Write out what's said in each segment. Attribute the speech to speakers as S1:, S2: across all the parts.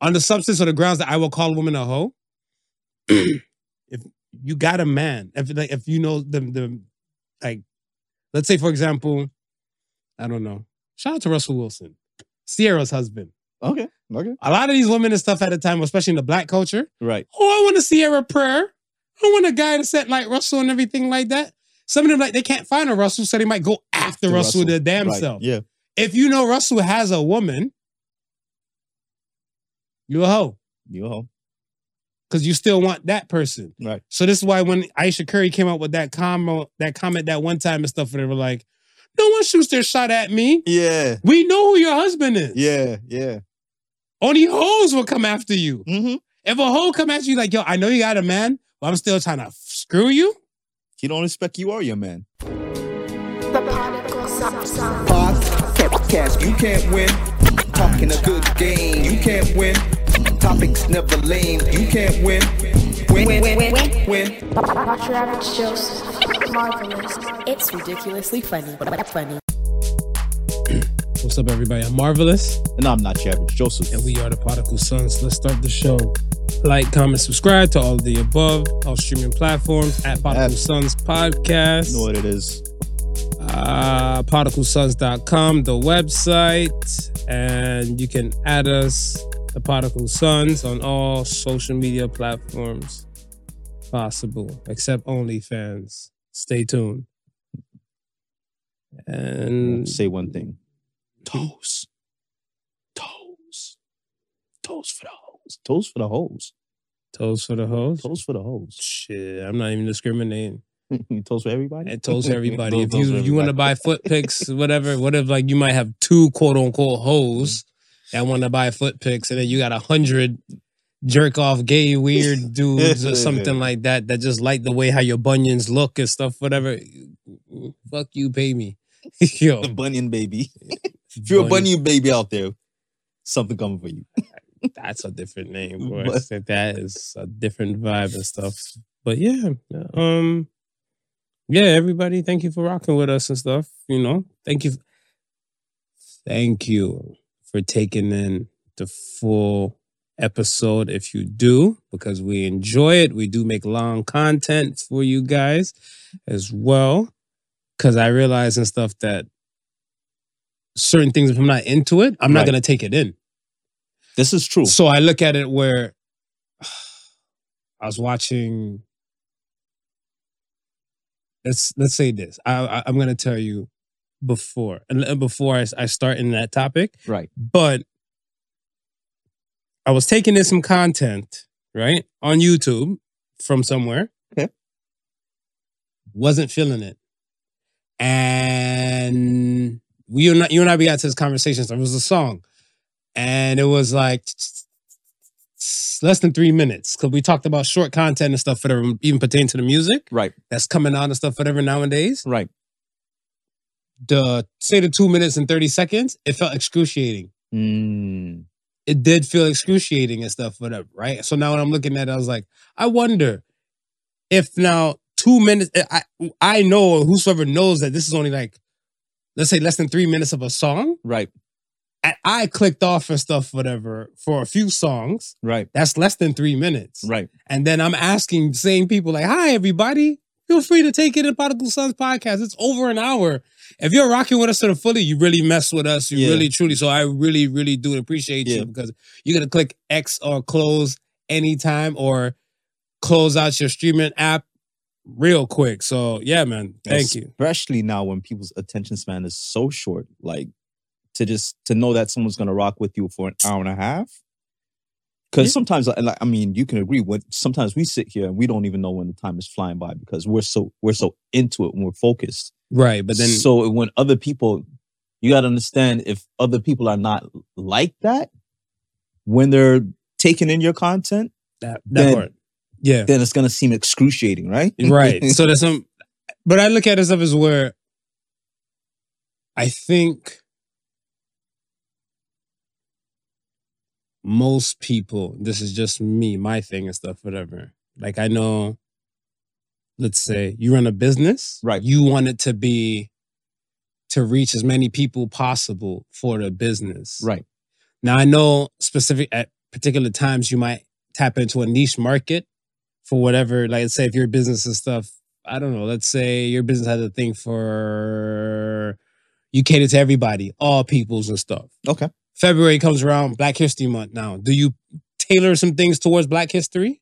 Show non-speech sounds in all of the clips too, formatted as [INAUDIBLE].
S1: on the substance or the grounds that I will call a woman a
S2: [CLEARS THROAT]
S1: hoe. if you got a man, if like if you know the the like, let's say for example, I don't know. Shout out to Russell Wilson, Sierra's husband.
S2: Okay. Okay.
S1: A lot of these women and stuff at the time, especially in the black culture.
S2: Right.
S1: Oh, I want a Sierra prayer. I want a guy to set like Russell and everything like that. Some of them like they can't find a Russell, so they might go after
S2: To
S1: Russell,
S2: Russell.
S1: their damn
S2: right.
S1: self.
S2: Yeah.
S1: If you know Russell has a woman, you a hoe
S2: You a hoe.
S1: because you still want that person.
S2: Right.
S1: So this is why when Aisha Curry came out with that comment, that comment that one time and stuff, and they were like, "No one shoots their shot at me.
S2: Yeah.
S1: We know who your husband is.
S2: Yeah. Yeah.
S1: Only hoes will come after you.
S2: Mm-hmm.
S1: If a hoe come at you like, yo, I know you got a man, but I'm still trying to screw you.
S2: He don't respect you or your man.
S3: Podcast, you can't win. Talking a good game, you can't win. Topics never lame, you can't win. Win, win, win, win, win.
S4: Dr. Average Joseph. Marvelous.
S5: It's ridiculously funny, but funny.
S1: What's up, everybody? I'm Marvelous,
S2: And I'm not your average Joseph.
S1: and we are the Particle Sons. Let's start the show. Like, comment, subscribe to all of the above, all streaming platforms at Particle
S2: At-
S1: Sons Podcast.
S2: know what it is.
S1: uh, particlesons.com, the website, and you can add us, the Particle Sons, on all social media platforms possible, except OnlyFans. Stay tuned. And
S2: Say one thing.
S1: toes, toes,
S2: Toes for the hoes. Toes for the hoes.
S1: toes for the hoes.
S2: Toes for the hoes. [LAUGHS]
S1: Shit, I'm not even discriminating.
S2: toes for everybody.
S1: It toes everybody. if
S2: [LAUGHS] Toes
S1: you
S2: for
S1: you want to
S2: everybody.
S1: buy foot picks, whatever, what if like you might have two quote unquote hoes that want to buy foot picks, and then you got a hundred jerk off gay weird
S2: [LAUGHS]
S1: dudes or something like that that just like the way how your bunions look and stuff, whatever. Fuck you, pay me. [LAUGHS] Yo,
S2: the [LAUGHS] bunion baby. If you're a bunion baby out there, something coming for you.
S1: that's a different
S2: [LAUGHS]
S1: name, boy.
S2: But-
S1: That- that is a different vibe and
S2: [LAUGHS]
S1: stuff. But yeah, um, yeah, everybody, thank you for rocking with us and stuff. You know, thank you, thank you for taking in the full episode. If you do, because we enjoy it, we do make long content for you guys as well. Because I realize and stuff that certain things, if I'm not into it, I'm not
S2: Right.
S1: gonna take it in.
S2: This is true.
S1: So I look at it where I was watching. Let's let's say this. I, I I'm gonna tell you before and and before I, s- I start in that topic,
S2: Right.
S1: but I was taking in some content right on YouTube from somewhere.
S2: Okay.
S1: Wasn't feeling it, and we and I- you and I we got to this conversation. So it was a song, and it was like less than three minutes because we talked about short content and stuff for the even pertaining to the music
S2: Right.
S1: that's coming out and stuff whatever nowadays.
S2: Right.
S1: The say the two minutes and thirty seconds, it felt excruciating.
S2: Mm.
S1: It did feel excruciating and stuff whatever, right? So now when I'm looking at it, I was like, I wonder if now two minutes. I I- I know whosoever knows that this is only like let's say less than three minutes of a song.
S2: Right.
S1: And I clicked off and stuff whatever for a few songs.
S2: Right.
S1: That's less than three minutes.
S2: Right.
S1: And then I'm asking the same people, like, hi, everybody. Feel free to take it in Particle Sons podcast. It's over an hour. If you're rocking with us to the fully, you really mess with us. You
S2: Yeah.
S1: really, truly. So I really, really do appreciate
S2: Yeah.
S1: you because you're going to click X or close anytime or close out your streaming app real quick. So, yeah, man. Thank you.
S2: Especially now when people's attention span is so short, like to just to know that someone's gonna rock with you for an hour and a half. Because
S1: Yeah.
S2: sometimes, like, like, I mean, you can agree. When sometimes we sit here and we don't even know when the time is flying by because we're so we're so into it and we're focused.
S1: Right. But then,
S2: so when other people, you got to understand if other people are not like that when they're taking in your content,
S1: that, that
S2: then-
S1: part. Yeah.
S2: then it's gonna seem excruciating, right?
S1: right so there's some but i look at it stuff as where i think most people this is just me my thing and stuff whatever like i know let's say you run a business
S2: Right.
S1: you want it to be to reach as many people possible for the business
S2: right.
S1: now I know specific at particular times you might tap into a niche market for whatever. Like, let's say if your business and stuff, I don't know. Let's say your business has a thing for you cater to everybody, all peoples and stuff.
S2: Okay.
S1: February comes around, Black History Month. Now, do you tailor some things towards Black History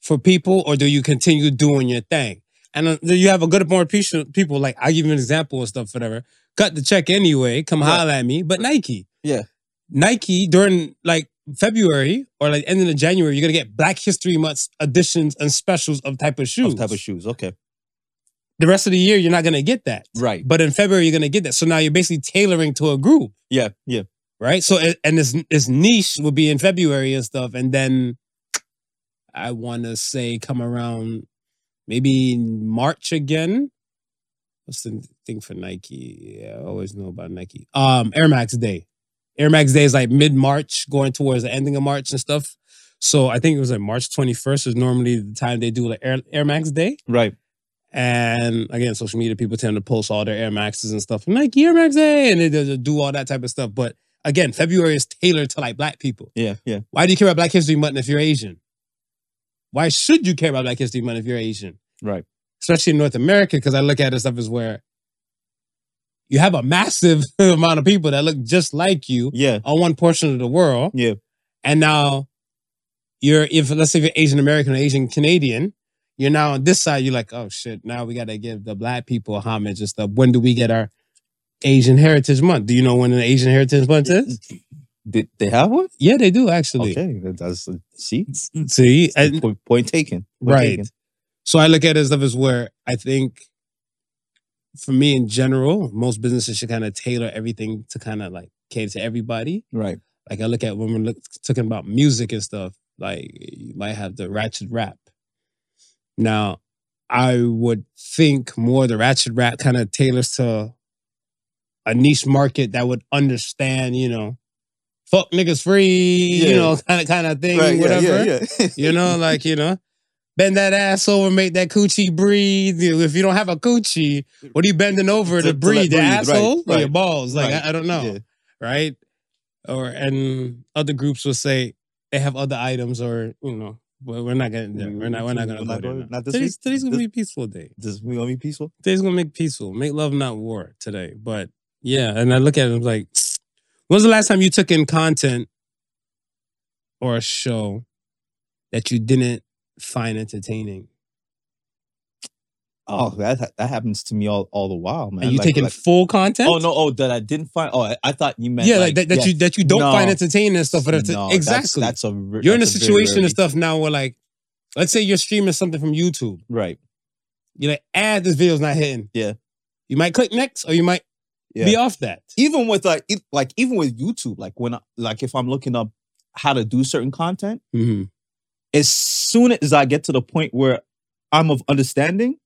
S1: for people, or do you continue doing your thing? And uh, you have a good more piece of people. Like I give you an example and stuff, whatever. Cut the check anyway. Come
S2: Right.
S1: holla at me. But Nike,
S2: Yeah.
S1: Nike during like February or like end of January, you're gonna get Black History Month editions and specials of type of shoes.
S2: Those type of shoes. Okay.
S1: The rest of the year, you're not gonna get that.
S2: Right.
S1: But in February, you're gonna get that. So now you're basically tailoring to a group
S2: Yeah. Yeah.
S1: right? So a- and this this niche would be in February and stuff, and then I want to say come around maybe March again. What's the thing for Nike? Yeah, I always know about Nike. Um, Air Max Day. Air Max Day is like mid March, going towards the ending of March and stuff. So I think it was like March 21st is normally the time they do like Air, Air Max Day.
S2: Right.
S1: And again, social media people tend to post all their Air Maxes and stuff, Nike Air Max Day, and they they do all that type of stuff. But again, February is tailored to like black people.
S2: Yeah. Yeah.
S1: Why do you care about Black History Month if you're Asian? Why should you care about Black History Month if you're Asian?
S2: Right.
S1: Especially in North America, because I look at it stuff as where you have a massive [LAUGHS] amount of people that look just like you
S2: Yeah.
S1: on one portion of the world.
S2: Yeah.
S1: And now you're if let's say if you're Asian American or Asian Canadian, you're now on this side, you're like, oh shit, now we gotta give the black people homage and stuff. When do we get our Asian Heritage Month? Do you know when the Asian Heritage Month
S2: Mm-hmm.
S1: is?
S2: Did they have one?
S1: Yeah, they do actually.
S2: Okay. that- That's see.
S1: See? And
S2: point, point taken. Point
S1: Right.
S2: taken.
S1: so I look at it as stuff as where I think for me in general, most businesses should kind of tailor everything to kind of like cater to everybody.
S2: Right.
S1: like I look at when we're look, talking about music and stuff, like you might have the ratchet rap. Now, I would think more the ratchet rap kind of tailors to a niche market that would understand, you know, fuck niggas free, you
S2: Yeah.
S1: know, kind of kind of thing,
S2: Right, yeah,
S1: whatever.
S2: Yeah. Yeah.
S1: [LAUGHS] You know, like you know, bend that ass over, make that coochie breathe. You know, If you don't have a coochie, what are you bending over to,
S2: To- to let
S1: breathe? Your
S2: breathe, right,
S1: asshole or your
S2: right,
S1: balls? Like
S2: right,
S1: I, I don't know
S2: Yeah.
S1: right? Or and other groups will say they have other items, or you know, but we're not getting there. We're not. We're not gonna
S2: We're
S1: go
S2: not
S1: there.
S2: going-
S1: now.
S2: not this
S1: Today's,
S2: week?
S1: today's gonna
S2: This-
S1: be a peaceful day.
S2: Does we gonna be peaceful?
S1: Today's gonna make peaceful, make love, not war today. But yeah, and I look at it, I'm like, when's the last time you took in content or a show that you didn't find entertaining?
S2: Oh, that ha- that happens to me all, all the while, man.
S1: Are you
S2: Like-
S1: taking
S2: like-
S1: full content?
S2: Oh no! Oh, that I didn't find. Oh, I, I thought you meant
S1: yeah, like, that, that
S2: yeah.
S1: you that you don't
S2: No.
S1: find entertaining and stuff. But it's-
S2: No, that's-
S1: exactly.
S2: That's, a re-
S1: you're in a
S2: that's very
S1: situation
S2: rare
S1: and stuff now where like let's say you're streaming something from youtube
S2: re- Right.
S1: you're like ah this video's not hitting
S2: Yeah.
S1: you might click next or you might be
S2: Yeah.
S1: off that
S2: Even with like e- like even with YouTube, like when I- like if I'm looking up how to do certain content,
S1: mm-hmm.
S2: as soon as I get to the point where I'm of understanding,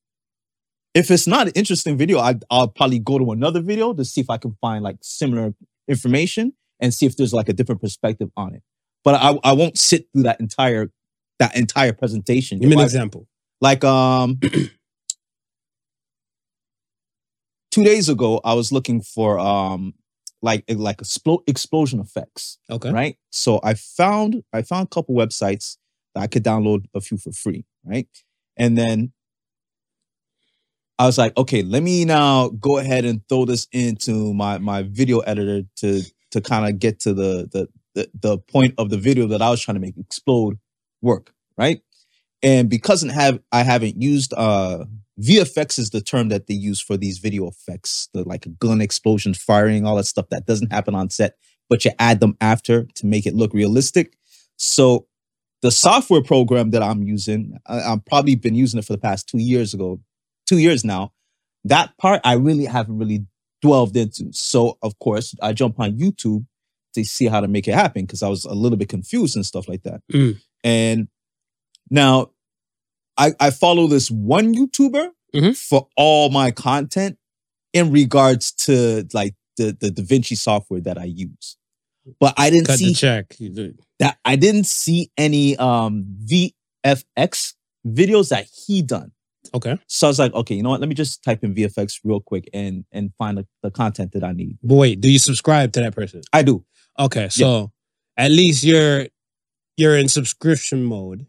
S2: if it's not an interesting video, I, I'll probably go to another video to see if I can find like similar information and see if there's like a different perspective on it. But I, I won't sit through that entire that entire presentation.
S1: give me an
S2: Like-
S1: example
S2: Like um two days ago, I was looking for um like like explo- explosion effects,
S1: okay
S2: right? So I found I found a couple websites that I could download a few for free, right? And then I was like, okay, let me now go ahead and throw this into my my video editor to to kind of get to the, the the the point of the video that I was trying to make explode work, right? And because it have I haven't used uh VFX is the term that they use for these video effects, the like gun explosions, firing, all that stuff that doesn't happen on set, but you add them after to make it look realistic. So the software program that I'm using, I, I've probably been using it for the past two years ago, two years now. That part I really haven't really delved into. So of course I jump on YouTube to see how to make it happen because I was a little bit confused and stuff like that.
S1: Mm.
S2: And now I, I follow this one YouTuber
S1: Mhm.
S2: for all my content in regards to like the, the DaVinci software that I use. But I didn't
S1: cut
S2: see
S1: the check You do-
S2: that I didn't see any um VFX videos that he done.
S1: okay
S2: So I was like, okay, you know what? Let me just type in VFX real quick and and find the, the content that I need.
S1: but wait do you subscribe to that person
S2: I do.
S1: okay so at least you're you're in subscription mode.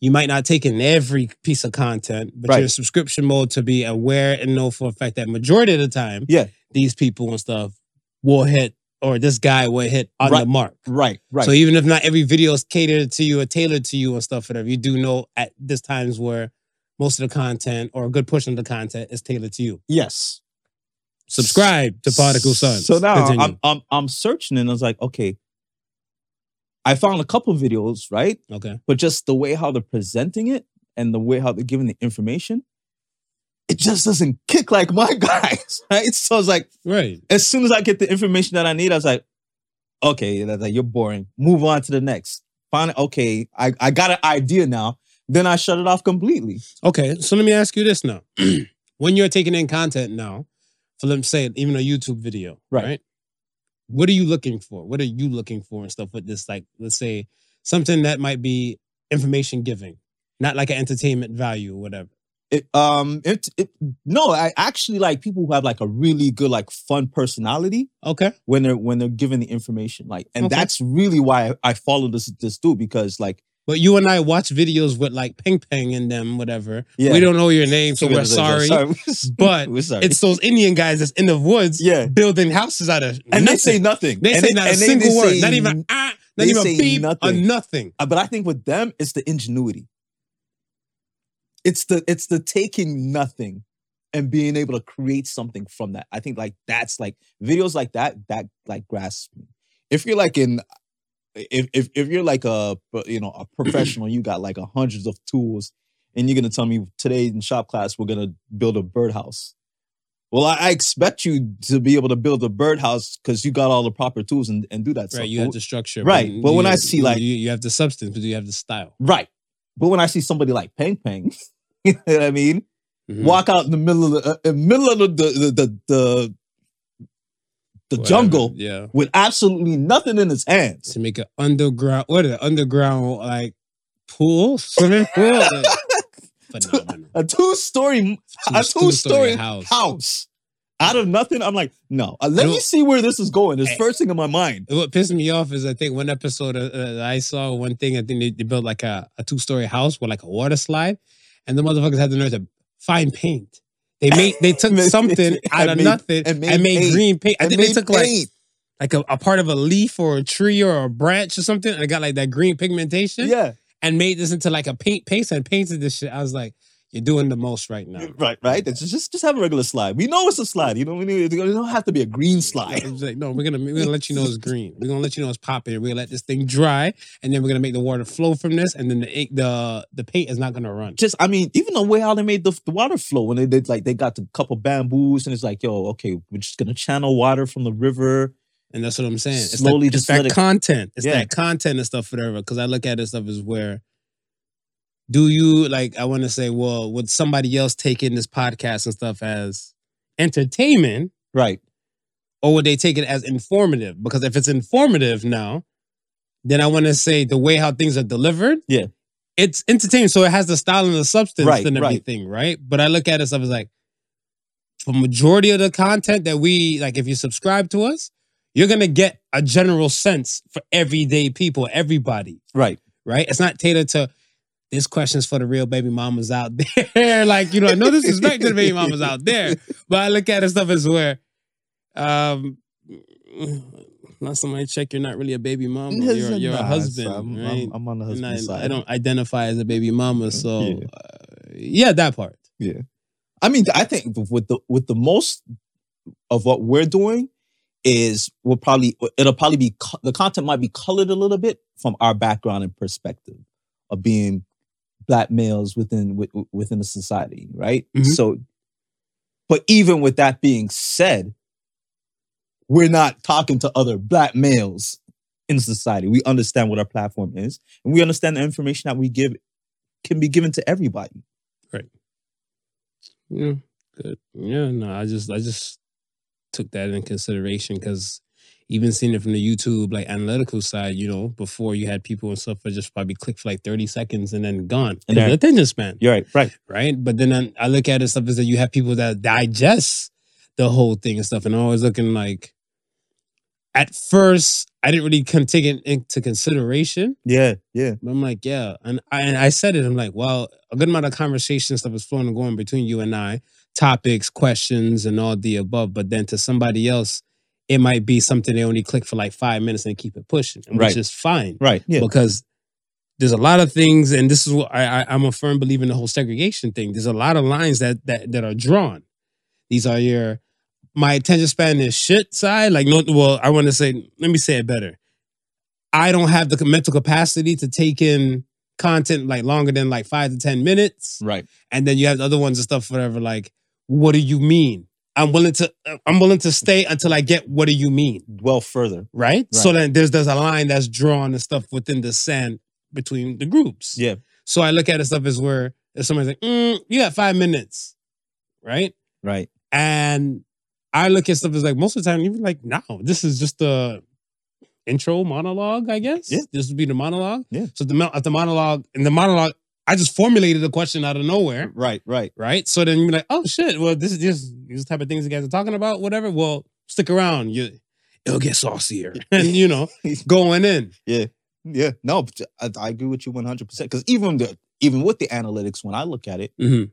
S1: You might not take in every piece of content, but
S2: Right.
S1: you're in subscription mode to be aware and know for a fact that majority of the time,
S2: Yeah.
S1: these people and stuff will hit or this guy will hit on the
S2: Right.
S1: mark.
S2: Right, right.
S1: So even if not every video is catered to you or tailored to you and stuff, whatever, you do know at this times where most of the content or a good portion of the content is tailored to you.
S2: yes.
S1: Subscribe to Particle Sun.
S2: So now
S1: Continue.
S2: I'm, I'm I'm searching and I was like, okay. I found a couple videos, right?
S1: okay.
S2: But just the way how they're presenting it and the way how they're giving the information, it just doesn't kick like my [LAUGHS] guys, right? So I was like,
S1: Right.
S2: as soon as I get the information that I need, I was like, okay, that's like you're boring. Move on to the next. Find okay, I, I got an idea now. Then I shut it off completely.
S1: Okay, so let me ask you this now. [CLEARS THROAT] when you're taking in content now, for let's say even a YouTube video,
S2: Right.
S1: right. What are you looking for? What are you looking for and stuff with this? Like, let's say something that might be information giving, not like an entertainment value or whatever.
S2: It, um, it, it no, I actually like people who have like a really good like fun personality.
S1: Okay.
S2: when they're when they're given the information. Like, and
S1: Okay.
S2: that's really why I, I follow this this dude because like
S1: But you and I watch videos with like Ping Pang in them, whatever.
S2: Yeah.
S1: We don't know your name, so we're
S2: [LAUGHS]
S1: sorry. But
S2: we're sorry.
S1: It's those Indian guys that's in the woods
S2: yeah,
S1: building houses out of
S2: and they
S1: nothing.
S2: say nothing.
S1: They
S2: and
S1: say not a
S2: and they-
S1: single
S2: they
S1: word,
S2: say
S1: not even
S2: n-
S1: ah, not
S2: they
S1: even
S2: say
S1: beep or
S2: nothing.
S1: nothing.
S2: uh, But I think with them, it's the ingenuity. It's the it's the taking nothing and being able to create something from that. I think like that's like videos like that that like grasp me. If you're like in if if if you're like a you know a professional, you got like a hundreds of tools, and you're gonna tell me today in shop class we're gonna build a birdhouse. Well, I, I expect you to be able to build a birdhouse because you got all the proper tools and, and do that stuff.
S1: Right, you
S2: But
S1: have the structure.
S2: Right, but
S1: you-
S2: when I see,
S1: you-
S2: like-
S1: you, you have the substance, but you have the style.
S2: Right. But when I see somebody like Peng Peng, [LAUGHS] you know what I mean?
S1: Mhm.
S2: Walk out in the middle of the, uh, in the middle of the the the the, the
S1: Whatever,
S2: jungle
S1: yeah,
S2: with absolutely nothing in his hands.
S1: to make an underground, what an underground like pool, swimming pool.
S2: [LAUGHS]
S1: Like, phenomenal.
S2: A two-story a
S1: Two-
S2: two-story house.
S1: house.
S2: Out of nothing, I'm like, no. Uh, let
S1: You
S2: me
S1: know-
S2: see where this is going. It's
S1: Hey.
S2: first thing in my mind.
S1: What pissed me off is I think one episode uh, uh, I saw one thing. I think they, they built like a, a two story house with like a water slide, and the motherfuckers had the nerve to find paint. They made they took
S2: [LAUGHS] Made-
S1: something out
S2: and
S1: of
S2: made-
S1: nothing
S2: and
S1: and
S2: made
S1: made,
S2: paint.
S1: green paint. I
S2: And
S1: think they
S2: made
S1: took like
S2: paint.
S1: like a, a part of a leaf or a tree or a branch or something, and it got like that green pigmentation.
S2: yeah,
S1: and made this into like a paint paste and painted this shit. I was like, you're doing the most right now.
S2: right, right. It's just just have a regular slide. We know it's a slide. You know, we need- it don't have to be a green slide.
S1: I was like, no, we're gonna we're gonna let you know it's green. We're gonna let you know it's popping. We're gonna let this thing dry, and then we're gonna make the water flow from this, and then the ink, the the paint is not gonna run.
S2: just I mean, even the way how they made the, the water flow when they did like they got the couple bamboos and it's like, yo, okay, we're just gonna channel water from the river.
S1: And that's what I'm saying. It's
S2: Slowly
S1: that,
S2: just
S1: it's that
S2: let it-
S1: content. It's
S2: Yeah.
S1: that content and stuff, whatever. Because I look at it stuff as where do you like? I want to say, well, would somebody else take in this podcast and stuff as entertainment?
S2: Right.
S1: or would they take it as informative? Because if it's informative now, then I want to say the way how things are delivered,
S2: Yeah.
S1: it's entertaining. So it has the style and the substance
S2: Right,
S1: and
S2: right.
S1: everything, right? But I look at it stuff as like for majority of the content that we like, if you subscribe to us, you're gonna get a general sense for everyday people, everybody,
S2: Right.
S1: right? It's not tailored to this question's for the real baby mamas out [LAUGHS] there. like, you know, no disrespect to the baby mamas out there. But I look at it stuff as where um not somebody check you're not really a baby mama. You're, you're a
S2: Nah,
S1: husband.
S2: so I'm, I'm-
S1: right?
S2: I'm on the
S1: And
S2: husband
S1: I-
S2: side.
S1: I, don't identify as a baby mama. So
S2: Yeah.
S1: yeah, uh, yeah that part.
S2: I mean, I think with the with the most of what we're doing is we'll probably it'll probably be co- the content might be colored a little bit from our background and perspective of being black males within wi- within the society, right?
S1: Mhm.
S2: So, but even with that being said, we're not talking to other black males in society. We understand what our platform is, and we understand the information that we give can be given to everybody.
S1: Yeah. Good. Yeah, no, I just I just took that in consideration because even seeing it from the YouTube like analytical side, you know, before you had people and stuff that just probably click for like 30 seconds and then gone. And
S2: And then-
S1: the attention span.
S2: You're right, right.
S1: right? But then I, I look at it stuff is that you have people that digest the whole thing and stuff, and always looking like at first I didn't really con- take it into consideration.
S2: Yeah, yeah.
S1: But I'm like, yeah, and I, and I said it. I'm like, well, a good amount of conversation stuff is flowing and going between you and I, topics, questions, and all the above. But then to somebody else, it might be something they only click for like five minutes and keep it pushing,
S2: Right.
S1: which is fine
S2: Right. Yeah.
S1: because there's a lot of things, and this is what I, I I'm a firm believer in the whole segregation thing. There's a lot of lines that that that are drawn. These are your my attention span is shit side. Like no, well, I want to say, let me say it better. I don't have the mental capacity to take in content like longer than like five to ten minutes.
S2: Right.
S1: And then you have the other ones and stuff, whatever. Like, what do you mean? I'm willing to I'm willing to stay until I get what do you mean
S2: Dwell further.
S1: right? So
S2: Right.
S1: then there's there's a line that's drawn and stuff within the sand between the groups.
S2: Yeah.
S1: So I look at it stuff as where if somebody's like, mm, you got five minutes, right?
S2: Right.
S1: And I look at stuff as like most of the time you're like, no, this is just the intro monologue, I guess.
S2: Yeah.
S1: This would be the monologue.
S2: Yeah.
S1: So the mo- at the monologue and the monologue, I just formulated a question out of nowhere
S2: Right. Right.
S1: right? So then you're like, oh shit, well, this is just these type of things you guys are talking about, whatever. Well, stick around. You it'll get [LAUGHS] saucier. and you know, going in.
S2: Yeah. No, but I, I agree with you 100 percent Because even the even with the analytics, when I look at it,
S1: Mm-hmm.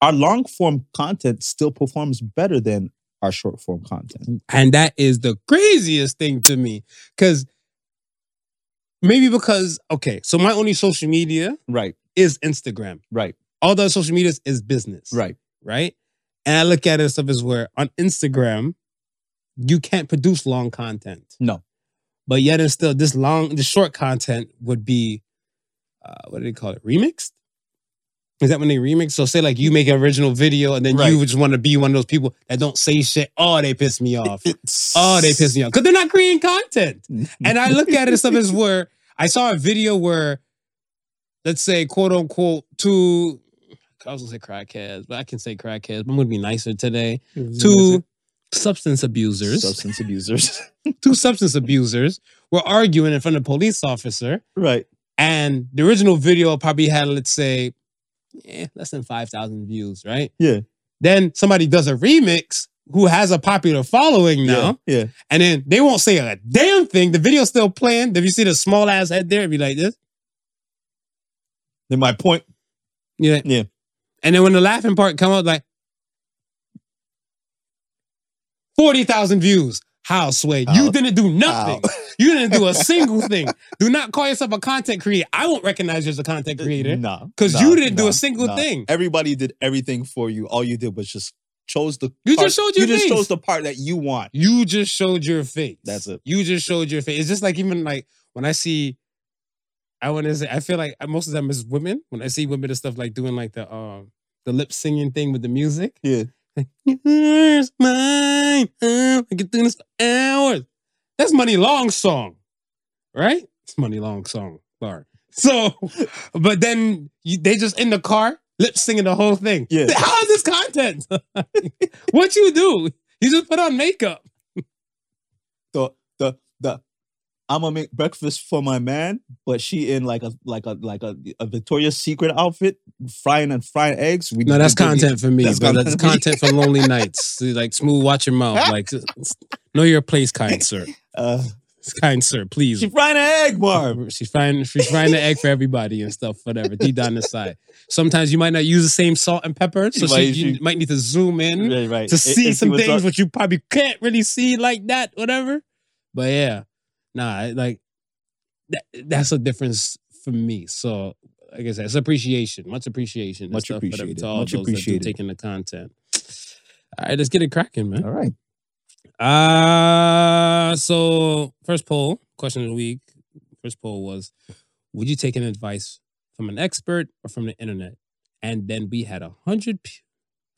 S2: our long form content still performs better than our short form content.
S1: And that is the craziest thing to me. Cause maybe because, okay, so my only social media
S2: Right.
S1: is Instagram.
S2: Right.
S1: All the other social medias is business.
S2: Right.
S1: Right. And I look at it stuff as where on Instagram, you can't produce long content.
S2: No.
S1: but yet and still this long this short content would be uh what do they call it remixed is that when they remix so say like you make an original video and then
S2: Right.
S1: you just want to be one of those people that don't say shit oh they piss me off
S2: It's-
S1: oh they piss me off because they're not creating content and I look at it stuff
S2: [LAUGHS]
S1: as where I saw a video where, let's say, quote unquote, two. I was gonna say crackheads, but I can say crackheads. But I'm gonna be nicer today. Two substance abusers,
S2: substance abusers. [LAUGHS]
S1: two substance abusers, were arguing in front of a police officer,
S2: right.
S1: and the original video probably had, let's say, eh, less than five thousand views, right?
S2: Yeah.
S1: Then somebody does a remix who has a popular following now.
S2: Yeah. yeah.
S1: And then they won't say a damn thing. The video's still playing. If you see the small ass head there, it'd be like this.
S2: Then my point.
S1: Yeah.
S2: Yeah.
S1: And then when the laughing part come up, like 40,000 views. How, Sway?
S2: Ow.
S1: You didn't do nothing.
S2: Ow.
S1: You didn't do a single thing. Do not call yourself a content creator. I won't recognize you as a content creator.
S2: Nah.
S1: 'Cause
S2: Uh, nah,
S1: you didn't do a
S2: nah,
S1: single
S2: nah.
S1: thing.
S2: Everybody did everything for you. All you did was just chose the
S1: You
S2: part-
S1: just showed your
S2: You just
S1: face.
S2: chose the part that you want.
S1: You just showed your face.
S2: That's it.
S1: You just showed your face. It's just like even like when I see, I want to say I feel like most of them is women. When I see women and stuff like doing like the um the lip singing thing with the music,
S2: Yeah.
S1: like yours, mine. uh, I can do this for hours. That's Money Long song, right? It's Money Long song bar. So, [LAUGHS] but then you, they just in the car lip singing the whole thing.
S2: Yeah.
S1: How is this content? [LAUGHS] what you do? You just put on makeup.
S2: The the the I'm gonna make breakfast for my man, but she in like a like a like a, a Victoria's Secret outfit, frying and frying eggs. We
S1: No, that's
S2: we didn't-
S1: content for me.
S2: that's
S1: That's, but that's
S2: content for
S1: content for
S2: me.
S1: lonely nights. See, Like smooth, watch your mouth. Like know your place, kind sir.
S2: Uh,
S1: Kind sir, please.
S2: she frying an egg,
S1: [LAUGHS]
S2: Marv.
S1: She's frying. She's frying the egg for everybody and stuff. Whatever. Deep down inside. Sometimes you might not use the same salt and pepper, so
S2: You
S1: she,
S2: might-
S1: you
S2: she-
S1: might need to zoom in
S2: Right, [LAUGHS] right.
S1: to
S2: And-
S1: see
S2: and
S1: some
S2: what's
S1: things
S2: up.
S1: which you probably can't really see like that. Whatever. But yeah, nah. I- Like that, that's a difference for me. So like I said, it's appreciation. Much appreciation. and
S2: Much
S1: stuff, whatever,
S2: appreciated,
S1: To all
S2: much
S1: those that do
S2: appreciated.
S1: taking the content. All right, let's get it cracking, man.
S2: All right.
S1: Uh so first poll, question of the week. First poll was would you take an advice from an expert or from the internet? And then we had a hundred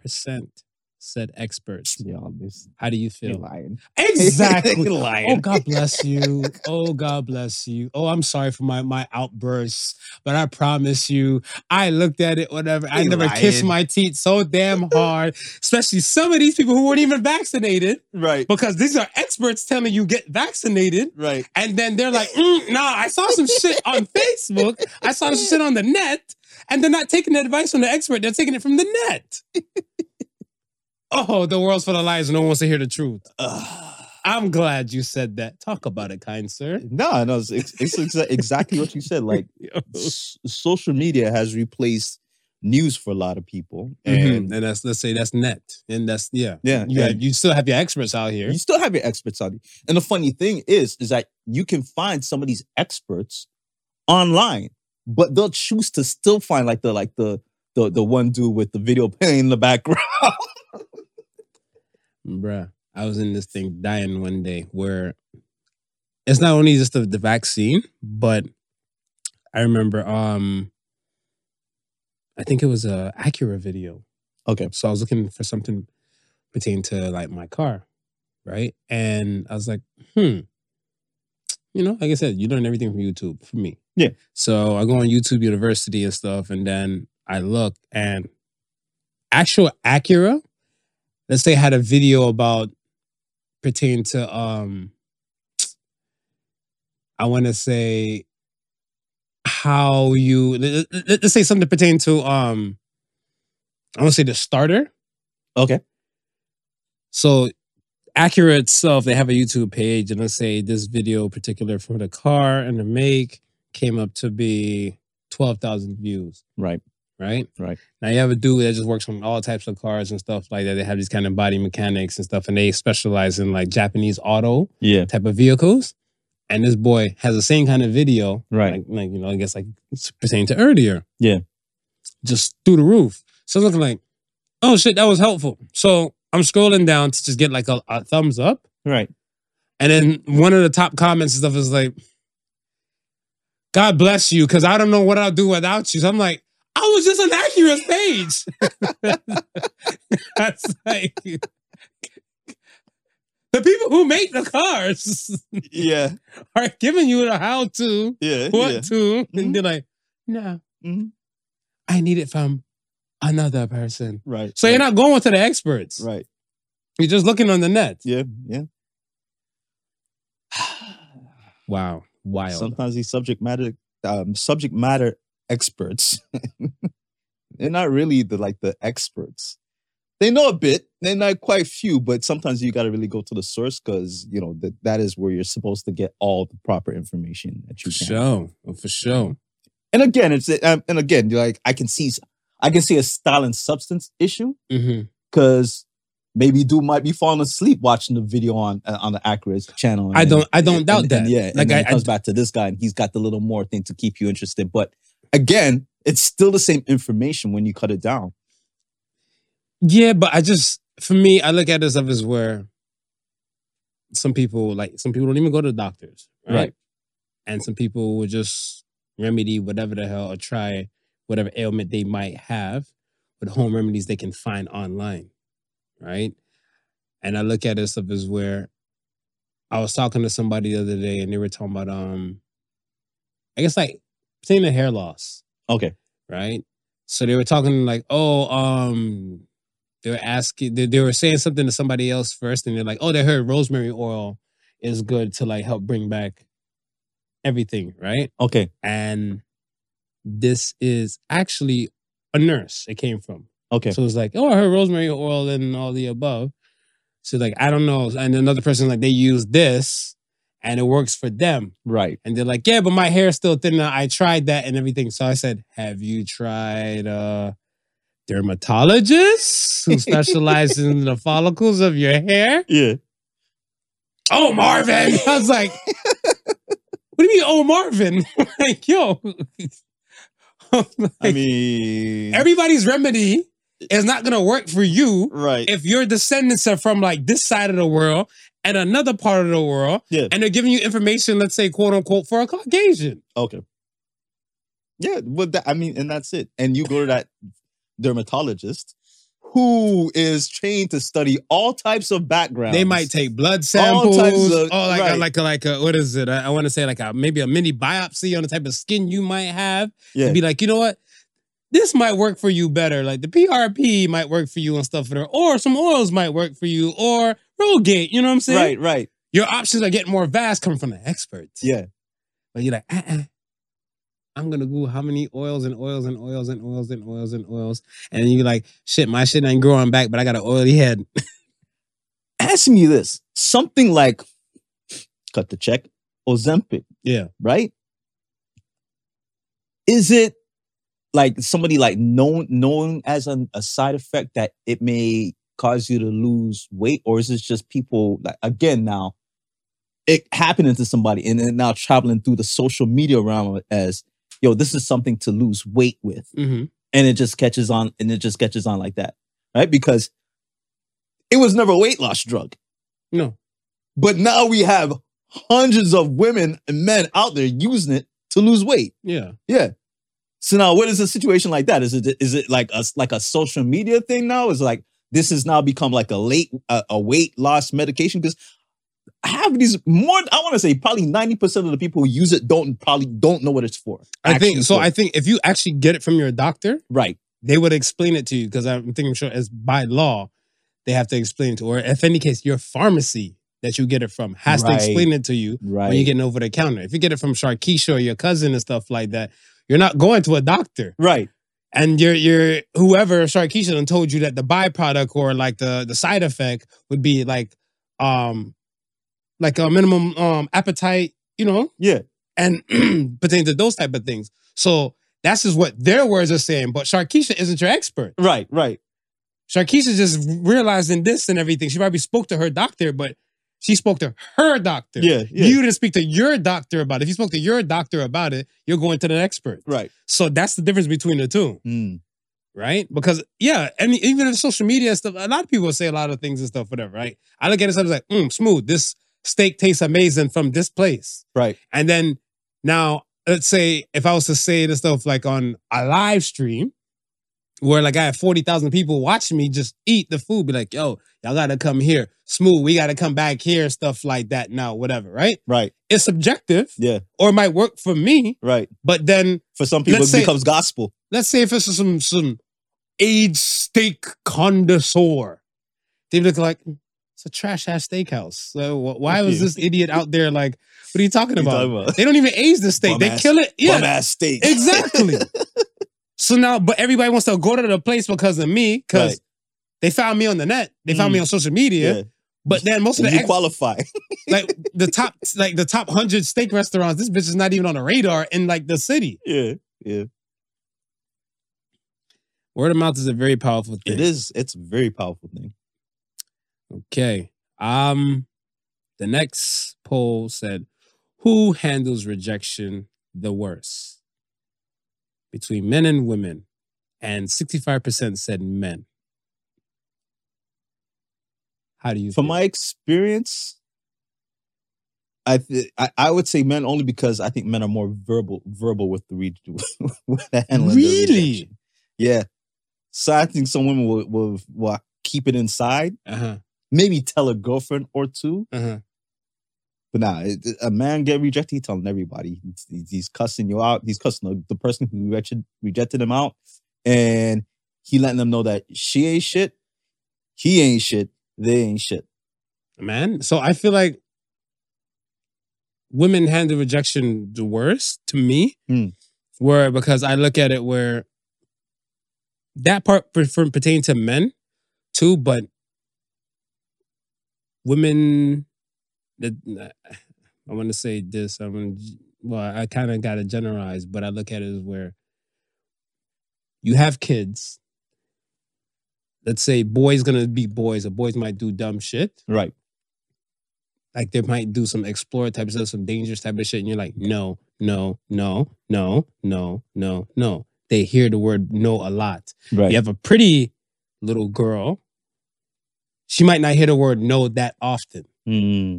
S1: percent said experts.
S2: Yeah, obviously.
S1: How do you
S2: They
S1: feel?
S2: lying. [LAUGHS]
S1: Exactly.
S2: They
S1: Oh
S2: lying.
S1: God bless you. Oh God bless you. Oh, I'm sorry for my my outbursts, but I promise you, I looked at it. Whatever. I
S2: They
S1: never kissed
S2: lying.
S1: my teeth so
S2: [LAUGHS]
S1: damn hard. Especially some of these people who weren't even vaccinated
S2: Right.
S1: because these are experts telling you get vaccinated.
S2: [SIGHS] Right.
S1: And then they're like, mm, nah, I saw some shit [LAUGHS] on Facebook. I saw some shit on the net. And they're not taking the advice from the expert. They're taking it from the [LAUGHS] net. oh, the world's full of lies. No one wants to hear the truth.
S2: Ugh.
S1: I'm glad you said that. Talk about it, kind sir.
S2: No, no, it's, it's, it's exa- exactly what you
S1: [LAUGHS]
S2: said. Like
S1: Yo.
S2: s- social media has replaced news for a lot of people,
S1: And,
S2: and
S1: and that's let's say that's net, and that's Mm-hmm. yeah.
S2: yeah,
S1: You
S2: and
S1: have, you still have your experts out here.
S2: you still have your experts on you. And the funny thing is, is that you can find some of these experts online, but they'll choose to still find like the like the the the one dude with the video [LAUGHS] playing in the background.
S1: Bruh, I was in this thing dying one day where it's not only just the, the vaccine, but I remember um I think it was a Acura video.
S2: Okay.
S1: So I was looking for something pertaining to like my car, right? And I was like, hmm. You know, like I said, you learn everything from YouTube for me.
S2: Yeah.
S1: So I go on YouTube University and stuff, and then I look and actual Acura, let's say had a video about pertaining to um I want to say how you let- let- let's say something pertaining to um I want to say the starter.
S2: Okay.
S1: So Acura itself, they have a YouTube page, and let's say this video particular for the car and the make came up to be twelve thousand views
S2: Right.
S1: right?
S2: Right.
S1: Now you have a dude that just works on all types of cars and stuff like that. They have these kind of body mechanics and stuff, and they specialize in like Japanese auto
S2: Yeah.
S1: type of vehicles. And this boy has the same kind of video,
S2: Right.
S1: Like, like you know, I guess like it's pertaining to earlier,
S2: Yeah.
S1: just through the roof. So I'm looking like, oh shit, that was helpful. So I'm scrolling down to just get like a, a thumbs up.
S2: Right.
S1: And then
S2: Mm-hmm.
S1: one of the top comments and stuff is like, God bless you, because I don't know what I'll do without you. So I'm like, I was just an accurate page. [LAUGHS] That's like the people who make the cars
S2: [LAUGHS]
S1: [LAUGHS]
S2: Yeah.
S1: are giving you the how to,
S2: Yeah.
S1: what
S2: yeah.
S1: to,
S2: Mhm.
S1: and they're like, no,
S2: Mhm.
S1: I need it from another person.
S2: Right.
S1: So you're not going to the experts.
S2: right.
S1: You're just looking on the net.
S2: Yeah. Yeah.
S1: [SIGHS] Wow. Wild.
S2: Sometimes these subject matter um, subject matter experts. [LAUGHS] They're not really the like the experts. They know a bit. They're not quite few, but sometimes you got to really go to the source because you know that that is where you're supposed to get all the proper information that
S1: for
S2: you can.
S1: sure. Oh, For sure.
S2: And again, it's um, and again, you're like I can see, s- I can see a style and substance issue
S1: Mm-hmm.
S2: because maybe dude might be falling asleep watching the video on uh, on the Accura's channel.
S1: I don't- I don't
S2: and-
S1: doubt
S2: and-
S1: that.
S2: And yeah,
S1: Like,
S2: and then
S1: I-
S2: it
S1: I
S2: comes
S1: d-
S2: back to this guy, and he's got the little more thing to keep you interested. But again, it's still the same information when you cut it down.
S1: Yeah, but I just for me, I look at it as of as where some people like some people don't even go to doctors, right?
S2: Right.
S1: And some people will just remedy whatever the hell or try whatever ailment they might have with home remedies they can find online, right? And I look at it as of as where I was talking to somebody the other day and they were talking about um, I guess like seeing the hair loss
S2: Okay,
S1: right? So they were talking like, oh, um, they were asking, they, they were saying something to somebody else first, and they're like, oh, they heard rosemary oil is good to like help bring back everything, right?
S2: okay,
S1: And this is actually a nurse it came from.
S2: okay,
S1: So it's like, oh, I heard rosemary oil and all the above. So like, I don't know. And another person like they use this and it works for them.
S2: right,
S1: And they're like, yeah, but my hair's still thin. now. I tried that and everything. So I said, have you tried a dermatologist
S2: [LAUGHS]
S1: who specializes in the follicles of your hair?
S2: yeah,
S1: Oh, Marvin. [LAUGHS] I was like, what do you mean, oh, Marvin? [LAUGHS] like, yo. I'm
S2: I
S1: like,
S2: mean,
S1: everybody's remedy is not going to work for you
S2: right,
S1: if your descendants are from like this side of the world and another part of the world,
S2: Yeah.
S1: and they're giving you information, let's say, quote unquote, for a Caucasian.
S2: okay, yeah. Well, that, I mean, and that's it. And you go to that dermatologist. Who is trained to study all types of backgrounds?
S1: They might take blood
S2: All
S1: samples,
S2: types
S1: or
S2: of-
S1: like a,
S2: right.
S1: like a, like a, what is it? I, want to say like a maybe a mini biopsy on the type of skin you might have.
S2: yeah.
S1: And be like, you know what? This might work for you better. Like the PRP might work for you and stuff, or or some oils might work for you, or Rolgate. You know what I'm saying?
S2: right, right,
S1: Your options are getting more vast coming from the experts.
S2: yeah.
S1: But you're like, uh-uh. I'm gonna Google how many oils and oils and oils and oils and oils and oils. And you're like, shit, my shit ain't growing back, but I got an oily head.
S2: Ask me this something like cut the check, Ozempic,
S1: Yeah.
S2: right? Is it like somebody like known known as an, a side effect that it may cause you to lose weight, or is this just people like again now it happening to somebody and then now traveling through the social media realm as yo, this is something to lose weight with
S1: Mm-hmm.
S2: and it just catches on and it just catches on like that right because it was never a weight loss drug
S1: No.
S2: but now we have hundreds of women and men out there using it to lose weight
S1: Yeah.
S2: so now what is a situation like that is it is it like a like a social media thing now is it like this has now become like a late a, a weight loss medication because have these more i want to say probably 90% of the people who use it don't probably don't know what it's for
S1: I
S2: actually
S1: think so.
S2: for.
S1: I think if you actually get it from your doctor,
S2: right
S1: they would explain it to you because I'm thinking sure as by law, they have to explain it to, or if any case, your pharmacy that you get it from has to
S2: Right.
S1: explain it to you
S2: right
S1: when you get over the counter. If you get it from Sharkeisha or your cousin and stuff like that, you're not going to a doctor.
S2: right
S1: And your your whoever Sharkeisha done told you that the byproduct or like the the side effect would be like um like a minimum um appetite, you know?
S2: Yeah.
S1: And [CLEARS THROAT] pertaining to those type of things. So that's just what their words are saying. But Sharkeisha isn't your expert.
S2: right right
S1: Sharkeisha just realizing this and everything. She probably spoke to her doctor, but she spoke to her doctor.
S2: yeah, yeah.
S1: You didn't speak to your doctor about it. If you spoke to your doctor about it, you're going to the expert.
S2: right
S1: So that's the difference between the two,
S2: Mm,
S1: right? Because yeah, and even if social media and stuff, a lot of people say a lot of things and stuff, whatever, right? I look at it sometimes like, mm, smooth. This steak tastes amazing from this place.
S2: right
S1: And then now, let's say if I was to say this stuff like on a live stream, where like I had forty thousand people watching me just eat the food, be like, yo, y'all gotta come here, smooth. We gotta come back here, stuff like that. Now, whatever, right?
S2: right
S1: It's subjective,
S2: Yeah.
S1: or it might work for me,
S2: right
S1: but then
S2: for some people
S1: Let's
S2: it
S1: say-
S2: becomes gospel
S1: let's say if it's some some aged steak connoisseur, they look like. It's a trash ass steakhouse. So wh- why was
S2: Yeah.
S1: this idiot out there? Like, what are you talking
S2: What you
S1: about?
S2: talking about?
S1: They don't even age the steak.
S2: Bum
S1: they
S2: ass-
S1: kill it. Yeah,
S2: bum ass steak [LAUGHS]
S1: Exactly. so now, but everybody wants to go to the place because of me, because
S2: Right. Mm.
S1: they found me on the net, they found me on social media.
S2: Yeah.
S1: But then most of
S2: And
S1: the
S2: you
S1: ex-
S2: qualify [LAUGHS]
S1: like the top like the top hundred steak restaurants, this bitch is not even on the radar in like the city.
S2: yeah
S1: Word of mouth is a very powerful thing.
S2: it is it's a very powerful thing
S1: Okay. Um, the next poll said, "Who handles rejection the worst?" Between men and women, and sixty-five percent said men. How do you?
S2: from
S1: feel?
S2: my experience I, th- I I would say men only because I think men are more verbal verbal with the re- [LAUGHS] with the handling their
S1: Really?
S2: rejection. yeah so I think some women will, will will keep it inside
S1: uh-huh,
S2: maybe tell a girlfriend or two
S1: uh-huh.
S2: But nah, it- it- a man get rejected, he telling everybody. He's- He's, he's cussing you out. He's cussing the, the person who rejected, rejected him out. And he letting them know that she ain't shit, he ain't shit, they ain't shit.
S1: man. So I feel like women handle rejection the worst to me,
S2: Hmm.
S1: where because I look at it where that part per- for- pertain to men too, but women. That I want to say this. I'm gonna. Well, I kind of gotta generalize, but I look at it as where you have kids. Let's say boys gonna be boys, or boys might do dumb shit
S2: Right.
S1: like they might do some explore type of stuff, some dangerous type of shit, and you're like, no, no, no, no, no, no, no. They hear the word no a lot.
S2: Right.
S1: You have a pretty little girl. She might not hear the word no that often.
S2: Mm,
S1: Mm-hmm.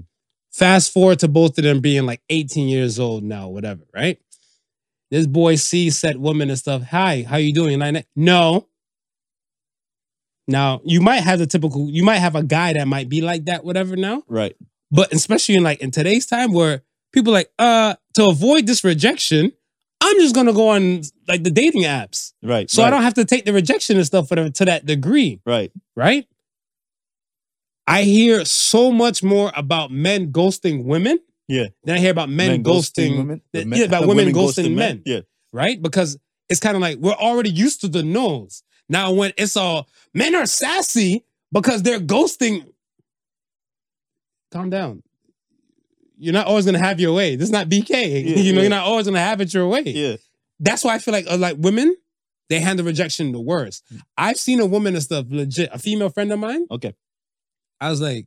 S1: Fast forward to both of them being like 18 years old now, whatever, right? This boy sees said woman and stuff. Hi, how you doing? Like, no. Now you might have the typical, you might have a guy that might be like that, whatever. Now,
S2: right.
S1: but especially in like in today's time where people like uh to avoid this rejection i'm just gonna go on like the dating apps
S2: Right.
S1: so
S2: right,
S1: i don't have to take the rejection and stuff whatever to that degree
S2: Right.
S1: right i hear so much more about men ghosting women
S2: Yeah.
S1: than i hear about men, ghosting,
S2: women.
S1: the-
S2: the men-
S1: yeah, about
S2: the
S1: women ghosting men.
S2: Yeah.
S1: right because it's kind of like we're already used to the no's now when it's all men are sassy because they're ghosting calm down. You're not always gonna have your way. This is not BK. [LAUGHS]
S2: Yeah,
S1: you know,
S2: yeah.
S1: you're not always gonna have it your way.
S2: Yeah.
S1: That's why I feel like uh, like women, they handle rejection the worst. I've seen a woman and stuff legit. A female friend of mine.
S2: Mm. Okay.
S1: I was like,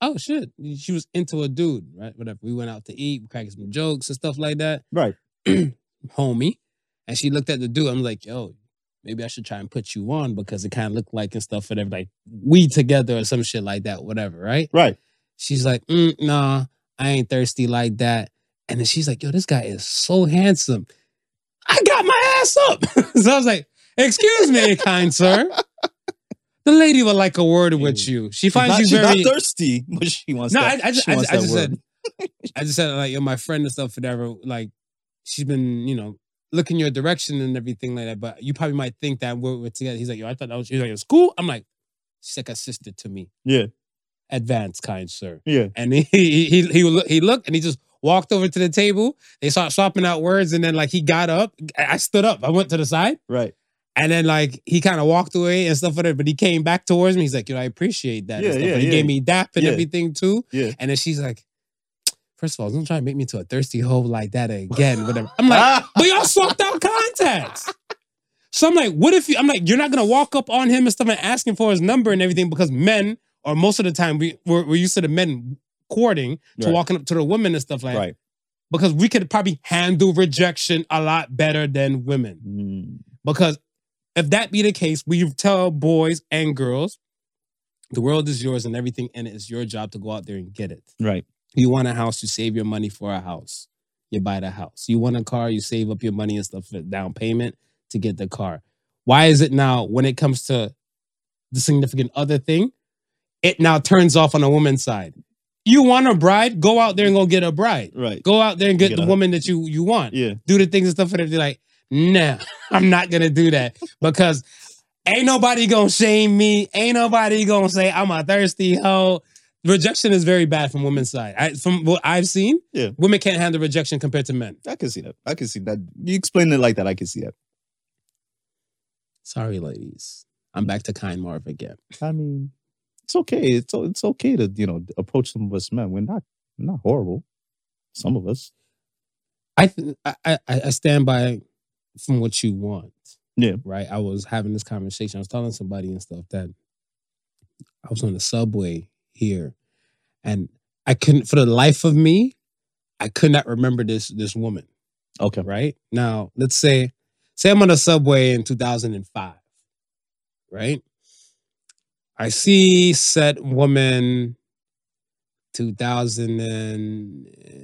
S1: oh shit, she was into a dude, right? Whatever. We went out to eat, we cracking some jokes and stuff like that,
S2: Right.
S1: [CLEARS THROAT] homie. And she looked at the dude. I'm like, yo, maybe I should try and put you on because it kind of looked like and stuff, whatever. Like we together or some shit like that, whatever, right?
S2: Right.
S1: She's like, mm, nah, I ain't thirsty like that. And then she's like, yo, this guy is so handsome. I got my ass up. [LAUGHS] so I was like, excuse me, kind [LAUGHS] sir. The lady would like a word with you. She
S2: She's
S1: finds
S2: not,
S1: you
S2: she's
S1: very.
S2: not thirsty, [LAUGHS] but she wants
S1: No,
S2: that.
S1: I- I ju-
S2: she
S1: I ju-
S2: wants
S1: I
S2: that
S1: just
S2: word.
S1: said- I just said like, yo, my friend and stuff, whatever. Like, she's been, you know, looking your direction and everything like that. But you probably might think that we're, we're together. He's like, yo, I thought that was. He's like, it's cool. I'm like, she's like a sister to me.
S2: Yeah.
S1: Advanced kind sir.
S2: Yeah.
S1: And he he he he, loo- he looked and he just walked over to the table. They started swapping out words, and then like he got up. I I stood up. I went to the side.
S2: Right.
S1: And then like he kind of walked away and stuff like that, but he came back towards me. He's like, "Yo, I appreciate that." and
S2: Yeah,
S1: stuff.
S2: yeah,
S1: and he
S2: yeah.
S1: gave me dap and
S2: Yeah.
S1: everything too.
S2: Yeah.
S1: And then she's like, first of all, don't try to make me to a thirsty hoe like that again." Whatever. I'm like,
S2: Ah!
S1: but y'all swapped out contacts. So I'm like, what if you? I'm like, you're not gonna walk up on him and stuff and ask him for his number and everything because men are most of the time we we're, we're used to the men courting to
S2: Right.
S1: walking up to the women and stuff like that.
S2: Right.
S1: because we could probably handle rejection a lot better than women.
S2: Mm,
S1: Because if that be the case, we tell boys and girls, the world is yours and everything, and it's your job to go out there and get it.
S2: Right.
S1: You want a house, you save your money for a house. You buy the house. You want a car, you save up your money and stuff for down payment to get the car. Why is it now when it comes to the significant other thing, it now turns off on the woman's side? You want a bride? Go out there and go get a bride.
S2: Right.
S1: Go out there and get
S2: Get
S1: the
S2: out.
S1: woman that you you want
S2: Yeah.
S1: do the things and stuff, and they're like, "No, I'm not gonna do that because ain't nobody gonna shame me. Ain't nobody gonna say I'm a thirsty hoe." Rejection is very bad from women's side. I, from what I've seen,
S2: Yeah.
S1: women can't handle rejection compared to men.
S2: I can see that. I can see that. You explain it like that. I can see that.
S1: Sorry, ladies. I'm back to kind Marv again.
S2: I mean, it's okay. It's o- it's okay to you know approach some of us men. We're not we're not horrible. Some of us.
S1: I th- I, I I stand by from what you want.
S2: Yeah.
S1: Right. I was having this conversation. I was telling somebody and stuff that I was on the subway here, and I couldn't for the life of me, I could not remember this this woman.
S2: Okay.
S1: Right. Now let's say say I'm on the subway in 2005. Right. I see said woman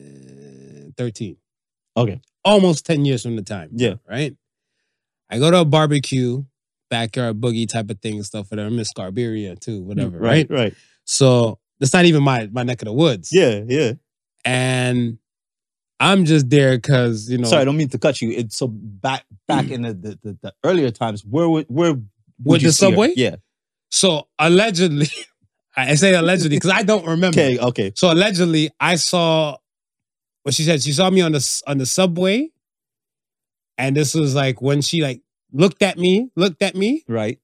S1: 2013
S2: Okay.
S1: almost 10 years from the time.
S2: Yeah.
S1: Right? I go to a barbecue, backyard boogie type of thing and stuff, whatever. I'm in Scarberia too, whatever. Right?
S2: Right. Right.
S1: So that's not even my my neck of the woods.
S2: Yeah. Yeah.
S1: And I'm just there because, you know,
S2: Sorry, I don't mean to cut you. It's so back back in the the, the, the earlier times. Where would where would
S1: With
S2: you
S1: the
S2: see her?
S1: subway?
S2: Yeah.
S1: so allegedly, [LAUGHS] I say allegedly because I don't remember.
S2: Okay. Okay.
S1: So allegedly, I saw what she said. She saw me on the s- on the subway, and this was like when she like looked at me, looked at me,
S2: Right.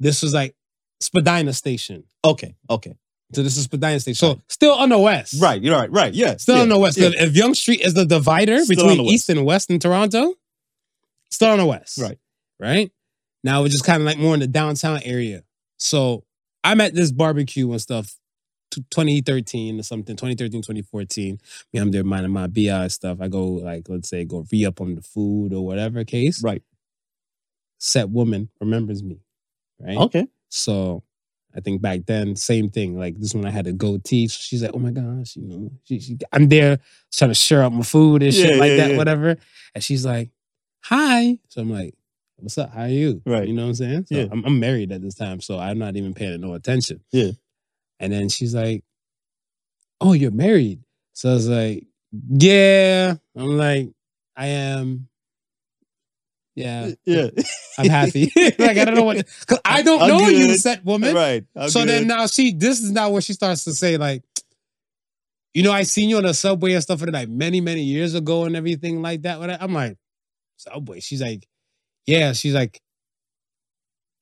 S1: this was like Spadina Station.
S2: Okay. Okay.
S1: So this is Spadina Station. So still on the west.
S2: Right. You're right. Right. Yeah.
S1: Still
S2: yeah,
S1: on the west.
S2: yeah.
S1: If- If Young Street is the divider
S2: Still on
S1: between
S2: the west.
S1: east and west in Toronto, still on the west.
S2: Right.
S1: Right. Now we're just kind of like more in the downtown area. So I'm at this barbecue and stuff. t- 2013 or something, 2013, 2014. Me, I'm there minding my BI stuff. I go like, let's say, go re up on the food or whatever case.
S2: Right.
S1: Set woman remembers me, right?
S2: Okay.
S1: So I think back then, same thing. Like this one, I had a goatee. So she's like, "Oh my gosh, you know, she, she, I'm there trying to share up my food and shit
S2: Yeah,
S1: like
S2: yeah,
S1: that,
S2: yeah.
S1: whatever." And she's like, "Hi." So I'm like, "What's up? How are you?"
S2: Right.
S1: You know what I'm saying? So
S2: Yeah.
S1: I'm, I'm married at this time, so I'm not even paying no attention.
S2: Yeah.
S1: And then she's like, "Oh, you're married?" So I was like, "Yeah." I'm like, "I am." Yeah,
S2: Yeah.
S1: I'm happy. [LAUGHS] like I don't know what, cause I don't
S2: I'm
S1: know you,
S2: good.
S1: set woman
S2: right. I'm
S1: so then
S2: good.
S1: now she, this is now where she starts to say like, you know, I seen you on the subway and stuff like many many years ago and everything like that. What I- I'm like, subway. She's like, yeah. She's like,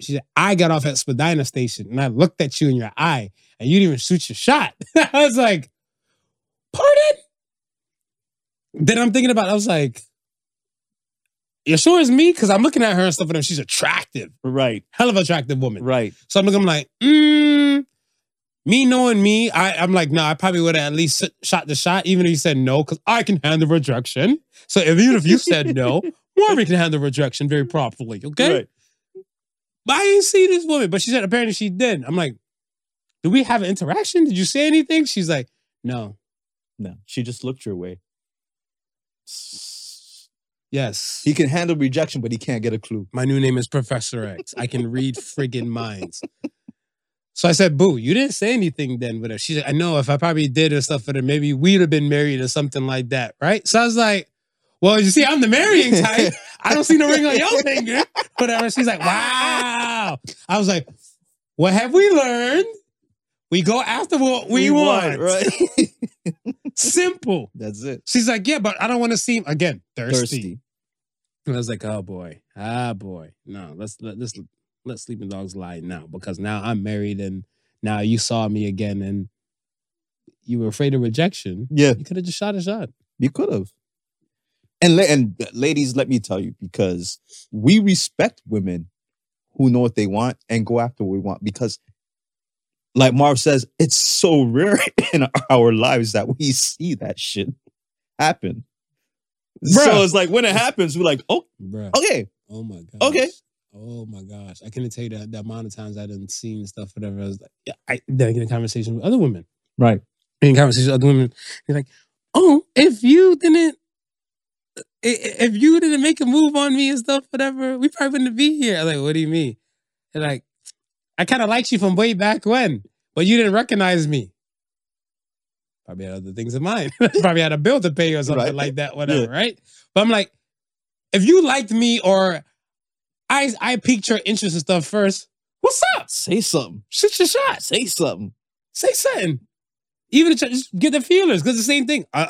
S1: she's like, I got off at Spadina Station and I looked at you in your eye and you didn't even shoot your shot. [LAUGHS] I was like, pardon? Then I'm thinking about, I was like, you sure it's me? Because I'm looking at her and stuff, and she's attractive,
S2: Right.
S1: hell of attractive woman.
S2: Right.
S1: So I'm looking, I'm like, mm, me knowing me, I, I'm like, no, I probably would have at least s- shot the shot, even if you said no, because I can handle rejection. So if, even if you said
S2: [LAUGHS]
S1: no, Maury can handle rejection very properly, okay?
S2: Right.
S1: But I didn't see this woman, but she said apparently she did. I'm like, do we have an interaction? Did you say anything? She's like, no,
S2: No, she just looked your way.
S1: yes.
S2: He can handle rejection, but he can't get a clue.
S1: My new name is Professor X. I can read friggin' minds. So I said, Boo, you didn't say anything then with her. She said, I know if I probably did or stuff with her, maybe we'd have been married or something like that, right? So I was like, Well, you see, I'm the marrying type. I don't see no ring on [LAUGHS] your finger. Whatever. She's like, Wow. I was like, What have we learned? We go after what we, want.
S2: right? [LAUGHS]
S1: Simple.
S2: That's it.
S1: She's like, Yeah, but I don't want to seem again thirsty.
S2: Thirsty.
S1: And I was like, oh boy, ah boy, no, let's let, let's let sleeping dogs lie now because now I'm married and now you saw me again and you were afraid of rejection.
S2: Yeah,
S1: You could have just shot a shot.
S2: you could have. And la- and uh, ladies, let me tell you, because we respect women who know what they want and go after what we want. Because, like Marv says, it's so rare [LAUGHS] in our lives that we see that shit happen. So
S1: Bruh.
S2: it's like when it happens, we're like, oh,
S1: Bruh.
S2: okay,
S1: Oh my god.
S2: Okay.
S1: Oh my gosh. I couldn't tell you that the amount of times I didn't seen stuff, whatever. I was like, yeah, I then I get in conversation with other women.
S2: right,
S1: in conversation with other women, you're like, oh, if you didn't, i- i- if you didn't make a move on me and stuff, whatever, we probably wouldn't be here. I'm like, what do you mean? They're like, I kind of liked you from way back when, but you didn't recognize me. Probably had other things in mind. [LAUGHS] probably had a bill to pay or something
S2: Right.
S1: like that, whatever, right? But I'm like, if you liked me or I I piqued your interest and stuff first, what's up?
S2: say something,
S1: Shoot your shot
S2: say something.
S1: say something. Even if, just get the feelers, because the same thing. I,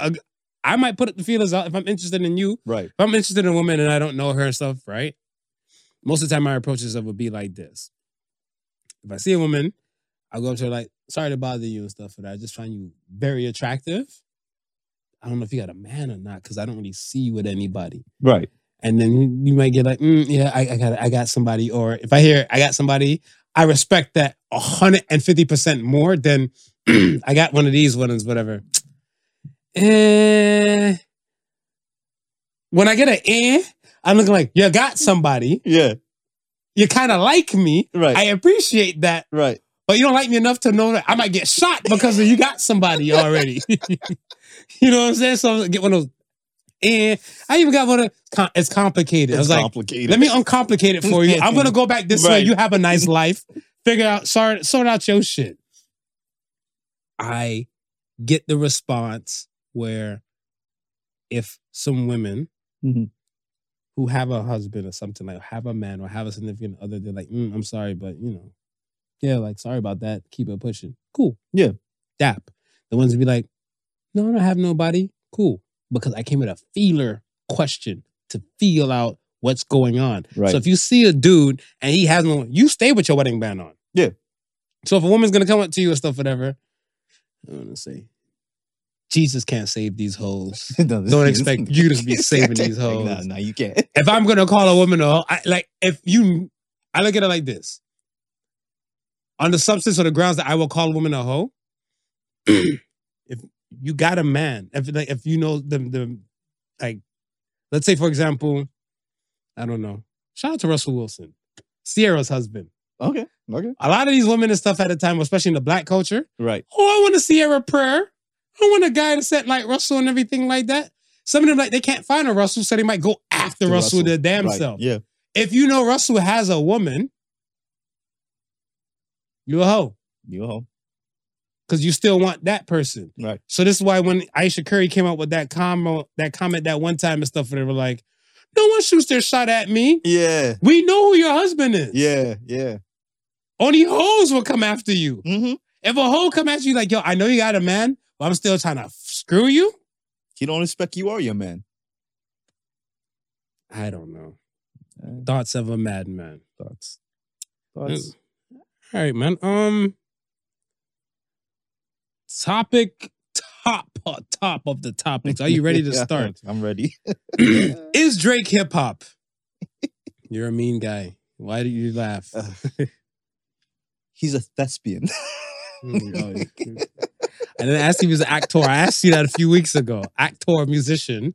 S1: I, I might put the feelers out if I'm interested in you.
S2: Right,
S1: If I'm interested in a woman and I don't know her and stuff, right? Most of the time, my approaches of would be like this. If I see a woman, I'll go up to her like, sorry to bother you and stuff, but I just find you very attractive. I don't know if you got a man or not, because I don't really see you with anybody.
S2: right,
S1: And then you- you might get like, mm, yeah, I, I got I got somebody. Or if I hear I got somebody, I respect that 150% more than [CLEARS THROAT] I got one of these ones, whatever. Eh. When I get an eh, I'm looking like, you got somebody.
S2: yeah,
S1: You kind of like me.
S2: right,
S1: I appreciate that,
S2: right.
S1: but you don't like me enough to know that I might get shot because you got somebody already. [LAUGHS] you know what I'm saying? So I get one of those. And I even got one of com- it's complicated. I was like,
S2: complicated. [LAUGHS]
S1: let me uncomplicate it for you. I'm gonna go back this way.
S2: Right.
S1: You have a nice life. Figure out, sort, sort out your shit. I get the response where if some women
S2: Mhm.
S1: who have a husband or something like have a man or have a significant other, they're like, "Mm, I'm sorry, but you know, yeah, like sorry about that. Keep it pushing. Cool.
S2: Yeah.
S1: Dap. The ones who be like, no, I don't have nobody. Cool. Because I came with a feeler question to feel out what's going on.
S2: Right.
S1: So if you see a dude and he has no, you stay with your wedding band on.
S2: Yeah.
S1: So if a woman's gonna come up to you and stuff, whatever, I want to say, Jesus can't save these hoes. Don't expect you
S2: [LAUGHS]
S1: to be saving these hoes.
S2: No, no, you can't. [LAUGHS]
S1: if I'm gonna call a woman a hoe, I, like if you, I look at it like this. On the substance or the grounds that I will call a woman a hoe, [CLEARS THROAT] if you got a man, if like if you know the the like, let's say for example, I don't know. Shout out to Russell Wilson, Sierra's husband.
S2: Okay, okay,
S1: A lot of these women and stuff at the time, especially in the black culture,
S2: right.
S1: Oh, I want a Sierra prayer. I want a guy to set like Russell and everything like that. Some of them like they can't find a Russell, so they might go after
S2: To
S1: Russell, their damn
S2: Right,
S1: self.
S2: Yeah,
S1: If you know Russell has a woman, you a hoe
S2: you a hoe.
S1: because you still want that person.
S2: Right.
S1: So this is why when Aisha Curry came out with that comment, that comment that one time and stuff, and they were like, "No one shoots their shot at me.
S2: Yeah,
S1: We know who your husband is.
S2: yeah, yeah.
S1: Only hoes will come after you.
S2: Mm-hmm.
S1: If a hoe come after you, like yo, I know you got a man, but I'm still trying to screw you."
S2: He don't respect you or your man.
S1: I don't know.
S2: Uh,
S1: Thoughts of a madman.
S2: [LAUGHS] Thoughts.
S1: Mm. All right, man. Um, topic top uh, top of the topics. Are you ready to
S2: [LAUGHS] Yeah, [CLEARS THROAT] Uh.
S1: start?
S2: I'm ready.
S1: Is Drake hip hop? You're a mean guy. Why do you laugh?
S2: Uh, He's a thespian. [LAUGHS]
S1: Mm, oh, I didn't ask you if he was an actor. I asked you that a few weeks ago. Actor, musician.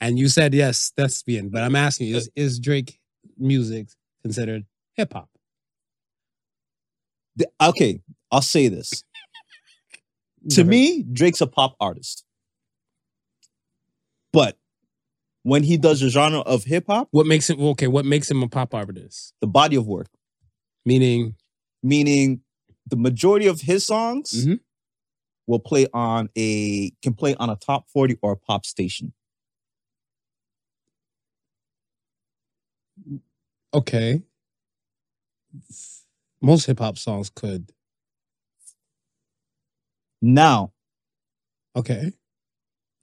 S1: And you said yes, thespian. But I'm asking you, is, is Drake music considered hip hop?
S2: The- okay, I'll
S1: [LAUGHS]
S2: say this. to me, Drake's a pop artist. But when he does the genre of hip hop,
S1: what makes him okay? What makes him a pop artist?
S2: the body of work,
S1: Meaning,
S2: meaning the majority of his songs
S1: Mhm.
S2: will play on a can play on a top 40 or a pop station.
S1: okay, most hip hop songs could.
S2: Now,
S1: Okay,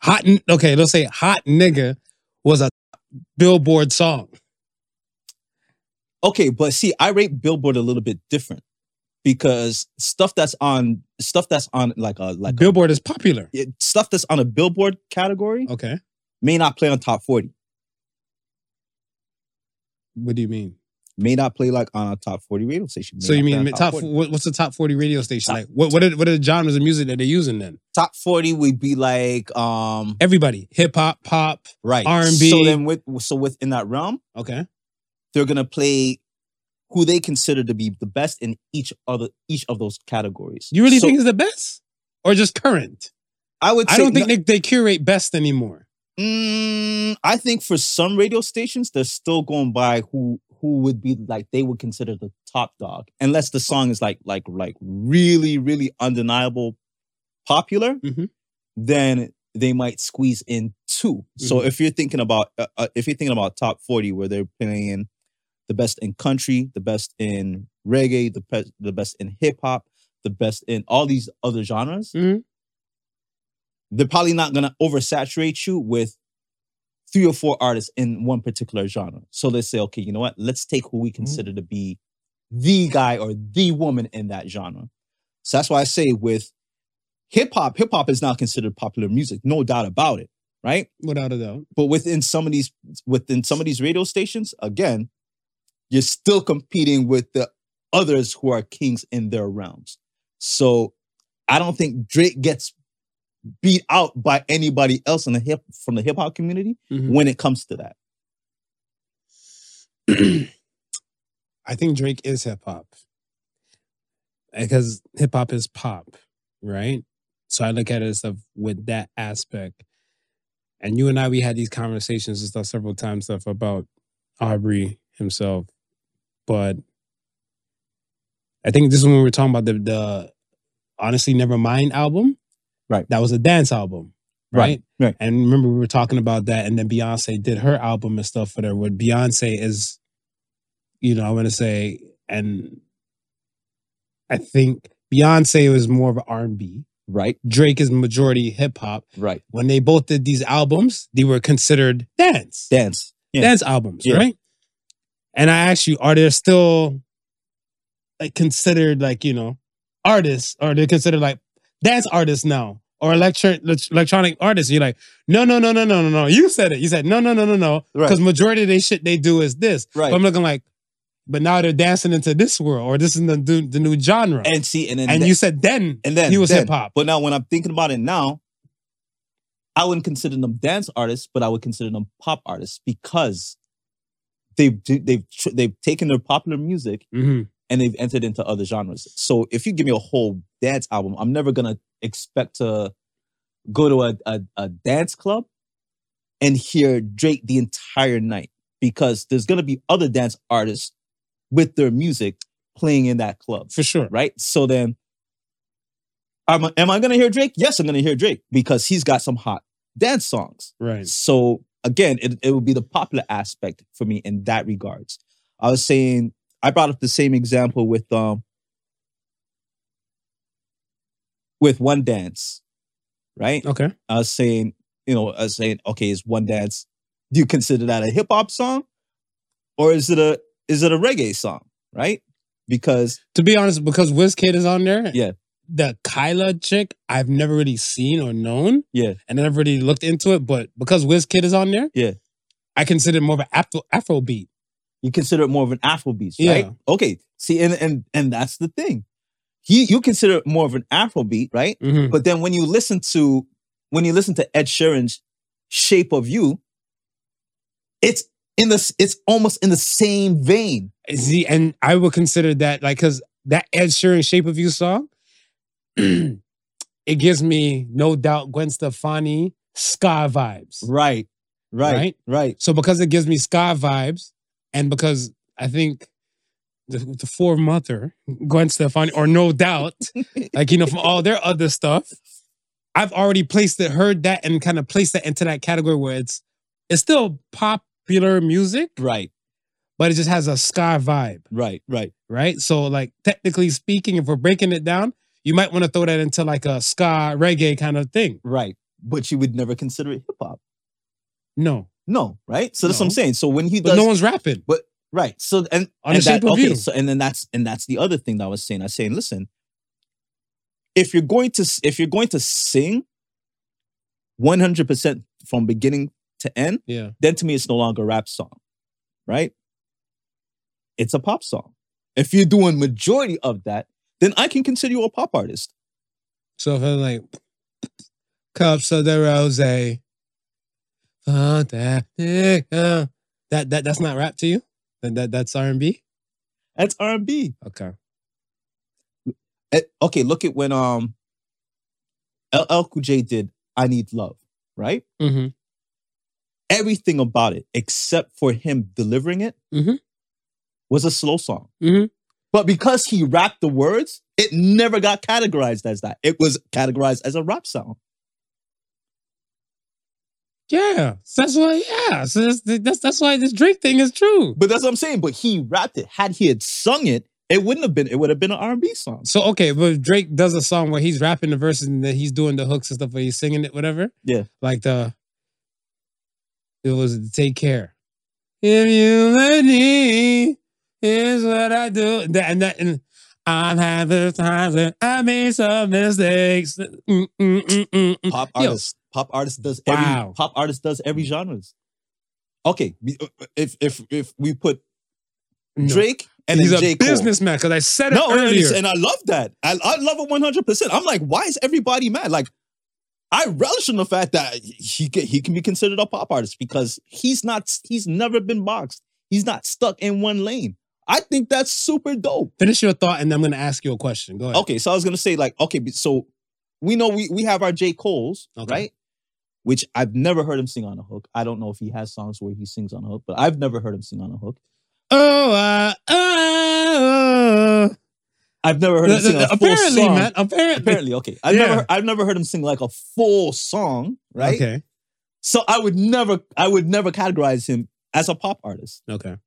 S1: hot. N- Okay, let's say "Hot Nigga" was a Billboard song.
S2: okay, but see, I rate Billboard a little bit different because stuff that's on stuff that's on like a like a-
S1: Billboard is popular.
S2: it- stuff that's on a Billboard category
S1: Okay,
S2: may not play on top 40.
S1: what do you mean?
S2: May not play like on a top 40 radio station. may
S1: So you
S2: not play
S1: mean
S2: on
S1: mi- top?
S2: 40.
S1: what- What's the top forty radio station
S2: Top-
S1: like? What what are, what are the genres of music that they're using then?
S2: top 40 would be like um
S1: Everybody, hip hop, pop.
S2: right
S1: R&B.
S2: so then with so within that realm
S1: Okay,
S2: they're gonna play who they consider to be the best in each other each of those categories
S1: you really
S2: So
S1: think it's the best, or just current?
S2: i would say
S1: I don't think they, they curate best anymore.
S2: they- mm, i think for some radio stations they're still going by who who would be like they would consider the top dog unless the song is like like like really really undeniable popular
S1: Mhm.
S2: then they might squeeze in 2 So
S1: Mhm.
S2: if you're thinking about uh, uh, if you're thinking about top 40 where they're playing the best in country, the best in reggae, the pe- the best in hip hop, the best in all these other genres,
S1: Mhm.
S2: they're probably not going to oversaturate you with three or four artists in one particular genre. So let's say okay, you know what? Let's take who we consider to be the guy or the woman in that genre. So that's why I say with hip hop, hip hop is not considered popular music, no doubt about it, right?
S1: Without a doubt.
S2: But within some of these within some of these radio stations, again, you're still competing with the others who are kings in their realms. So I don't think Drake gets beat out by anybody else in the hip from the hip hop community when it comes to that.
S1: I think Drake is hip hop because hip hop is pop, right? So I look at it as stuff with that aspect. And you and I, we had these conversations and stuff several times stuff about Aubrey himself, but I think this is when we were talking about the the honestly Nevermind album,
S2: Right.
S1: That was a dance album, right?
S2: Right.
S1: And remember, we were talking about that, and then Beyonce did her album and stuff for there. What Beyonce is, you know, I want to say, and I think Beyonce was more of an R and B.
S2: Right.
S1: Drake is majority hip hop.
S2: Right.
S1: When they both did these albums, they were considered dance
S2: Dance. Yeah.
S1: dance albums,
S2: Yeah.
S1: right? And I asked you, are there still like considered like you know artists? Are they considered like dance artists now or electro- elec- electronic artists? And you're like, no, no, no, no, no, no, no. You said it. You said no, no, no, no, no.
S2: Right.
S1: Because majority of they shit they do is this.
S2: Right.
S1: But I'm looking like, but now they're dancing into this world or this is the new, the new genre. And,
S2: And see, and then
S1: you said then,
S2: and then
S1: he was
S2: then.
S1: hip hop.
S2: But now when I'm thinking about it now, I wouldn't consider them dance artists, but I would consider them pop artists because they've they've they've taken their popular music
S1: hmm
S2: and they've entered into other genres. So if you give me a whole dance album, I'm never gonna expect to go to a, a, a dance club and hear Drake the entire night because there's gonna be other dance artists with their music playing in that club
S1: For sure.
S2: right? So then, am I, am I going to hear Drake? Yes, I'm going to hear Drake because he's got some hot dance songs.
S1: Right.
S2: So again, it, it would be the popular aspect for me in that regards. I was saying I brought up the same example with um with one dance, right?
S1: Okay.
S2: I was saying, you know, I was saying, okay, is one dance? Do you consider that a hip hop song, or is it a is it a reggae song? Right? Because
S1: To be honest, because Wizkid is on there,
S2: Yeah.
S1: the Kyla chick I've never really seen or known.
S2: Yeah.
S1: And I never really looked into it, but because Wizkid is on there,
S2: Yeah.
S1: I consider it more of an Afro Afro beat.
S2: You consider it more of an Afrobeat,
S1: Yeah.
S2: right? Okay. See, and and and that's the thing. He you consider it more of an Afrobeat, right?
S1: Mm-hmm.
S2: But then when you listen to when you listen to Ed Sheeran's Shape of You, it's in this it's almost in the same vein.
S1: See, and I would consider that like because that Ed Sheeran "Shape of You" song, [CLEARS THROAT] it gives me no doubt Gwen Stefani ska vibes.
S2: Right.
S1: Right?
S2: Right.
S1: So because it gives me ska vibes, and because I think the, the four mother Gwen Stefani or no doubt, like you know from all their other stuff, I've already placed it, heard that, and kind of placed that into that category where it's it's still popular music,
S2: Right.
S1: but it just has a ska vibe,
S2: Right. Right.
S1: right? So like technically speaking, if we're breaking it down, you might want to throw that into like a ska reggae kind of thing.
S2: Right. But you would never consider it hip hop.
S1: No,
S2: No, right? So that's what I'm
S1: No.
S2: saying. So when he
S1: but
S2: does
S1: no one's rapping.
S2: Right. So and
S1: On
S2: and
S1: the Shape
S2: that-
S1: of
S2: okay,
S1: You.
S2: So and then that's and that's the other thing that I was saying. I was saying, listen, if you're going to s- if you're going to sing 100 percent from beginning to end,
S1: Yeah,
S2: then to me it's no longer a rap song, right? It's a pop song. If you're doing majority of that, then I can consider you a pop artist.
S1: So if I'm like, cups of the rose, fantastic. uh, That that that's not rap to you. Then that that's R and B.
S2: That's R and B. Eh,
S1: Okay.
S2: Okay, look at when um LL Cool J did "I Need Love," right?
S1: Mm-hmm.
S2: everything about it except for him delivering it
S1: Mhm.
S2: was a slow song.
S1: Mhm.
S2: But because he rapped the words, it never got categorized as that. It was categorized as a rap song.
S1: Yeah. So that's why. Yeah. So that's that's that's why this Drake thing is true.
S2: But that's what I'm saying. But he rapped it. Had he had sung it, it wouldn't have been. It would have been an R&B song.
S1: So okay, but Drake does a song where he's rapping the verses and then he's doing the hooks and stuff, but he's singing it, whatever.
S2: Yeah.
S1: Like the it was take care. If you let me, here's what I do. That- and that and I've had the times that I made some mistakes. Mm, mm, mm, mm, mm.
S2: Pop
S1: Yo.
S2: artist. Pop artist does every.
S1: Wow. Mm-hmm.
S2: Pop artist does every genres. Okay, we- uh, if if if we put
S1: mm. No.
S2: Drake and
S1: he's
S2: then
S1: a
S2: J. Cole.
S1: businessman because I said it
S2: No, and,
S1: earlier.
S2: it's- and I love that. I, I love it one hundred percent. I'm like, why is everybody mad? Like, I relish in the fact that he can, he can be considered a pop artist because he's not. He's never been boxed. He's not stuck in one lane. I think that's super dope.
S1: Finish your thought, and I'm gonna ask you a question. Go ahead.
S2: Okay, so I was gonna say like, okay, so we know we we have our J Cole's
S1: Okay.
S2: right, which I've never heard him sing on a hook. I don't know if he has songs where he sings on a hook, but I've never heard him sing on a hook.
S1: Oh, uh, oh,
S2: I've never heard him sing on a full
S1: apparently,
S2: song.
S1: man. [LAUGHS] Apparently,
S2: Apparently, okay. I've
S1: Yeah.
S2: never I've never heard him sing like a full song, right?
S1: Okay.
S2: So I would never I would never categorize him as a pop artist.
S1: Okay.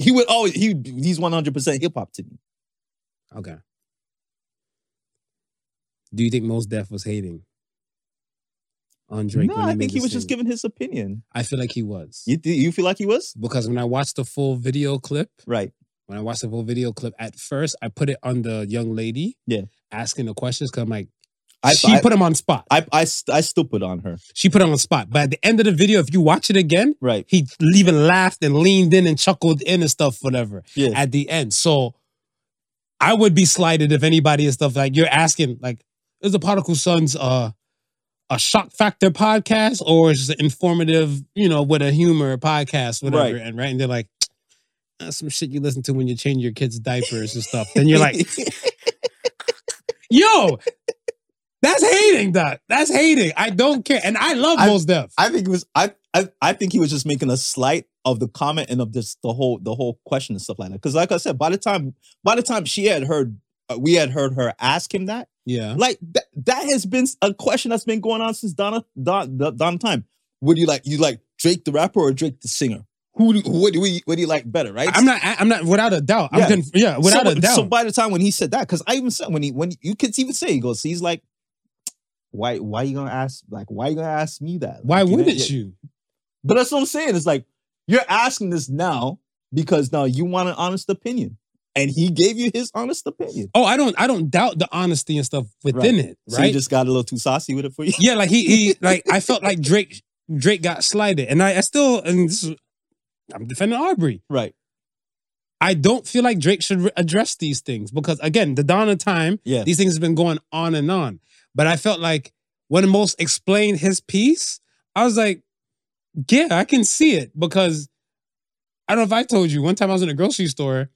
S2: He would always he he's one hundred percent hip hop to me.
S1: Okay. Do you think most Def was hating on Drake?
S2: no,
S1: when
S2: I
S1: made
S2: think he
S1: this
S2: was just
S1: thing?
S2: giving his opinion.
S1: I feel like he was
S2: You th- you feel like he was
S1: because when I watched the full video clip,
S2: right?
S1: when I watched the full video clip, at first I put it on the young lady,
S2: Yeah.
S1: asking the questions because I'm like,
S2: I
S1: she
S2: I,
S1: put him on spot.
S2: I, I st- I still put on her
S1: she put him on spot. But at the end of the video, if you watch it again,
S2: right.
S1: he even laughed and leaned in and chuckled in and stuff, whatever.
S2: Yeah,
S1: at the end. So I would be slighted if anybody is stuff like you're asking, like, is the Particle Sons uh, a shock factor podcast or is it informative, you know, with a humor podcast, whatever?
S2: Right.
S1: And right, and they're like, that's some shit you listen to when you change your kids' diapers and stuff. Then you're like, yo, that's hating, doc. That's hating. I don't care. And I love
S2: I-
S1: most Def.
S2: [LAUGHS] I think it was I, I I think he was just making a slight of the comment and of just the whole the whole question and stuff like that. Because like I said, by the time by the time she had heard uh, we had heard her ask him that.
S1: yeah.
S2: Like that, that has been a question that's been going on since Donna Don, Don, Don time. Would you like you like Drake the rapper or Drake the singer? Who do what do we what do you like better? Right?
S1: I'm not, I- I'm not, without a doubt.
S2: Yeah.
S1: I'm conf- yeah,
S2: So-
S1: without a doubt.
S2: So by the time when he said that, because I even said when he when you could even say he goes, he's like, why why you gonna ask like why you gonna ask me that?
S1: Why
S2: Like, know,
S1: wouldn't
S2: yeah.
S1: you?
S2: But that's what I'm saying. It's like you're asking this now because now you want an honest opinion. and he gave you his honest opinion.
S1: Oh, I don't I don't doubt the honesty and stuff within it,
S2: So you
S1: right?
S2: just got a little too saucy with it for you. [LAUGHS]
S1: yeah, like he he like I felt like Drake Drake got slighted, and I, I still and this is, I'm defending Aubrey.
S2: Right.
S1: I don't feel like Drake should re- address these things because again, the dawn of time,
S2: Yeah.
S1: these things have been going on and on. But I felt like when Most explained his piece, I was like, yeah, I can see it because I don't know if I told you one time I was in a grocery store.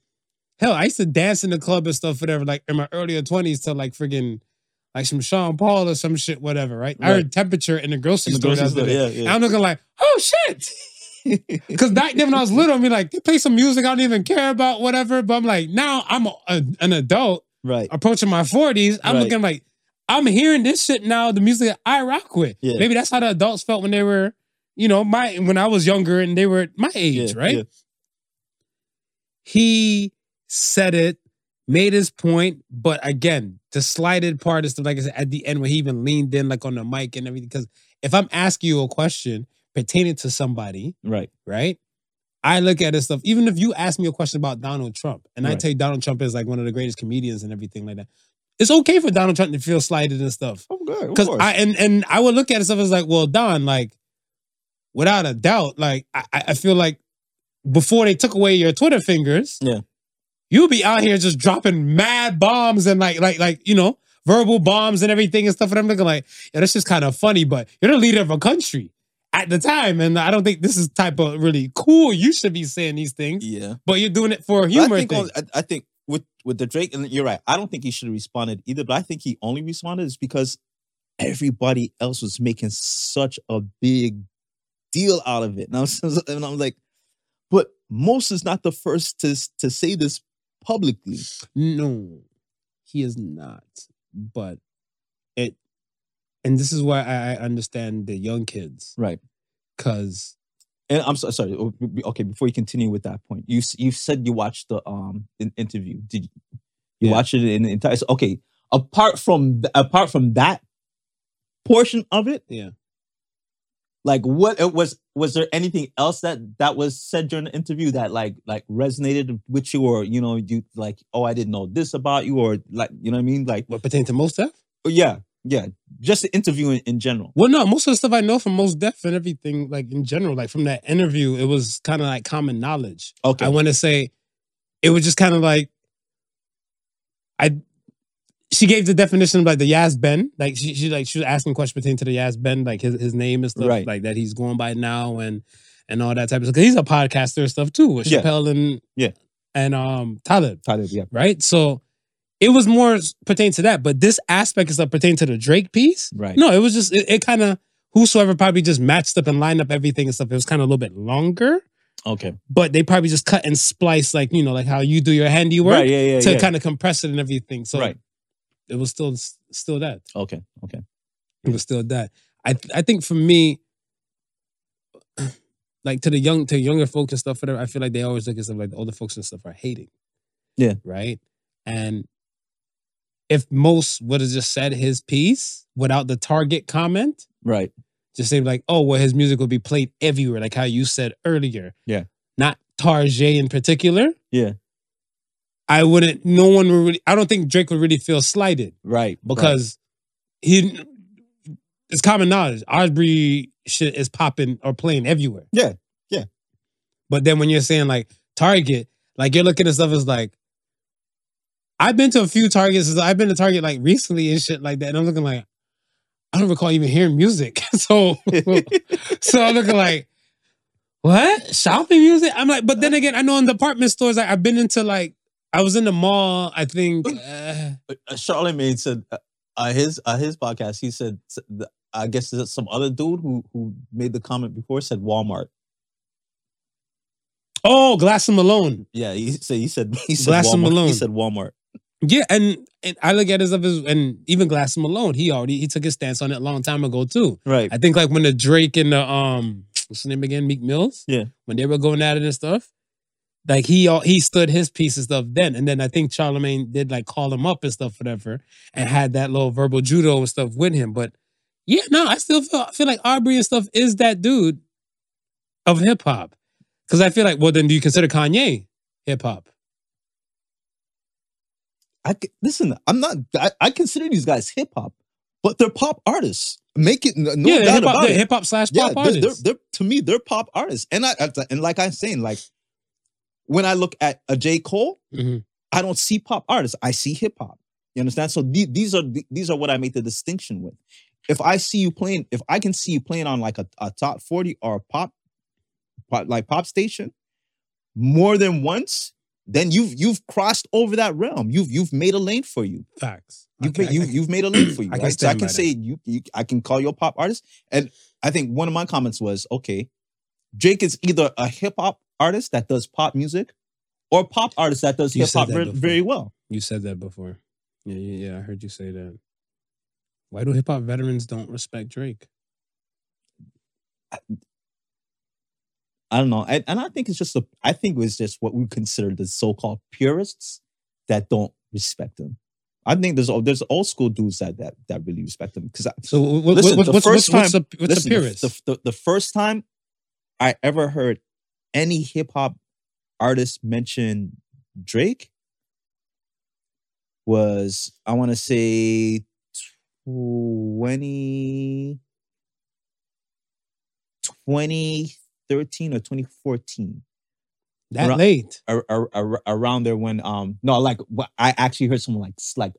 S1: Hell, I used to dance in the club and stuff, whatever, like in my earlier 20s to like friggin' like some Sean Paul or some shit, whatever, right? I
S2: Right.
S1: heard temperature in the grocery
S2: In the
S1: store.
S2: grocery
S1: the other
S2: store,
S1: day.
S2: yeah,
S1: And
S2: yeah.
S1: I'm looking like, oh shit. [LAUGHS] Because back then when I was little, I'm like, they play some music I don't even care about, whatever. But I'm like, now I'm a, a- an adult
S2: Right.
S1: approaching my 40s. I'm
S2: Right.
S1: looking like, I'm hearing this shit now, the music that I rock with.
S2: Yeah.
S1: Maybe that's how the adults felt when they were, you know, my when I was younger and they were my age,
S2: Yeah,
S1: right?
S2: yeah.
S1: He said it, made his point, but again, the slighted part is like I said at the end when he even leaned in like on the mic and everything. Because if I'm asking you a question pertaining to somebody,
S2: Right.
S1: right? I look at this stuff, even if you ask me a question about Donald Trump, and I
S2: Right.
S1: tell you Donald Trump is like one of the greatest comedians and everything like that, it's okay for Donald Trump to feel slighted and stuff.
S2: Oh, good. Of
S1: Because
S2: course.
S1: I and and I would look at stuff as like, well, Don, like, without a doubt, like I, I I feel like before they took away your Twitter fingers,
S2: Yeah.
S1: you'll be out here just dropping mad bombs and like like like you know verbal bombs and everything and stuff. And I'm looking like, yeah, that's just kind of funny, but you're the leader of a country at the time, and I don't think this is type of really cool. You should be saying these things,
S2: yeah.
S1: but you're doing it for a
S2: But I
S1: humor
S2: think,
S1: thing.
S2: on- I, I think with with the Drake, and you're right. I don't think he should have responded either. But I think he only responded is because everybody else was making such a big deal out of it, and I was [LAUGHS] and I'm like, but most is not the first to s- to say this publicly.
S1: No, he is not. But it, and this is why I I understand the young kids,
S2: Right.
S1: because
S2: And I'm so, sorry. oh, b- b- Okay, before you continue with that point, you s- you said you watched the um in- interview. Did you, you
S1: Yeah.
S2: watched it in the entire? so, Okay, apart from th- apart from that portion of it,
S1: Yeah.
S2: Like what it was was there anything else that that was said during the interview that like like resonated with you or you know you like oh I didn't know this about you or like you know what I mean like oh,
S1: what pertains to most deaf?
S2: yeah yeah just the interview in, in general
S1: Well, no, most of the stuff I know from most deaf and everything, like in general, like from that interview, it was kind of like common knowledge.
S2: okay
S1: I want to say it was just kind of like I. She gave the definition of like the Yaz Ben, like she, she like she was asking questions pertaining to the Yaz Ben, like his, his name and stuff,
S2: Right.
S1: like that he's going by now and and all that type of stuff. 'Cause he's a podcaster and stuff too with
S2: Yeah.
S1: Chappelle and
S2: Yeah.
S1: and um Talib,
S2: Tyler, yeah
S1: right? So it was more pertaining to that, but this aspect is like pertaining to the Drake piece.
S2: right
S1: No, it was just it, it kind of whosoever probably just matched up and lined up everything and stuff. It was kind of a little bit longer,
S2: okay
S1: but they probably just cut and splice like you know like how you do your handiwork
S2: right yeah yeah
S1: to
S2: yeah.
S1: kind of compress it and everything. So
S2: right
S1: it was still still that.
S2: okay okay
S1: It was still that. I th- I think for me, [CLEARS THROAT] like to the young to younger folks and stuff, whatever. I feel like they always look at stuff like the older folks and stuff are hating.
S2: Yeah.
S1: Right. And if most would have just said his piece without the target comment,
S2: right
S1: just say like, oh, well, his music will be played everywhere, like how you said earlier.
S2: Yeah.
S1: Not Tarjay in particular.
S2: Yeah.
S1: I wouldn't, no one would really, I don't think Drake would really feel slighted
S2: Right.
S1: because he, it's common knowledge. Aubrey shit is popping or playing everywhere.
S2: Yeah, yeah.
S1: But then when you're saying like Target, like you're looking at stuff as like, I've been to a few Targets. I've been to Target like recently and shit like that. And I'm looking like, I don't recall even hearing music. [LAUGHS] so, [LAUGHS] so I'm looking like, what? Shopping music? I'm like, but then again, I know in department stores, like, I've been into like, I was in the mall, I think. Uh,
S2: Uh, [LAUGHS] Charlemagne said uh, uh, his uh, his podcast. He said s- the- I guess there's some other dude who who made the comment before said Walmart.
S1: oh, Glass and Malone.
S2: Yeah, he said he said [LAUGHS] he said
S1: Glass
S2: Walmart.
S1: and Malone.
S2: He said Walmart.
S1: Yeah, and, and I look at his of his and even Glass and Malone, he already he took his stance on it a long time ago too.
S2: Right.
S1: I think like when the Drake and the um what's his name again, Meek Mills,
S2: Yeah.
S1: when they were going at it and stuff, like he all he stood his piece and stuff then, and then I think Charlemagne did like call him up and stuff whatever, and had that little verbal judo and stuff with him. But yeah, no, I still feel I feel like Aubrey and stuff is that dude of hip hop, because I feel like well then do you consider Kanye hip hop?
S2: I c- listen. I'm not. I, I consider these guys hip hop, but they're pop artists. Make it no
S1: yeah,
S2: doubt
S1: hip
S2: about
S1: hop,
S2: it.
S1: hip hop slash
S2: yeah,
S1: pop
S2: they're- they're,
S1: artists.
S2: they're- to me they're pop artists, and I and like I'm saying, like when I look at a J Cole,
S1: Mhm.
S2: I don't see pop artists. I see hip hop. You understand? So the- these are the- these are what I make the distinction with. If I see you playing, if I can see you playing on like a, a top forty or a pop, pop, like pop station, more than once, then you've you've crossed over that realm. You've you've made a lane for you.
S1: Facts.
S2: You've
S1: Okay,
S2: made, you,
S1: I-
S2: you've made a lane
S1: [CLEARS THROAT]
S2: for you.
S1: I can
S2: right? So I
S1: stand
S2: can
S1: by that.
S2: say you, you I can call you a pop artist. And I think one of my comments was, okay, Drake is either a hip hop artist that does pop music or a pop artist that does
S1: You
S2: hip
S1: said
S2: hop
S1: that
S2: ver-
S1: before.
S2: very well.
S1: You said that before. Yeah, yeah, yeah. I heard you say that. Why do hip hop veterans don't respect Drake?
S2: I don't know. And, and I think it's just a I think it was just what we consider the so-called purists that don't respect him. I think there's old- there's old school dudes that that, that really respect him. Because
S1: So what, what,
S2: Listen,
S1: what,
S2: the
S1: what's, what's,
S2: first
S1: what's, a, what's
S2: Listen,
S1: a
S2: the-
S1: purist?
S2: The, the, the first time I ever heard any hip hop artist mention Drake was, I want to say, 20, 2013 or 2014
S1: that
S2: Ra-
S1: late.
S2: ar- ar- ar- around there when um no like wh- I actually heard someone like s- like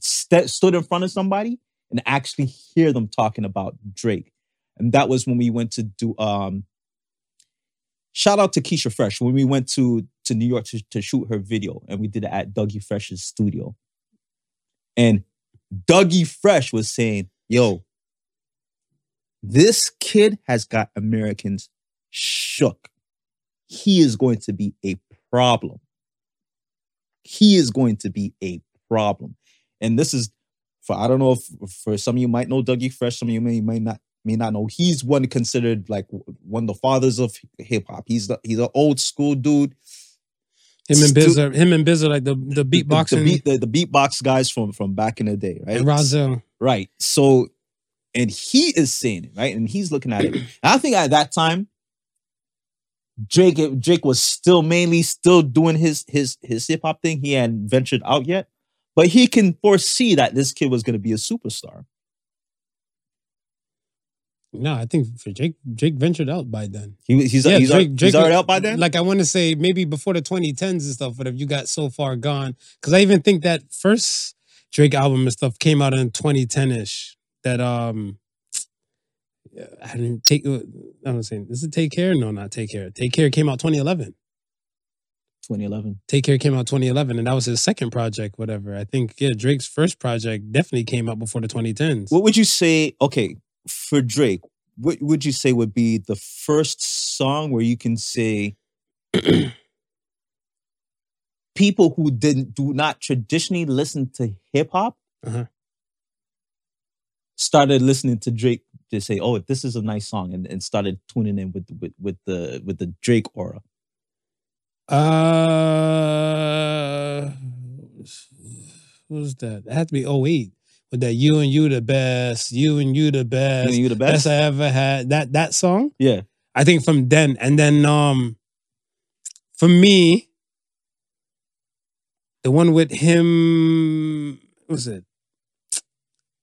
S2: st- stood in front of somebody and actually hear them talking about Drake, and that was when we went to do um. Shout out to Keisha Fresh when we went to to New York to, to shoot her video, and we did it at Dougie Fresh's studio, and Dougie Fresh was saying, "Yo, this kid has got Americans shook. He is going to be a problem. He is going to be a problem. And this is for I don't know if for some of you might know Dougie Fresh, some of you may may not may not know. He's one considered like one of the fathers of hip hop. He's the, he's an old school dude.
S1: Him and Biz
S2: Stu-
S1: are him and Biz are like the the
S2: The- the-
S1: beatboxing
S2: the, beat, the, the beatbox guys from from back in the day, right?
S1: and Rozelle.
S2: Right. So, and he is saying it, right? And he's looking at it. And I think at that time, Drake Drake was still mainly still doing his his his hip hop thing. He hadn't ventured out yet, but he can foresee that this kid was going to be a superstar.
S1: No, I think for Jake Jake ventured out by then.
S2: He was- he's he's, al- he's already out by then.
S1: Like I want to say maybe before the 2010s and stuff, but if you got so far gone, because I even think that first Drake album and stuff came out in 2010ish. That um, yeah, I didn't take. I'm saying, does it take care? No, not take care. Take care came out 2011.
S2: 2011.
S1: Take Care came out 2011, and that was his second project, whatever. I think, yeah, Drake's first project definitely came out before the 2010s.
S2: What would you say? Okay, for Drake, what would you say would be the first song where you can say [CLEARS THROAT] people who didn't do not traditionally listen to hip hop
S1: Uh-huh.
S2: started listening to Drake to say, "Oh, this is a nice song," and, and started tuning in with, with with the with the Drake aura.
S1: Uh, what was that? It had to be 08. With that, you and you the best, you and you the
S2: You know,
S1: best,
S2: you the
S1: best
S2: best.
S1: I ever had. That that song,
S2: yeah,
S1: I think from then, and then um, for me, the one with him, what was it?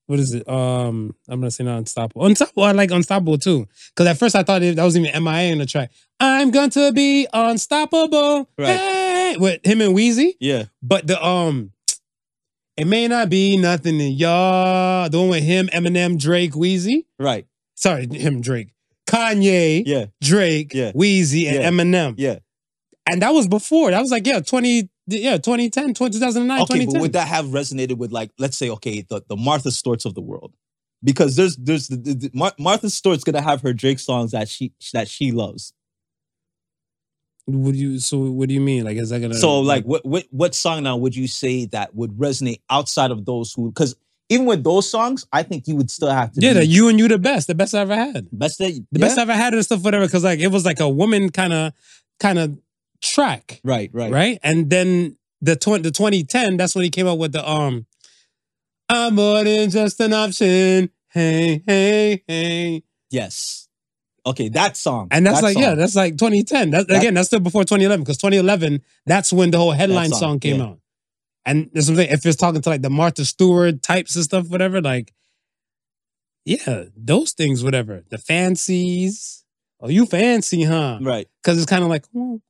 S1: What is it? Um, I'm not saying unstoppable. Unstoppable, I like unstoppable too. Because at first I thought it, that was even MIA in the track. I'm going to be unstoppable.
S2: Right.
S1: Hey, with him and Wheezy.
S2: yeah.
S1: But the um, it may not be nothing to y'all. The one with him, Eminem, Drake, Wheezy.
S2: Right.
S1: Sorry, him, Drake, Kanye,
S2: Yeah.
S1: Drake,
S2: Yeah.
S1: Wheezy, and
S2: Yeah.
S1: Eminem.
S2: Yeah.
S1: And that was before. That was like yeah, twenty yeah, 2010, 2009,
S2: okay, but
S1: 2010.
S2: would that have resonated with like, let's say, okay, the, the Martha Stewart's of the world, because there's there's the, the, the- Mar- Martha Stewart's gonna have her Drake songs that she that she loves.
S1: Would you? So what do you mean? Like is that gonna?
S2: so like, what what what song now would you say that would resonate outside of those who? Because even with those songs, I think you would still have to
S1: yeah,
S2: be
S1: that you and you the best, the best I ever had,
S2: best that the
S1: the best I ever had and stuff whatever. Because like it was like a woman kind of kind of track.
S2: right right
S1: right? And then the tw- the 2010, that's when he came out with the um, I'm more than just an option. Hey, hey, hey.
S2: yes okay that song
S1: And that's
S2: that
S1: like, yeah,
S2: song.
S1: that's like 2010. That's
S2: That-
S1: again, that's still before 2011 because 2011, that's when the whole headline
S2: song,
S1: song, came
S2: yeah.
S1: out. And there's something if it's talking to like the Martha Stewart types and stuff, whatever, like yeah, those things, whatever. The fancies. Oh, you fancy, huh?
S2: Right.
S1: Because it's kind of like, well,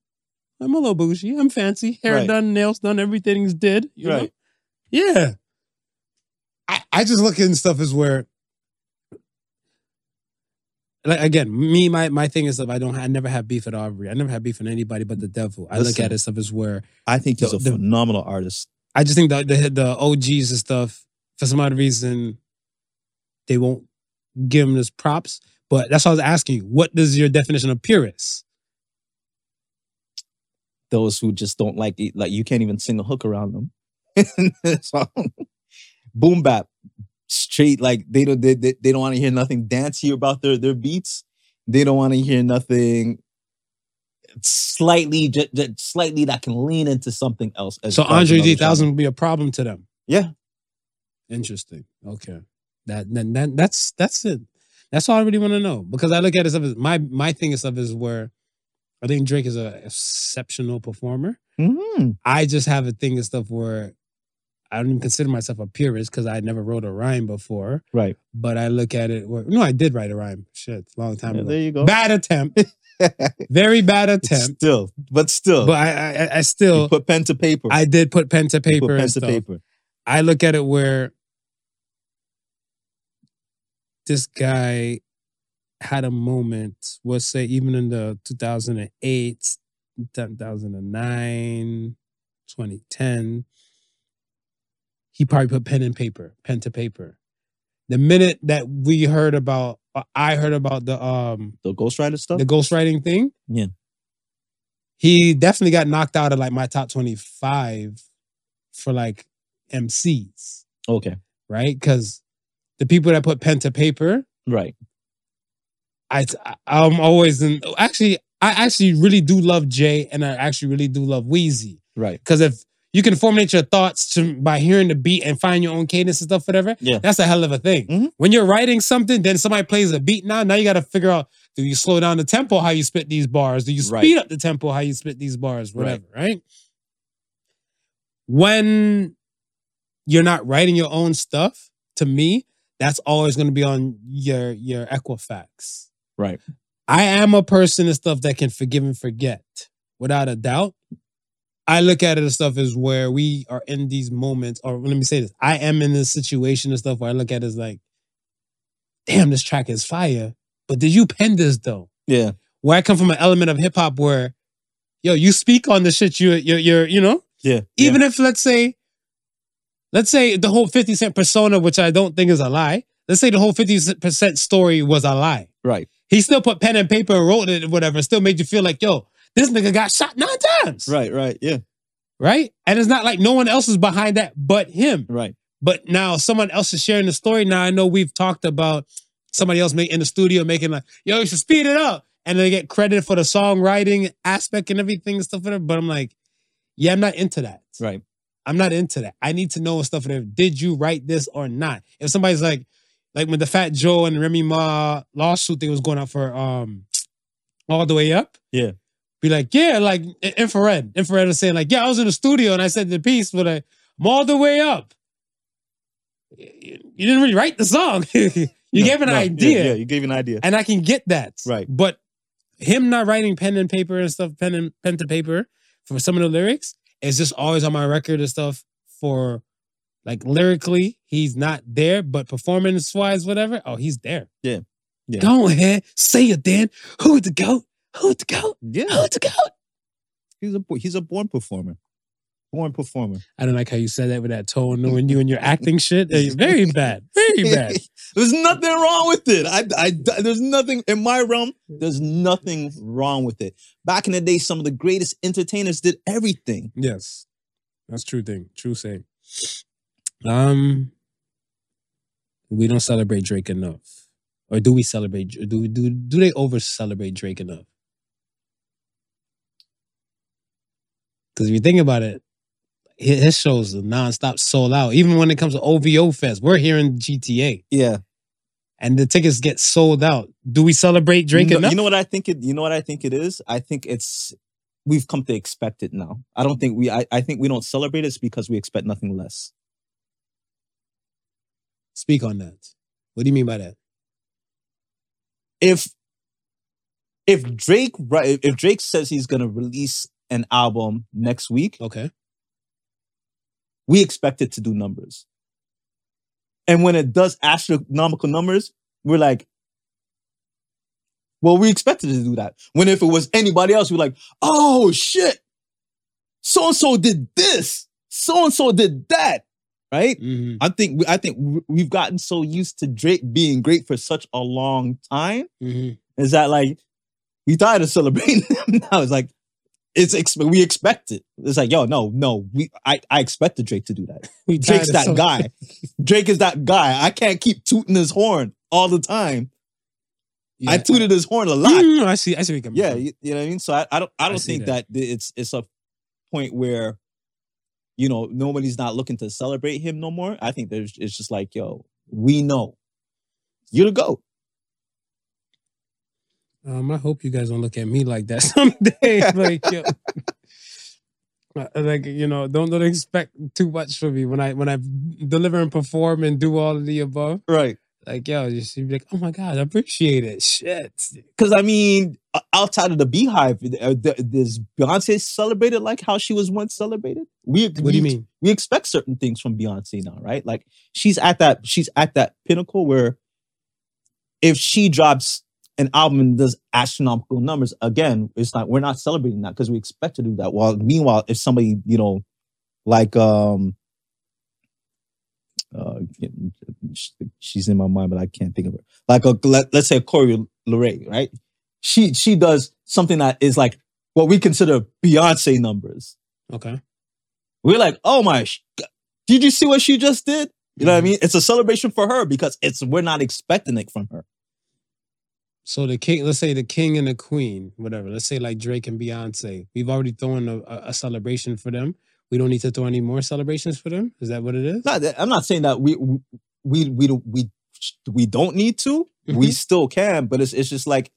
S1: I'm a little bougie. I'm fancy. Hair
S2: Right.
S1: done, nails done, everything's did. You
S2: Right.
S1: Know? Yeah. I, I just look in stuff as where, like again, me my my thing is that I don't I never have beef at Aubrey. I never have beef with anybody but the devil. I look
S2: Listen.
S1: at it stuff as where
S2: I think he's
S1: The-
S2: a
S1: the-
S2: phenomenal artist.
S1: I just think the the, the OGs and stuff for some odd reason they won't give him his props. But that's why I was asking you. What does your definition of purist?
S2: Those who just don't like it, like you can't even sing a hook around them. [LAUGHS] so, boom bap, straight like they don't they, they, they don't want to hear nothing dancey about their their beats. They don't want to hear nothing slightly just, slightly that can lean into something else. as
S1: So
S2: far as
S1: Andre
S2: another
S1: G
S2: genre.
S1: Thousand would be a problem to them.
S2: Yeah.
S1: Interesting. Okay. That then that, that's that's it. That's all I really want to know because I look at it stuff as my my thing is stuff is where I think Drake is an exceptional performer.
S2: Mhm.
S1: I just have a thing of stuff where I don't even consider myself a purist because I never wrote a rhyme before.
S2: Right.
S1: But I look at it where no, I did write a rhyme. Shit, long time ago.
S2: Yeah, Um, there you [LAUGHS] go.
S1: Bad attempt. Very bad attempt.
S2: still, but still,
S1: But I I, I- I
S2: you
S1: still
S2: put pen to paper.
S1: I did put pen to
S2: You
S1: paper.
S2: put
S1: and
S2: pen to
S1: stuff.
S2: paper.
S1: I look at it where this guy had a moment, let's say even in the 2008, 2009, 2010, he probably put pen and paper, pen to paper. The minute that we heard about, uh, I heard about the um
S2: The ghostwriter stuff.
S1: the ghostwriting thing.
S2: Yeah.
S1: He definitely got knocked out of like my top 25 for like MCs
S2: okay,
S1: right? Because the people that put pen to paper,
S2: right.
S1: I I- I'm always in. Actually, I actually really do love Jay, and I actually really do love Wheezy.
S2: Right.
S1: Because if you can formulate your thoughts to, by hearing the beat and find your own cadence and stuff, whatever,
S2: Yeah.
S1: that's a hell of a thing.
S2: Mhm.
S1: When you're writing something, then somebody plays a beat now. Now you got to figure out: do you slow down the tempo? How you spit these bars? Do you
S2: Right.
S1: speed up the tempo? How you spit these bars?
S2: Right.
S1: Whatever, right? When you're not writing your own stuff, to me, that's always going to be on your your Equifax.
S2: Right.
S1: I am a person and stuff that can forgive and forget without a doubt. I look at it as stuff as where we are in these moments, or let me say this I am in this situation and stuff where I look at it as like, damn, this track is fire. But did you pen this though?
S2: Yeah.
S1: Where I come from an element of hip hop where, yo, you speak on the shit you, you're, you're, you know?
S2: Yeah.
S1: Even if let's say, let's say the whole 50 Cent persona, which I don't think is a lie, let's say the whole 50% story was a lie.
S2: yeah. right.
S1: He still put pen and paper and wrote it or whatever. Still made you feel like, yo, this nigga got shot nine times.
S2: Right. Right. Yeah.
S1: Right? And it's not like no one else is behind that but him.
S2: Right.
S1: But now someone else is sharing the story. Now I know we've talked about somebody else make, in the studio making like, yo, you should speed it up. And they get credit for the songwriting aspect and everything and stuff. whatever. But I'm like, yeah, I'm not into that.
S2: Right.
S1: I'm not into that. I need to know and stuff. whatever. Did you write this or not? If somebody's like, like when the Fat Joe and Remy Ma lawsuit thing was going out for um all the way up.
S2: Yeah.
S1: Be like, yeah, like I- infrared. Infrared was saying, like, yeah, I was in the studio and I said the piece, but I, I'm all the way up. Y- y- You didn't really write the song. [LAUGHS] you gave an
S2: No, no, yeah,
S1: idea.
S2: Yeah, You gave an idea.
S1: And I can get that.
S2: Right.
S1: But him not writing pen and paper and stuff, pen and pen to paper for some of the lyrics is just always on my record and stuff for like lyrically, he's not there, but performance wise, whatever, oh, he's there.
S2: Yeah. Yeah.
S1: Go ahead, say it then. Who's the goat? Who's the goat?
S2: Yeah.
S1: Who's the goat?
S2: He's a he's a born performer. Born performer.
S1: I don't like how you said that with that tone knowing you and your acting shit. It's Very bad.
S2: [LAUGHS]
S1: Very bad.
S2: there's nothing wrong with it. I, I there's nothing in my realm. There's nothing wrong with it. Back in the day, some of the greatest entertainers did everything.
S1: Yes. That's true thing. True saying. Um we don't celebrate Drake enough. Or do we celebrate do we do do they over celebrate Drake enough? Cause if you think about it, hi- his shows are nonstop sold out. Even when it comes to OVO Fest, we're here in GTA
S2: Yeah.
S1: and the tickets get sold out. Do we celebrate Drake
S2: You know-
S1: enough?
S2: You know what I think it you know what I think it is? I think it's we've come to expect it now. I don't think we. I, I think we don't celebrate it because we expect nothing less.
S6: Speak on that. What do you mean by that?
S2: If if Drake ri- if Drake says he's gonna release an album next week,
S6: Okay.
S2: we expect it to do numbers. And when it does astronomical numbers, we're like, well, we expected it to do that. When if it was anybody else, we're like, oh shit, so and so did this, so and so did that, right?
S6: Mm-hmm.
S2: I think I think we- we've gotten so used to Drake being great for such a long time
S6: Mm-hmm.
S2: is that like we tired of celebrating him [LAUGHS] now. It's like it's ex- we expect it. It's like yo, no, no, we I I expected Drake to do that. Drake's [LAUGHS] that guy. Drake is that guy. I can't keep tooting his horn all the time. I tooted his horn a [LAUGHS] lot.
S1: Mm, I see. I see. What you're
S2: Yeah, you, you know what I mean. So I, I don't I don't
S1: see
S2: think that.
S1: that.
S2: th- it's it's a point where you know nobody's not looking to celebrate him no more. I think there's it's just like yo, we know you're the goat.
S1: Um, I hope you guys don't look at me like that [LAUGHS]
S2: [LAUGHS]
S1: someday. like, yo, Uh, like you know, don't don't expect too much from me when I when I deliver and perform and do all of the above.
S2: Right.
S1: Like, yo, you should be like, oh my god, I appreciate it. Shit,
S2: Because I mean, o- outside of the Beehive, uh, th- is Beyonce celebrated like how she was once celebrated? We
S1: what do you mean?
S2: We expect certain things from Beyonce now, right? Like she's at that she's at that pinnacle where if she drops an album and does astronomical numbers again, it's not we're not celebrating that because we expect to do that. While meanwhile, if somebody you know, like um. Uh, sh- she's in my mind, but I can't think of her. Like a let, let's say a Corey Lorraine, right? She she does something that is like what we consider Beyonce numbers.
S1: Okay,
S2: We're like, oh my, sh- did you see what she just did? You
S1: Mm-hmm.
S2: know what I mean? It's a celebration for her because it's we're not expecting it from her.
S1: so the king, let's say the king and the queen, whatever. Let's say like Drake and Beyonce. We've already thrown a, a, a celebration for them. We don't need to throw any more celebrations for them. Is that what it is?
S2: Not that, I'm not saying that we we we we don't- we, we don't need to.
S1: Mm-hmm.
S2: We still can, but it's it's just like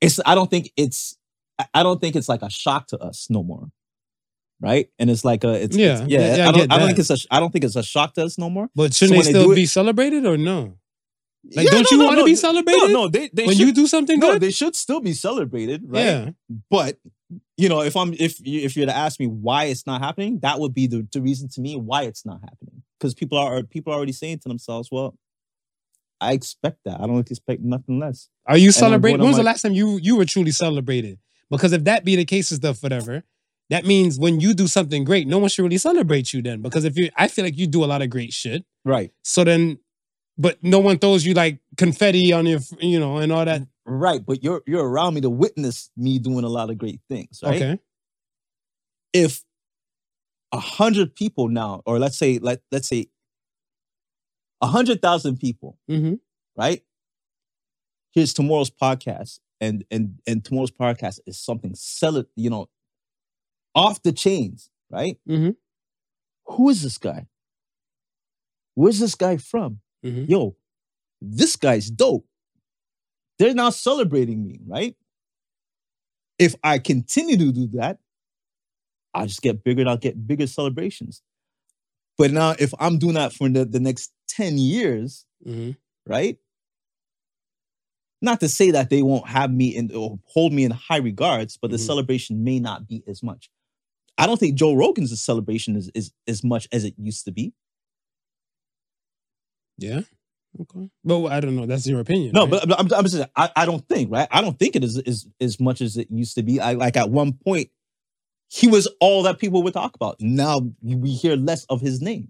S2: it's. I don't think it's. I- I don't think it's like a shock to us no more, right? And it's like a. It's, it's-
S1: Yeah,
S2: yeah.
S1: yeah, I
S2: I don't.
S1: get
S2: I don't
S1: that.
S2: think it's a. sh- I don't think it's a shock to us no more.
S1: But shouldn't
S2: when
S1: they
S2: they
S1: still
S2: do it-
S1: be celebrated or no? Like,
S2: Yeah,
S1: don't
S2: no,
S1: you
S2: no,
S1: want to
S2: no,
S1: be
S2: no,
S1: celebrated
S2: No, no, they they
S1: when
S2: should,
S1: you do something
S2: no,
S1: good?
S2: they should still be celebrated, right?
S1: Yeah,
S2: But you know, if I'm if you if you're to ask me why it's not happening, that would be the, the reason to me why it's not happening. Because people are are- people are already saying to themselves, well, I expect that. I don't expect nothing less.
S1: Are you
S2: And I'm
S1: celebrating?
S2: going
S1: When
S2: on
S1: was the
S2: my-
S1: last time you you were truly celebrated? Because if that be the case and stuff, whatever, that means when you do something great, no one should really celebrate you then. Because if you, I feel like you do a lot of great shit.
S2: Right.
S1: So then, but no one throws you like confetti on your, f- you know, and all that.
S2: Right. But you're you're around me to witness me doing a lot of great things, right?
S1: Okay.
S2: if a hundred people now, or let's say let let's say a hundred thousand people,
S1: Mhm.
S2: right? Here's tomorrow's podcast, and and and tomorrow's podcast is something sell you know, off the chains, right?
S1: Mhm.
S2: Who is this guy? Where's this guy from?
S1: Mhm.
S2: Yo, this guy's dope. They're now celebrating me, right? If I continue to do that, I'll just get bigger and I'll get bigger celebrations. But now, if I'm doing that for the, the next 10 years,
S1: Mhm.
S2: right? Not to say that they won't have me in or hold me in high regards, but the
S1: Mhm.
S2: celebration may not be as much. I don't think Joe Rogan's celebration is, is as much as it used to be.
S1: Yeah. Okay. But I don't know. That's your opinion.
S2: No,
S1: right?
S2: but but I'm, I'm just I, I don't think, right? I don't think it is as as much as it used to be. I like at one point he was all that people would talk about. Now we hear less of his name.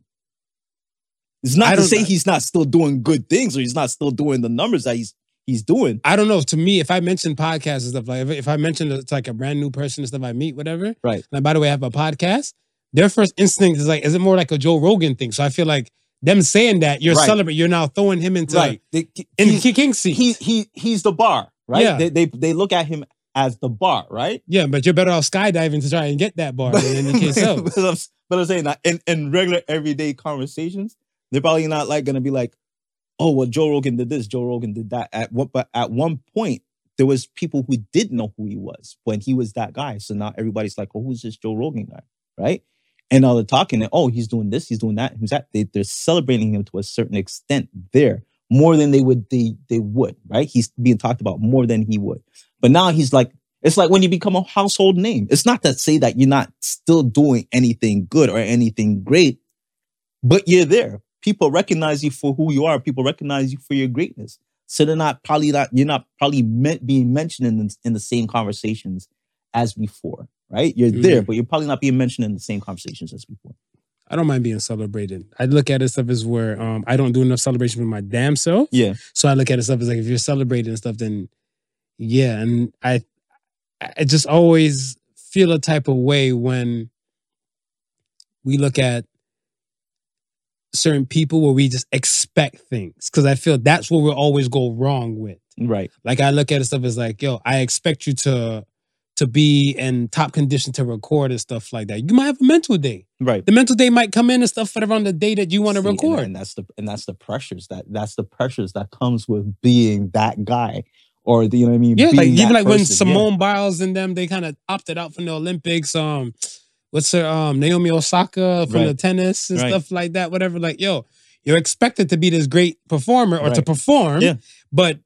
S2: It's
S1: I
S2: not to
S1: don't-
S2: say he's not still doing good things or he's not still doing the numbers that he's he's doing.
S1: I don't know. To me, if I mention podcasts and stuff, like if, if I mention it's like a brand new person and stuff I meet, whatever.
S2: Right.
S1: And by the way, I have a podcast. Their first instinct is like, is it more like a Joe Rogan thing? So I feel like them saying that you're
S2: Right.
S1: celebrating, you're now throwing him into
S2: They,
S1: in
S2: he's,
S1: the king seat.
S2: he he he's the bar, right?
S1: Yeah.
S2: They, they they look at him as the bar, right?
S1: yeah, but you're better off skydiving to try and get that bar than
S2: [LAUGHS]
S1: in the case of.
S2: but, I'm, but I'm saying that in, in regular everyday conversations, they're probably not like gonna be like, oh well, Joe Rogan did this, Joe Rogan did that. At what but at one point, there was people who did know who he was when he was that guy. So now everybody's like, oh, who's this Joe Rogan guy, right? And now they're talking and oh, he's doing this, he's doing that, he's that. They, they're celebrating him to a certain extent there more than they would they they would, right? He's being talked about more than he would. But now he's like, it's like when you become a household name. It's not to say that you're not still doing anything good or anything great, but you're there. People recognize you for who you are. People recognize you for your greatness. So they're not probably not you're not probably meant being mentioned in the, in the same conversations as before, right? You're there, but you're probably not being mentioned in the same conversations as before.
S1: I don't mind being celebrated. I look at it stuff as where um, I don't do enough celebration for my damn self.
S2: Yeah,
S1: So I look at it stuff as like if you're celebrating and stuff, then yeah. And I, I just always feel a type of way when we look at certain people where we just expect things because I feel that's what we'll always go wrong with.
S2: right.
S1: Like I look at it stuff as like, yo, I expect you to to be in top condition to record and stuff like that. You might have a mental day.
S2: Right.
S1: The mental day might come in and stuff but around the day that you want to
S2: See, and-
S1: record.
S2: And that's the and that's the pressures that that's the pressures that comes with being that guy. Or the, you know what I mean?
S1: Yeah, like
S2: Being
S1: even
S2: that
S1: like when
S2: person, yeah.
S1: Simone Biles and them, they kind of opted out from the Olympics. Um, what's her um Naomi Osaka from the
S2: Right.
S1: tennis and
S2: Right.
S1: stuff like that. Whatever, like yo, you're expected to be this great performer or to
S2: Right.
S1: perform,
S2: Yeah.
S1: but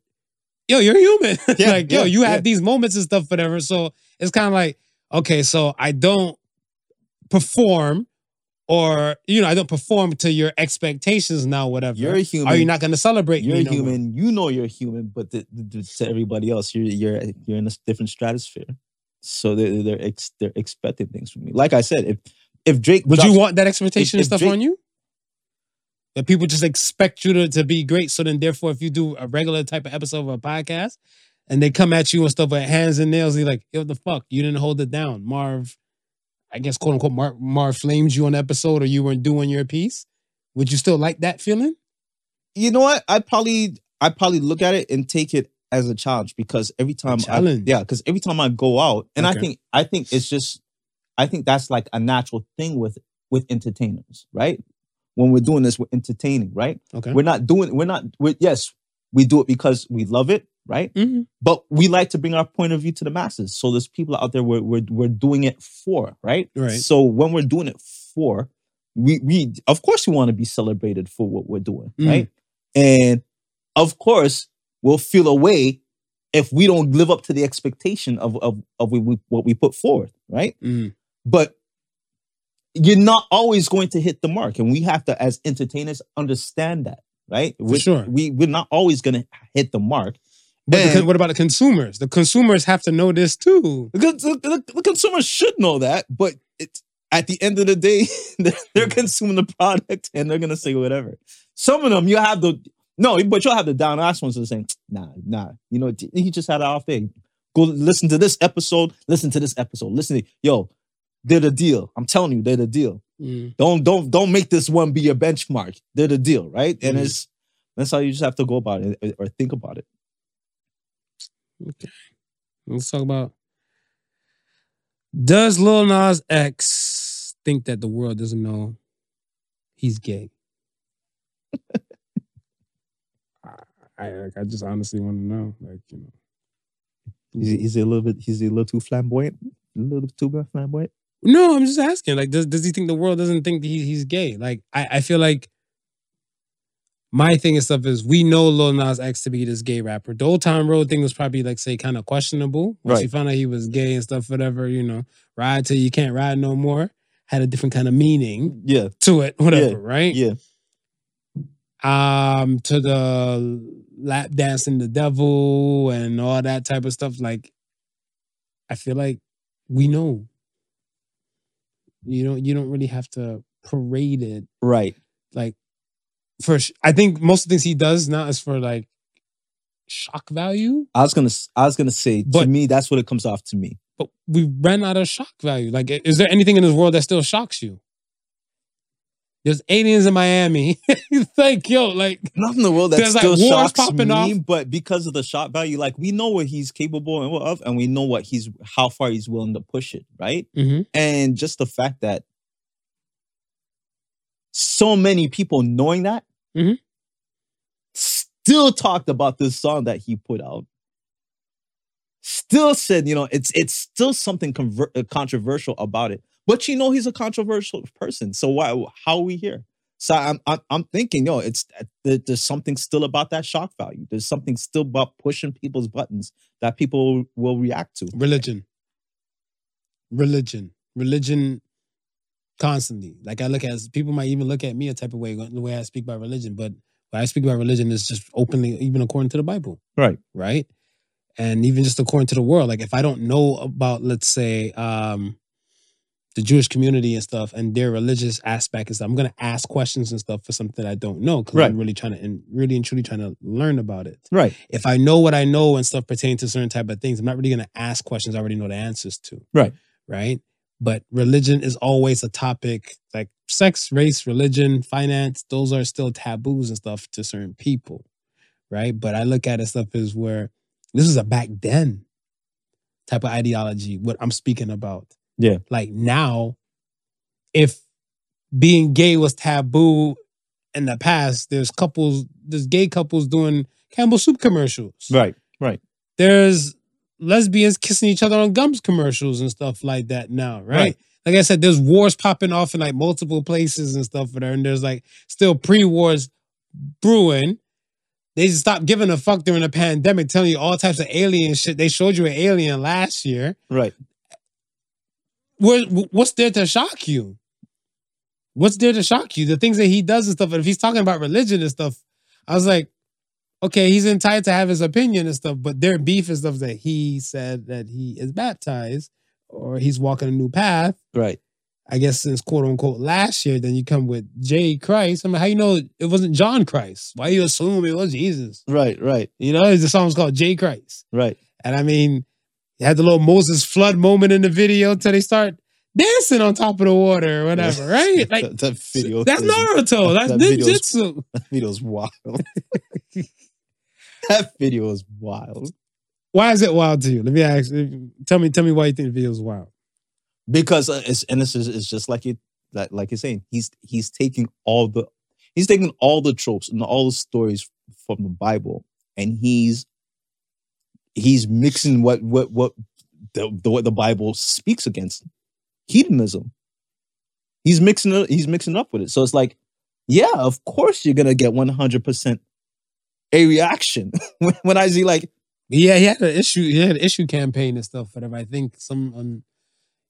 S1: yo, you're human. [LAUGHS]
S2: Yeah,
S1: like yo,
S2: yeah,
S1: you have
S2: yeah.
S1: these moments and stuff, whatever. So it's kind of like okay, so I don't perform. Or you know, I don't perform to your expectations now. Whatever
S2: You're a human.
S1: Are you not going to celebrate?
S2: You're
S1: me no more?
S2: human. You know you're human, but the, the- the- to everybody else, you're you're you're in a different stratosphere. So they're they're, ex, they're expecting things from you. Like I said, if if Drake,
S1: Would
S2: drops-
S1: you want that expectation and
S2: if- if
S1: stuff
S2: Drake-
S1: on you? That people just expect you to, to be great. So then, therefore, if you do a regular type of episode of a podcast and they come at you and stuff with hands and nails, you're like, yo, what the fuck? You didn't hold it down. Marv, I guess, quote unquote, Marv, Marv flamed you on the episode or you weren't doing your piece. Would you still like that feeling?
S2: you know what? I probably I probably look at it and take it as a challenge because every time I,
S1: challenge.
S2: yeah, because every time I go out, and
S1: Okay.
S2: I think I think it's just I think that's like a natural thing with with entertainers, right? When we're doing this, we're entertaining, right?
S1: Okay.
S2: We're not doing we're not we're, yes, we do it because we love it, right?
S1: Mhm.
S2: But we like to bring our point of view to the masses. So there's people out there we're we're, we're doing it for, right?
S1: Right.
S2: So when we're doing it for, we we of course we want to be celebrated for what we're doing,
S1: Mm.
S2: right? And of course, we'll feel a way if we don't live up to the expectation of of of we, we, what we put forward, right?
S1: Mm.
S2: but you're not always going to hit the mark and we have to as entertainers understand that right we,
S1: sure.
S2: we, we're not always going to hit the mark
S1: But the
S2: And-
S1: con- what about the consumers? The consumers have to know this too.
S2: the, cons- the, the- the consumer should know that but it's at the end of the day [LAUGHS] they're- they're consuming the product and they're going to say whatever some of them you have the no but you'll have the down ass ones that are saying nah nah you know he just had an off day go listen to this episode listen to this episode listen to yo they're the deal i'm telling you they're the deal
S1: Mm.
S2: don't don't don't make this one be your benchmark. They're the deal, right? And
S1: Mhm.
S2: it's that's how you just have to go about it or or think about it.
S1: Let's talk about Does Lil Nas X think that the world doesn't know he's gay? [LAUGHS] I, I like, I just honestly want to know. Like, you know.
S2: Is he, is he a little bit? Is he a little too flamboyant? A little too flamboyant.
S1: No, I'm just asking. Like, does does he think the world doesn't think that he, he's gay? Like, I, I feel like my thing and stuff is we know Lil Nas X to be this gay rapper. The old time road thing was probably like say kind of questionable. Once he
S2: Right.
S1: found out he was gay and stuff, whatever, you know, ride till you can't ride no more had a different kind of meaning
S2: Yeah,
S1: to it, whatever, right?
S2: yeah.
S1: um to the lap dancing the devil and all that type of stuff like i feel like we know you don't you don't really have to parade it
S2: Right.
S1: like for sh- i think most of the things he does now is for like shock value
S2: I was gonna. s- I was gonna say. to
S1: But-
S2: me, that's what it comes off to me.
S1: but we ran out of shock value like i- is there anything in this world that still shocks you there's aliens in miami [LAUGHS] like yo like
S2: Nothing in the world that
S1: There's, like,
S2: still
S1: wars
S2: shocks
S1: popping
S2: me,
S1: off.
S2: but because of the shot value, like we know what he's capable and what of, and we know what he's how far he's willing to push it. Right.
S1: mm-hmm.
S2: and just the fact that so many people knowing that
S1: Mhm.
S2: still talked about this song that he put out still said, you know, it's it's still something conver- uh, controversial about it. But you know, he's a controversial person, so why? How are we here? So I'm I'm, I'm thinking, yo, it's uh, there, there's something still about that shock value. There's something still about pushing people's buttons that people will react to.
S1: religion religion religion constantly like i look at people might even look at me a type of way the way i speak about religion but when i speak about religion is just openly even according to the bible
S2: Right.
S1: right and even just according to the world like if i don't know about let's say um the jewish community and stuff and their religious aspect is i'm going to ask questions and stuff for something i don't know because
S2: Right.
S1: i'm really trying to and really and truly trying to learn about it
S2: Right.
S1: if I know what I know and stuff pertaining to certain type of things, I'm not really gonna ask questions I already know the answers to.
S2: Right.
S1: Right. But religion is always a topic like sex, race, religion, finance, those are still taboos and stuff to certain people. Right. But I look at it stuff as where this is a back then type of ideology, what I'm speaking about.
S2: Yeah.
S1: Like now, if being gay was taboo in the past, there's couples, there's gay couples doing Campbell soup commercials.
S2: Right.
S1: There's lesbians kissing each other on gums commercials and stuff like that now, right?
S2: Right.
S1: Like I said, there's wars popping off in like multiple places and stuff for there, and there's like still pre-wars brewing. They just stopped giving a fuck during the pandemic, telling you all types of alien shit. They showed you an alien last year
S2: Right.
S1: where, wh- what's there to shock you? What's there to shock you? The things that he does and stuff. And if he's talking about religion and stuff, I was like, okay, he's entitled to have his opinion and stuff, but their beef is stuff that he said that he is baptized or he's walking a new path.
S2: Right.
S1: I guess since quote unquote last year, then you come with J Christ. I'm like, how you know it wasn't John Christ? Why you assume it was Jesus?
S2: Right. Right.
S1: You know, the song's called J Christ.
S2: Right.
S1: And I mean, you had the little Moses flood moment in the video till they start dancing on top of the water or whatever,
S2: [LAUGHS]
S1: right? Like
S2: that, that video.
S1: that's
S2: is-
S1: Naruto. That's
S2: that video's-
S1: ninjutsu.
S2: That
S1: [LAUGHS]
S2: video's wild. [LAUGHS] that video is wild.
S1: Why is it wild to you? Let me ask. Tell me, tell me why you think the video's wild.
S2: because uh, it's and this is it's just like you like like you're saying he's he's taking all the he's taking all the tropes and all the stories from the bible and he's he's mixing what what what the, the what the bible speaks against hedonism he's mixing it he's mixing up with it so it's like yeah of course you're gonna get 100% a reaction [LAUGHS] when, when i see like
S1: Yeah, he had an issue. He had an issue campaign and stuff. Whatever. I think some. Um,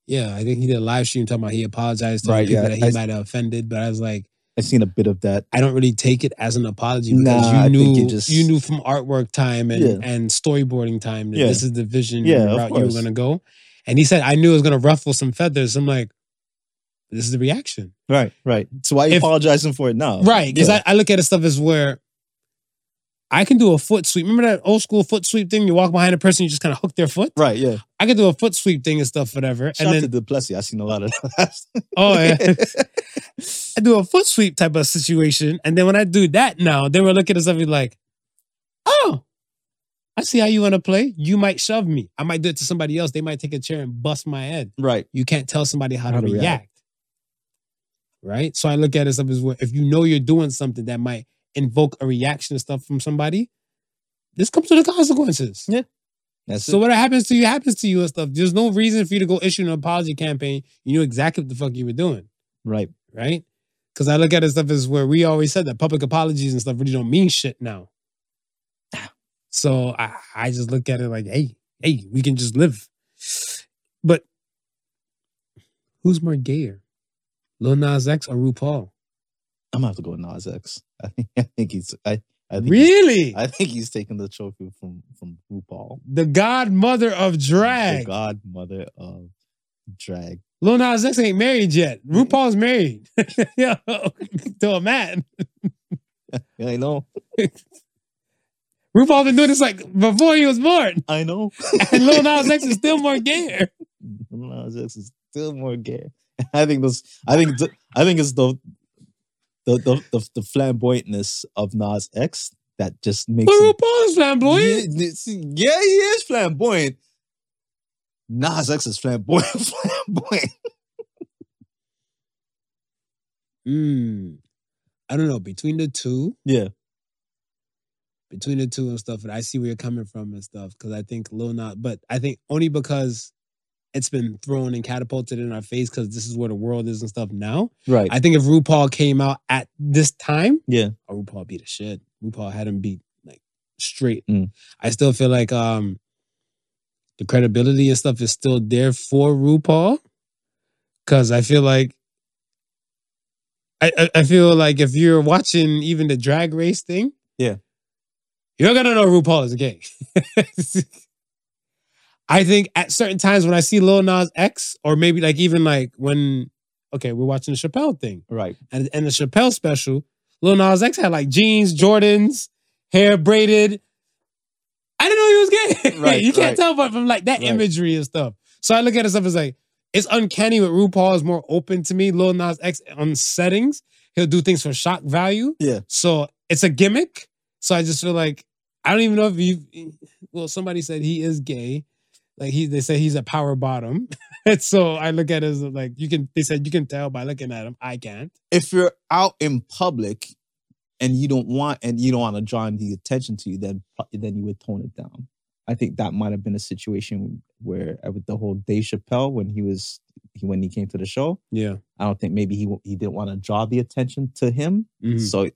S1: yeah, I think he did a live stream talking about he apologized to the
S2: Right,
S1: people
S2: yeah.
S1: that he
S2: I-
S1: might have offended. But I was like,
S2: i've seen a bit of that
S1: I don't really take it as an apology because
S2: Nah, I
S1: you
S2: think
S1: knew
S2: you
S1: you,
S2: just-
S1: knew from artwork time and,
S2: Yeah.
S1: and storyboarding time that
S2: Yeah.
S1: this is the vision
S2: Yeah,
S1: and the
S2: of
S1: route you were
S2: course.
S1: gonna go. And he said I knew it was gonna ruffle some feathers. I'm like, this is the reaction.
S2: right right so why are you
S1: If-
S2: apologizing for it now
S1: Right. Because
S2: Oh, Yeah.
S1: I, I look at it stuff as where I can do a foot sweep. Remember that old school foot sweep thing? You walk behind a person, you just kind of hook their foot.
S2: Right, yeah.
S1: I can do a foot sweep thing and stuff, whatever.
S2: Shout out
S1: and
S2: to
S1: then
S2: Duplessis. I've seen a lot of that.
S1: [LAUGHS]
S2: [LAUGHS]
S1: oh yeah. I do a foot sweep type of situation. And then when I do that now, they were looking at something like, oh, I see how you want to play. You might shove me. I might do it to somebody else. They might take a chair and bust my head.
S2: right,
S1: You can't tell somebody how,
S2: How
S1: to
S2: to react.
S1: react. Right? So I look at it stuff as well. If you know you're doing something that might invoke a reaction and stuff from somebody, this comes to the consequences.
S2: that's
S1: So
S2: it.
S1: what happens to you happens to you and stuff. There's no reason for you to go issue an apology campaign. You knew exactly what the fuck you were doing
S2: Right,
S1: right? Because I look at it stuff as where we always said that public apologies and stuff really don't mean shit now. So I, I just look at it like, hey, hey, we can just live. But who's more gayer, Lil Nas X or RuPaul?
S2: I'm gonna have to go with Nas X. [LAUGHS] I think, I think he's. I, I think he's-
S1: Really,
S2: I think he's taking the trophy from from RuPaul,
S1: the godmother of
S2: the
S1: drag.
S2: godmother of drag.
S1: Lil Nas X ain't married yet. RuPaul's married. [LAUGHS] Yo, to a man.
S2: I know,
S1: RuPaul been doing this like before he was born, [LAUGHS]
S2: I know. [LAUGHS]
S1: and Lil Nas X is still more gayer.
S2: Nas X is still more gay. [LAUGHS] I think those. I think. th- I think it's the the the the, the flamboyantness of Nas X that just makes.
S1: But
S2: him-
S1: RuPaul's flamboyant.
S2: Yeah, see, yeah, he is flamboyant. Nas X is flamboyant. [LAUGHS] flamboyant.
S1: Mm. I don't know. Between the two,
S2: Yeah.
S1: between the two and stuff. And I see where you're coming from and stuff because I think Lil Nas, but I think only because it's been thrown and catapulted in our face because this is where the world is and stuff now.
S2: Right.
S1: I think if RuPaul came out at this time,
S2: Yeah.
S1: oh, RuPaul beat the shit. RuPaul had him beat like straight.
S2: Mm.
S1: I still feel like um the credibility and stuff is still there for RuPaul because I feel like. I, I- I feel like if you're watching even the drag race thing,
S2: Yeah.
S1: you're gonna know RuPaul is gay. [LAUGHS] I think at certain times when I see Lil Nas X, or maybe like even like when okay, we're watching the Chappelle thing
S2: Right.
S1: and, and the Chappelle special, Lil Nas X had like jeans, Jordans, hair braided. I didn't know he was gay.
S2: [LAUGHS]
S1: [LAUGHS]
S2: Right,
S1: you can't
S2: right.
S1: tell but from like that
S2: Right.
S1: imagery and stuff. So I look at it stuff as like, it's uncanny what RuPaul is more open to me. Lil Nas X on settings, he'll do things for shock value.
S2: Yeah.
S1: So it's a gimmick. So I just feel like I don't even know if you well, somebody said he is gay. Like he they say he's a power bottom. [LAUGHS] and so I look at it as like you can they said you can tell by looking at him. I can't.
S2: If you're out in public and you don't want and you don't want to draw the attention to you, then then you would tone it down. I think that might have been a situation where uh, with the whole Dave Chappelle when he was he, when he came to the show,
S1: Yeah.
S2: I don't think maybe he wa- he didn't want to draw the attention to him.
S1: Mhm.
S2: So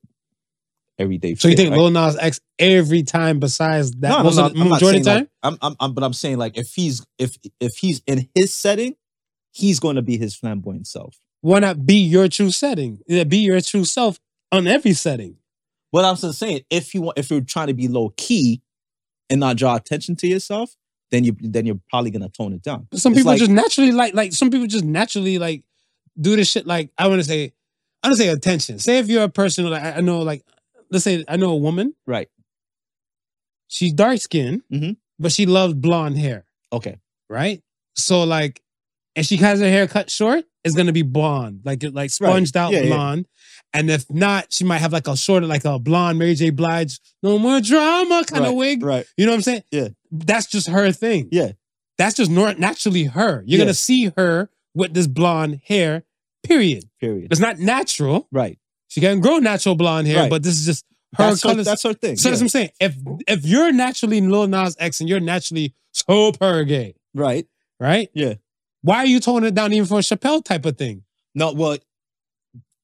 S2: every day.
S1: So you
S2: fit,
S1: think
S2: right?
S1: Lil Nas X every time besides that
S2: no, no,
S1: most
S2: no,
S1: of the
S2: I'm not
S1: majority
S2: saying,
S1: time?
S2: Like, I'm, I'm, I'm, but I'm saying like if he's if if he's in his setting, he's going to be his flamboyant self.
S1: Why not be your true setting? Yeah, be your true self on every setting.
S2: But I'm just saying if you want, if you're trying to be low key and not draw attention to yourself, then you then you're probably going to tone it down.
S1: But some
S2: It's
S1: people
S2: like-
S1: just naturally like like some people just naturally like do this shit like I want to say I want to say attention. Say if you're a person like I I know like let's say I know a woman
S2: Right.
S1: she's dark skinned
S2: Mhm.
S1: but she loves blonde hair
S2: Okay.
S1: right so like and she has her hair cut short it's gonna be blonde like it- like sponged out
S2: Yeah, yeah.
S1: blonde and if not she might have like a shorter like a blonde Mary J Blige no more drama kind of
S2: right,
S1: wig
S2: Right.
S1: you know what I'm saying?
S2: Yeah.
S1: That's just her thing.
S2: Yeah.
S1: That's just nor- naturally her. You're
S2: Yeah.
S1: gonna see her with this blonde hair. Period.
S2: Period.
S1: It's not natural.
S2: Right.
S1: She can grow natural blonde hair,
S2: Right.
S1: but this is just her
S2: That's her,
S1: colors.
S2: that's her thing.
S1: so that's what
S2: yeah.
S1: I'm saying. If if you're naturally Lil Nas X and you're naturally so per gay,
S2: right.
S1: right?
S2: Yeah.
S1: Why are you toning it down even for a Chappelle type of thing?
S2: No. Well,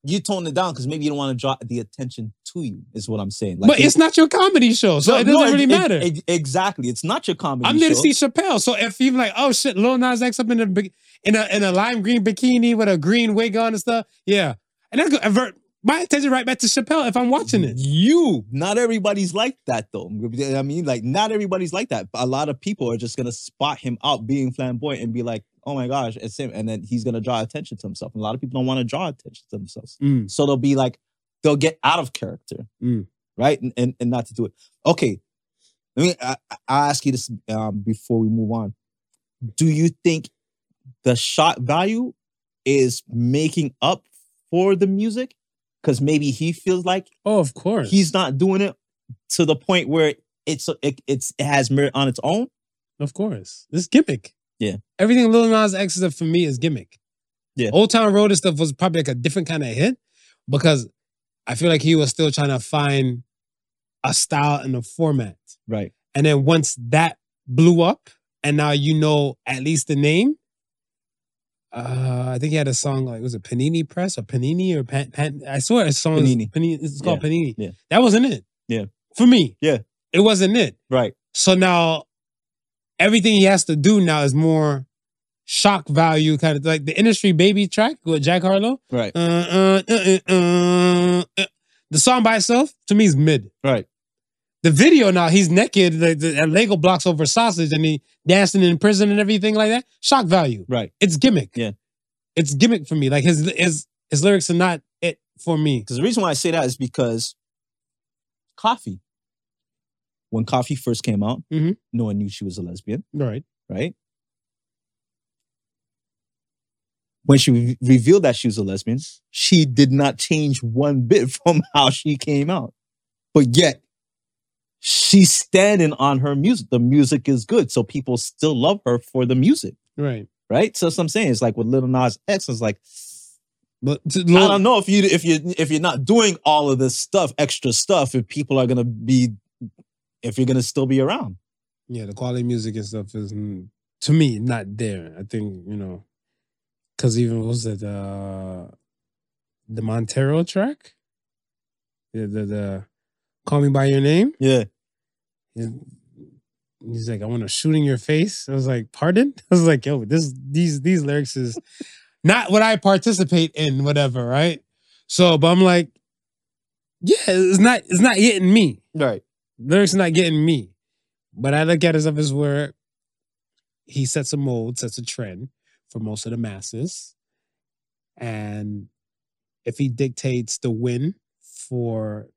S2: you tone it down because maybe you don't want to draw the attention to you. Is what I'm saying.
S1: but it's not your comedy show, so it doesn't really matter.
S2: e, exactly. It's not your comedy.
S1: I'm there to
S2: show.
S1: see Chappelle. So if you're like, oh shit, Lil Nas X up in a bi- in a in a lime green bikini with a green wig on and stuff, yeah, and that's gonna avert my attention right back to Chappelle if I'm watching it.
S2: You, not everybody's like that though. I mean, like, not everybody's like that. A lot of people are just gonna spot him out being flamboyant and be like, "Oh my gosh, it's him," and then he's gonna draw attention to himself. And a lot of people don't want to draw attention to themselves,
S1: Mm.
S2: so they'll be like, they'll get out of character,
S1: Mm.
S2: right? And, and and not to do it. Okay, let me. I, I- I'll ask you this um, before we move on. Do you think the shot value is making up for the music? Because maybe he feels like
S1: Oh, of course.
S2: he's not doing it to the point where it's it, it's it has merit on its own.
S1: of course. This gimmick.
S2: Yeah.
S1: Everything Lil Nas X is up for me is gimmick.
S2: Yeah.
S1: Old Town Road and stuff was probably like a different kind of hit because I feel like he was still trying to find a style and a format.
S2: Right.
S1: And then once that blew up, and now you know at least the name. Uh, I think he had a song like was it Panini Press or Panini or Pan, Pan I swear a song
S2: Panini.
S1: Panini it's called
S2: Yeah,
S1: Panini.
S2: yeah.
S1: That wasn't it.
S2: Yeah.
S1: For me.
S2: Yeah.
S1: It wasn't it.
S2: Right.
S1: So now everything he has to do now is more shock value kind of like the industry baby track with Jack Harlow.
S2: Right.
S1: Uh, uh, uh, uh, uh, uh. The song by itself to me is mid.
S2: Right.
S1: The video now he's naked like, the, and Lego blocks over sausage and he dancing in prison and everything like that. Shock value.
S2: Right.
S1: It's gimmick.
S2: Yeah.
S1: It's gimmick for me. Like his his his lyrics are not it for me.
S2: Because the reason why I say that is because coffee. When coffee first came out,
S1: Mhm.
S2: no one knew she was a lesbian.
S1: Right.
S2: Right. When she re- revealed that she was a lesbian, she did not change one bit [LAUGHS] from how she came out. But yet, she's standing on her music. The music is good. So people still love her for the music.
S1: Right.
S2: right? So that's what I'm saying. It's like with Little Nas X, it's like
S1: But to,
S2: I don't know if you if you if you're not doing all of this stuff, extra stuff, if people are gonna be if you're gonna still be around.
S1: Yeah, the quality of music and stuff is mm, to me not there. I think you know, because even what was it uh, the Montero track, the, the the "Call Me by Your Name."
S2: Yeah.
S1: He's, he's like, "I want to shoot in your face." I was like, "Pardon?" [LAUGHS] I was like, "Yo, this these these lyrics is not what I participate in, whatever, right?" So, but I'm like, "Yeah, it's not it's not hitting me."
S2: Right.
S1: lyrics not getting me, but I look at it as if it's where he sets a mold, sets a trend for most of the masses, and if he dictates the win for,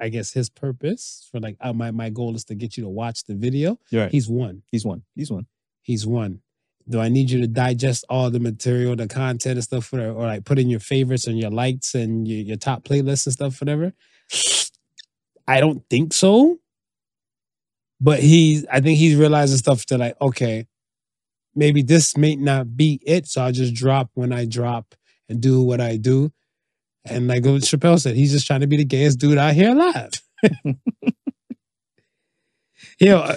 S1: I guess his purpose for like uh, my my goal is to get you to watch the video.
S2: You're right.
S1: He's won.
S2: He's one. He's one.
S1: He's won. Do I need you to digest all the material, the content and stuff, whatever, or like put in your favorites and your likes and your, your top playlists and stuff, whatever? I don't think so. But he, I think he's realizing stuff to like, okay, maybe this may not be it. So I'll just drop when I drop and do what I do. And like what Chappelle said, he's just trying to be the gayest dude out here alive. [LAUGHS] Yo, uh,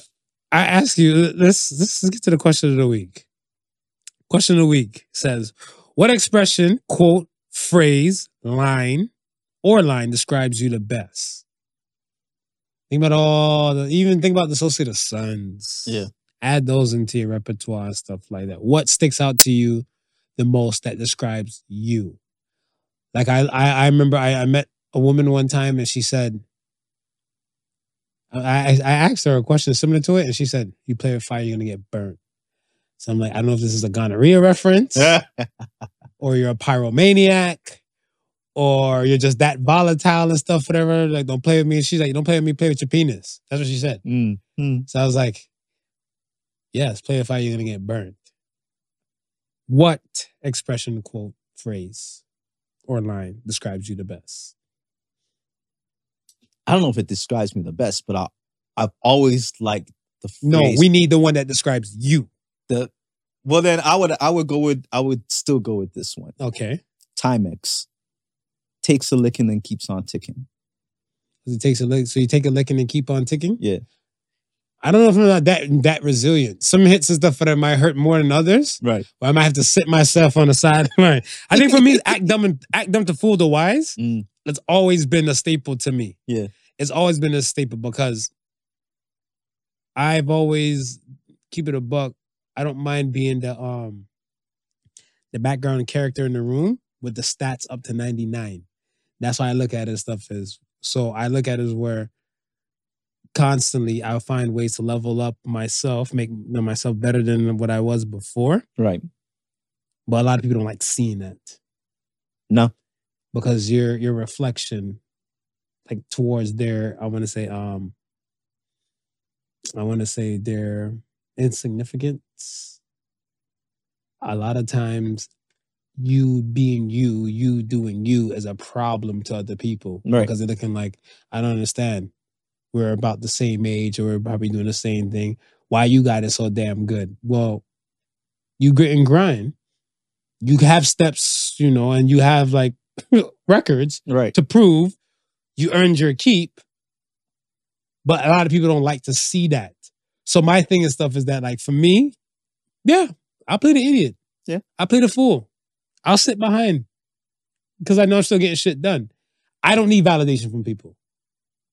S1: I I ask you, let's, let's get to the question of the week. Question of the week says, what expression, quote, phrase, line, or line describes you the best? Think about all the, even think about the Associated Sons.
S2: Yeah.
S1: Add those into your repertoire and stuff like that. What sticks out to you the most that describes you? Like I I, I remember I, I met a woman one time and she said, I, I I asked her a question similar to it, and she said, You play with fire, you're gonna get burnt. So I'm like, I don't know if this is a gonorrhea
S2: [LAUGHS]
S1: reference or you're a pyromaniac, or you're just that volatile and stuff, whatever. Like, don't play with me. And she's like, don't play with me, play with your penis. That's what she said.
S2: Mm, mm.
S1: So I was like, yes, play with fire, you're going to get burned. What expression, quote, phrase, or line describes you the best?
S2: I don't know if it describes me the best, but I I've always liked the phrase.
S1: No, we need the one that describes you.
S2: the well then I would I would go with I would still go with this one.
S1: Okay.
S2: Timex. Takes a licking and keeps on ticking.
S1: 'Cause It takes a lick, so you take a lick and then keep on ticking.
S2: Yeah.
S1: I don't know if I'm not that that resilient. Some hits and stuff that might hurt more than others.
S2: Right.
S1: Or I might have to sit myself on the [LAUGHS] sideline. I think for
S2: [LAUGHS]
S1: me, act dumb and act dumb to fool the wise.
S2: Mm.
S1: That's always been a staple to me.
S2: Yeah.
S1: it's always been a staple because I've always keep it a buck. I don't mind being the um the background character in the room with the stats up to ninety nine. That's why I look at it and stuff is so I look at it as where constantly I'll find ways to level up myself, make myself better than what I was before.
S2: Right.
S1: But a lot of people don't like seeing that
S2: No.
S1: because your your reflection, like towards their, I want to say, um, I want to say their insignificance. A lot of times, you being you, you doing you, is a problem to other people
S2: Right.
S1: because they're looking like, I don't understand. We're about the same age, or we're probably doing the same thing. Why you got it so damn good? Well, you grit and grind. You have steps, you know, and you have like records
S2: Right.
S1: to prove you earned your keep. But a lot of people don't like to see that. So my thing and stuff is that, like for me, yeah, I play the idiot.
S2: Yeah.
S1: I play the fool. I'll sit behind because I know I'm still getting shit done. I don't need validation from people.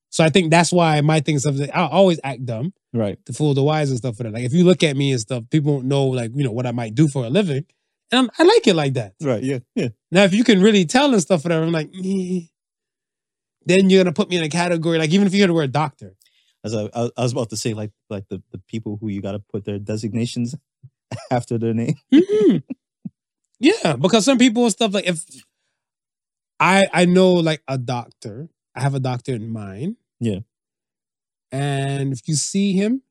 S1: So I think that's why my thing is something I always act dumb
S2: Right.
S1: to fool the wise and stuff for that. Like if you look at me and stuff, people won't know like, you know, what I might do for a living. And I'm, I like it like that.
S2: Right. Yeah. Yeah.
S1: Now, if you can really tell and stuff, whatever, I'm like, "Eh." then you're gonna put me in a category. Like, even if you had to wear a doctor,
S2: As I, I was about to say, like like the, the people who you gotta put their designations [LAUGHS] after their name.
S1: Mhm. [LAUGHS] yeah, because some people and stuff like if I I know like a doctor, I have a doctor in mind.
S2: Yeah.
S1: and if you see him,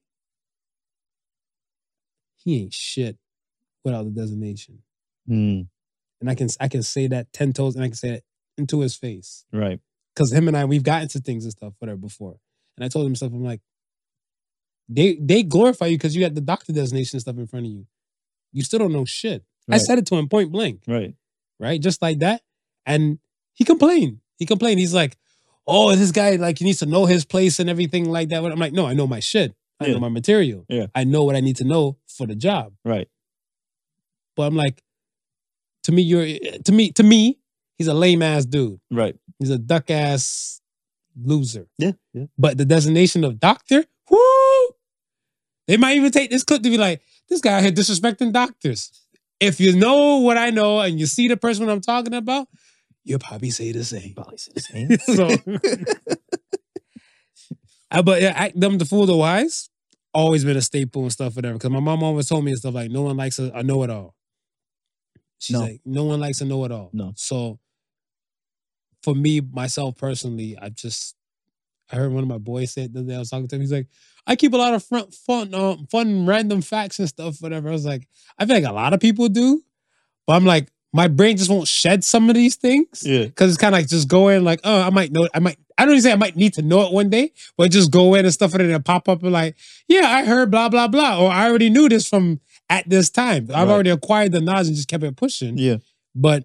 S1: he ain't shit without the designation,
S2: Mm,
S1: and I can I can say that ten toes, and I can say that into his face.
S2: right.
S1: because him and I we've gotten to things and stuff whatever before, and I told him stuff. I'm like, they they glorify you because you got the doctor designation and stuff in front of you. You still don't know shit. I
S2: Right.
S1: said it to him point blank,
S2: Right.
S1: right, just like that, and he complained. He complained. He's like, oh, this guy like he needs to know his place and everything like that. I'm like, no, I know my shit. I
S2: Yeah.
S1: know my material.
S2: Yeah.
S1: I know what I need to know for the job.
S2: Right.
S1: But I'm like, to me, you're eh, to me, to me, he's a lame ass dude.
S2: Right.
S1: He's a duck ass loser.
S2: Yeah. Yeah.
S1: But the designation of doctor, whoo! They might even take this clip to be like, this guy out here disrespecting doctors. If you know what I know and you see the person I'm talking about, you'll probably say the same.
S2: Probably say the same.
S1: [LAUGHS] so, Uh, but yeah, act dumb to fool the wise. Always been a staple and stuff, whatever. Because my mom always told me and stuff like, no one likes a, a know it all. She's
S2: No.
S1: like, no one likes a know it all.
S2: No.
S1: So, for me, myself personally, I just I heard one of my boys say it the other day. I was talking to him. He's like, I keep a lot of front, fun, um, fun, random facts and stuff, whatever. I was like, I feel like a lot of people do, but I'm like, my brain just won't shed some of these things
S2: [LAUGHS] yeah.
S1: because it's kind of like just go in like oh I might know I might I don't even say I might need to know it one day but just go in and stuff it and it'll pop up and like yeah I heard blah blah blah or I already knew this from at this time I've
S2: Right.
S1: already acquired the knowledge and just kept it pushing
S2: Yeah.
S1: but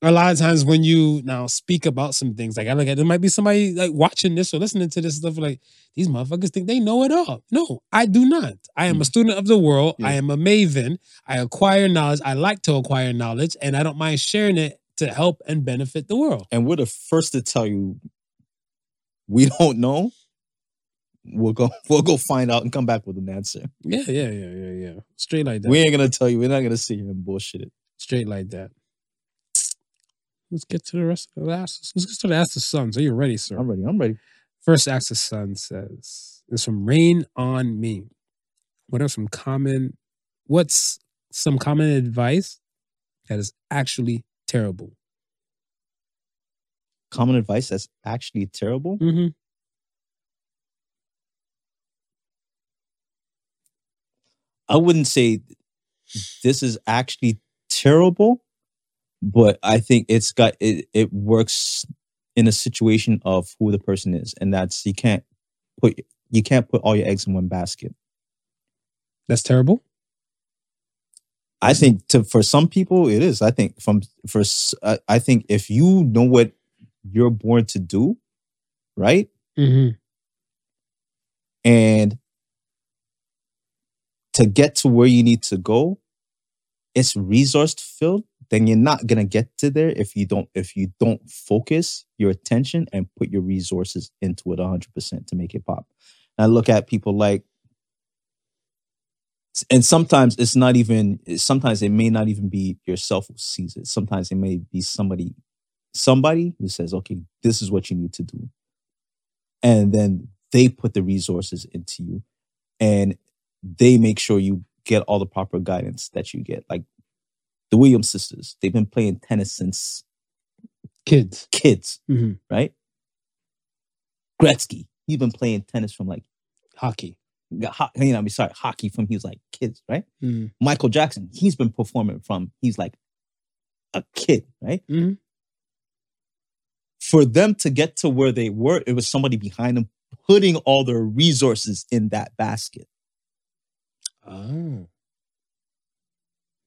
S1: a lot of times when you now speak about some things like I look at there might be somebody like watching this or listening to this stuff like these motherfuckers think they know it all no I do not I am a student of the world I
S2: Yeah.
S1: am a maven I acquire knowledge. I like to acquire knowledge, and I don't mind sharing it to help and benefit the world.
S2: And we're the first to tell you we don't know. We'll go [LAUGHS] we'll go find out and come back with an answer.
S1: Yeah, yeah, yeah, yeah, yeah. Straight like that.
S2: We ain't gonna tell you. We're not gonna sit here and bullshit it.
S1: Straight like that. Let's get to the rest of the last. Let's get to the Ask the Sun. So you're ready, sir.
S2: I'm ready. I'm ready.
S1: First Ask the Sun says, "It's from Rain on Me." What are some common? What's some common advice that is actually terrible?
S2: Common advice that's actually terrible.
S1: Mm-hmm.
S2: I wouldn't say this is actually terrible, but I think it's got it it works in a situation of who the person is. And that's you can't put you can't put all your eggs in one basket.
S1: That's terrible.
S2: I think to for some people it is. I think from for s- I I think if you know what you're born to do, right,
S1: Mm-hmm.
S2: and to get to where you need to go, it's resource filled. Then you're not gonna get to there if you don't if you don't focus your attention and put your resources into it 100 percent to make it pop. And I look at people like, and sometimes it's not even. Sometimes it may not even be yourself who sees it. Sometimes it may be somebody, somebody who says, "Okay, this is what you need to do," and then they put the resources into you, and they make sure you get all the proper guidance that you get. Like the Williams sisters, they've been playing tennis since
S1: Kids.
S2: kids,
S1: Mhm.
S2: right? Gretzky, he's been playing tennis from like
S1: Hockey.
S2: got ho- you know, I mean, sorry, hockey from he was like kids, right?
S1: Mm.
S2: Michael Jackson, he's been performing from he's like a kid, right?
S1: Mhm.
S2: For them to get to where they were, it was somebody behind them putting all their resources in that basket.
S1: Ah.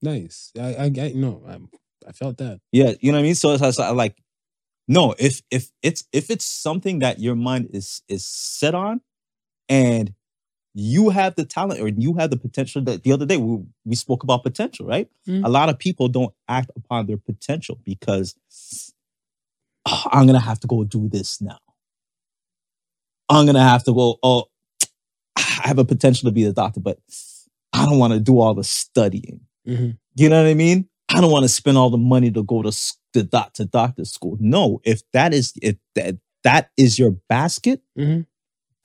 S1: Nice. I I, I no, I I felt that.
S2: Yeah, you know what I mean. So it's, it's like, no, if if it's if it's something that your mind is is set on, and you have the talent or you have the potential. That the other day we we spoke about potential, right?
S1: Mm.
S2: A lot of people don't act upon their potential because "Oh, I'm gonna have to go do this now. I'm gonna have to go. Oh, I have a potential to be a doctor, but I don't want to do all the studying.
S1: Mhm.
S2: You know what I mean? I don't want to spend all the money to go to s- to, doc, to doctor school. No, if that is if that that is your basket,
S1: Mhm.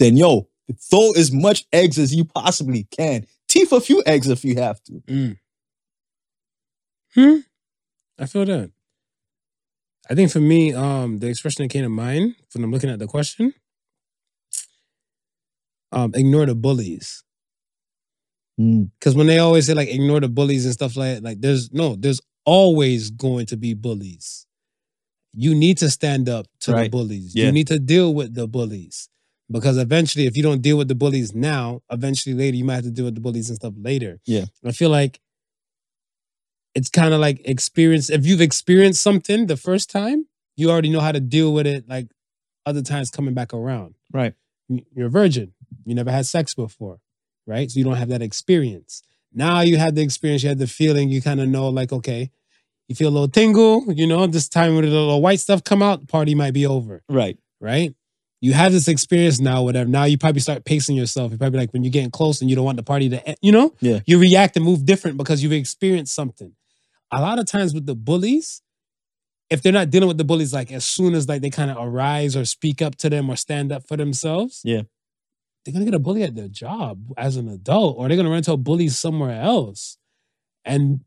S2: then yo throw as much eggs as you possibly can. Teeth a few eggs if you have to.
S1: I feel that. I think for me, um, the expression that came to mind when I'm looking at the question, um, ignore the bullies.
S2: Mm,
S1: Because when they always say like ignore the bullies and stuff like like there's no, there's always going to be bullies. You need to stand up to the
S2: Right.
S1: bullies.
S2: Yeah.
S1: You need to deal with the bullies. Because eventually, if you don't deal with the bullies now, eventually later you might have to deal with the bullies and stuff later.
S2: Yeah.
S1: I feel like it's kind of like experience. If you've experienced something the first time, you already know how to deal with it like other times coming back around.
S2: Right.
S1: You- You're a virgin. You never had sex before, right? So you don't have that experience. Now you had the experience, you had the feeling, you kind of know, like, okay, you feel a little tingle, you know, this time when the little white stuff come out, party might be over
S2: Right.
S1: right? You have this experience now, whatever. Now you probably start pacing yourself. You probably like when you're getting close and you don't want the party to, end, you know?
S2: Yeah.
S1: You react and move different because you've experienced something. A lot of times with the bullies, if they're not dealing with the bullies, like as soon as like they kind of arise or speak up to them or stand up for themselves,
S2: Yeah.
S1: they're gonna get a bully at their job as an adult, or they're gonna run into a bully somewhere else, and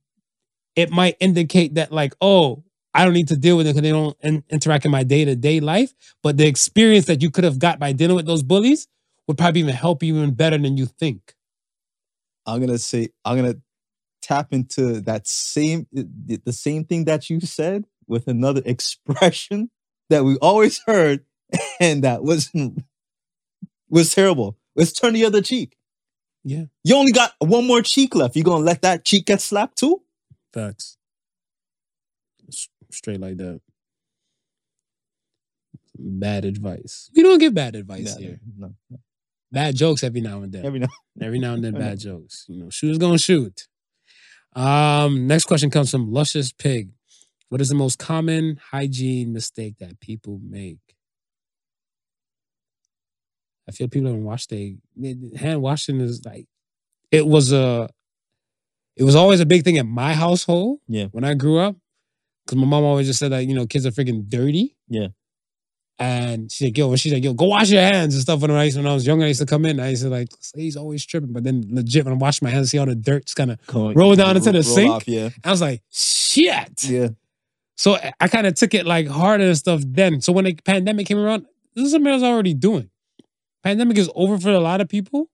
S1: it might indicate that like, oh, I don't need to deal with it because they don't in- interact in my day to day life. But the experience that you could have got by dealing with those bullies would probably even help you even better than you think.
S2: I'm gonna say I'm gonna tap into that same the the same thing that you said with another [LAUGHS] expression that we always heard [LAUGHS] and that was was terrible. Let's turn the other cheek.
S1: Yeah.
S2: You only got one more cheek left. You gonna let that cheek get slapped too?
S1: Facts. S- Straight like that. Bad advice. We don't give bad advice
S2: Yeah,
S1: here.
S2: no, no.
S1: Bad jokes every now and then. [LAUGHS]
S2: Every now
S1: Every now and then,
S2: I know.
S1: bad jokes. You know, shooters gonna shoot. Um, next question comes from Luscious Pig. What is the most common hygiene mistake that people make? I feel people don't wash they they- hand washing is like it was a it was always a big thing in my household.
S2: Yeah.
S1: When I grew up, because my mom always just said that you know kids are freaking dirty.
S2: Yeah.
S1: And she's like, yo, she's like, yo, go wash your hands and stuff. When I used when I was younger, I used to come in. I used to like, this lady's always tripping. But then legit, when I wash my hands, see all the dirt's kind of.
S2: Going-
S1: Roll down into the
S2: roll
S1: sink?
S2: off, yeah.
S1: I was like, shit.
S2: Yeah.
S1: So I- I kind of took it like harder and stuff then. So when the pandemic came around, this is something I was already doing. Pandemic is over for a lot of people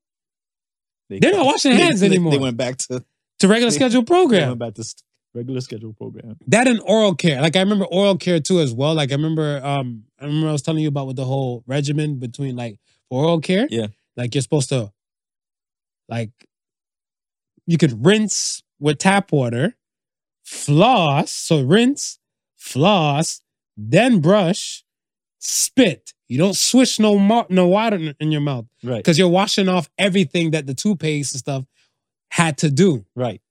S2: They
S1: They're not washing hands
S2: they- They
S1: anymore.
S2: went back to
S1: to
S2: [LAUGHS]
S1: regular
S2: They-
S1: schedule
S2: they
S1: program.
S2: went back to s- regular schedule program.
S1: that and oral care. Like I remember oral care too as well. Like I remember um I remember I was telling you about with the whole regimen between like oral care.
S2: Yeah.
S1: Like you're supposed to like you could rinse with tap water, floss, so rinse, floss, then brush, spit. You don't swish no mo- no water in- in your mouth
S2: Right.
S1: because you're washing off everything that the toothpaste and stuff had to do
S2: Right.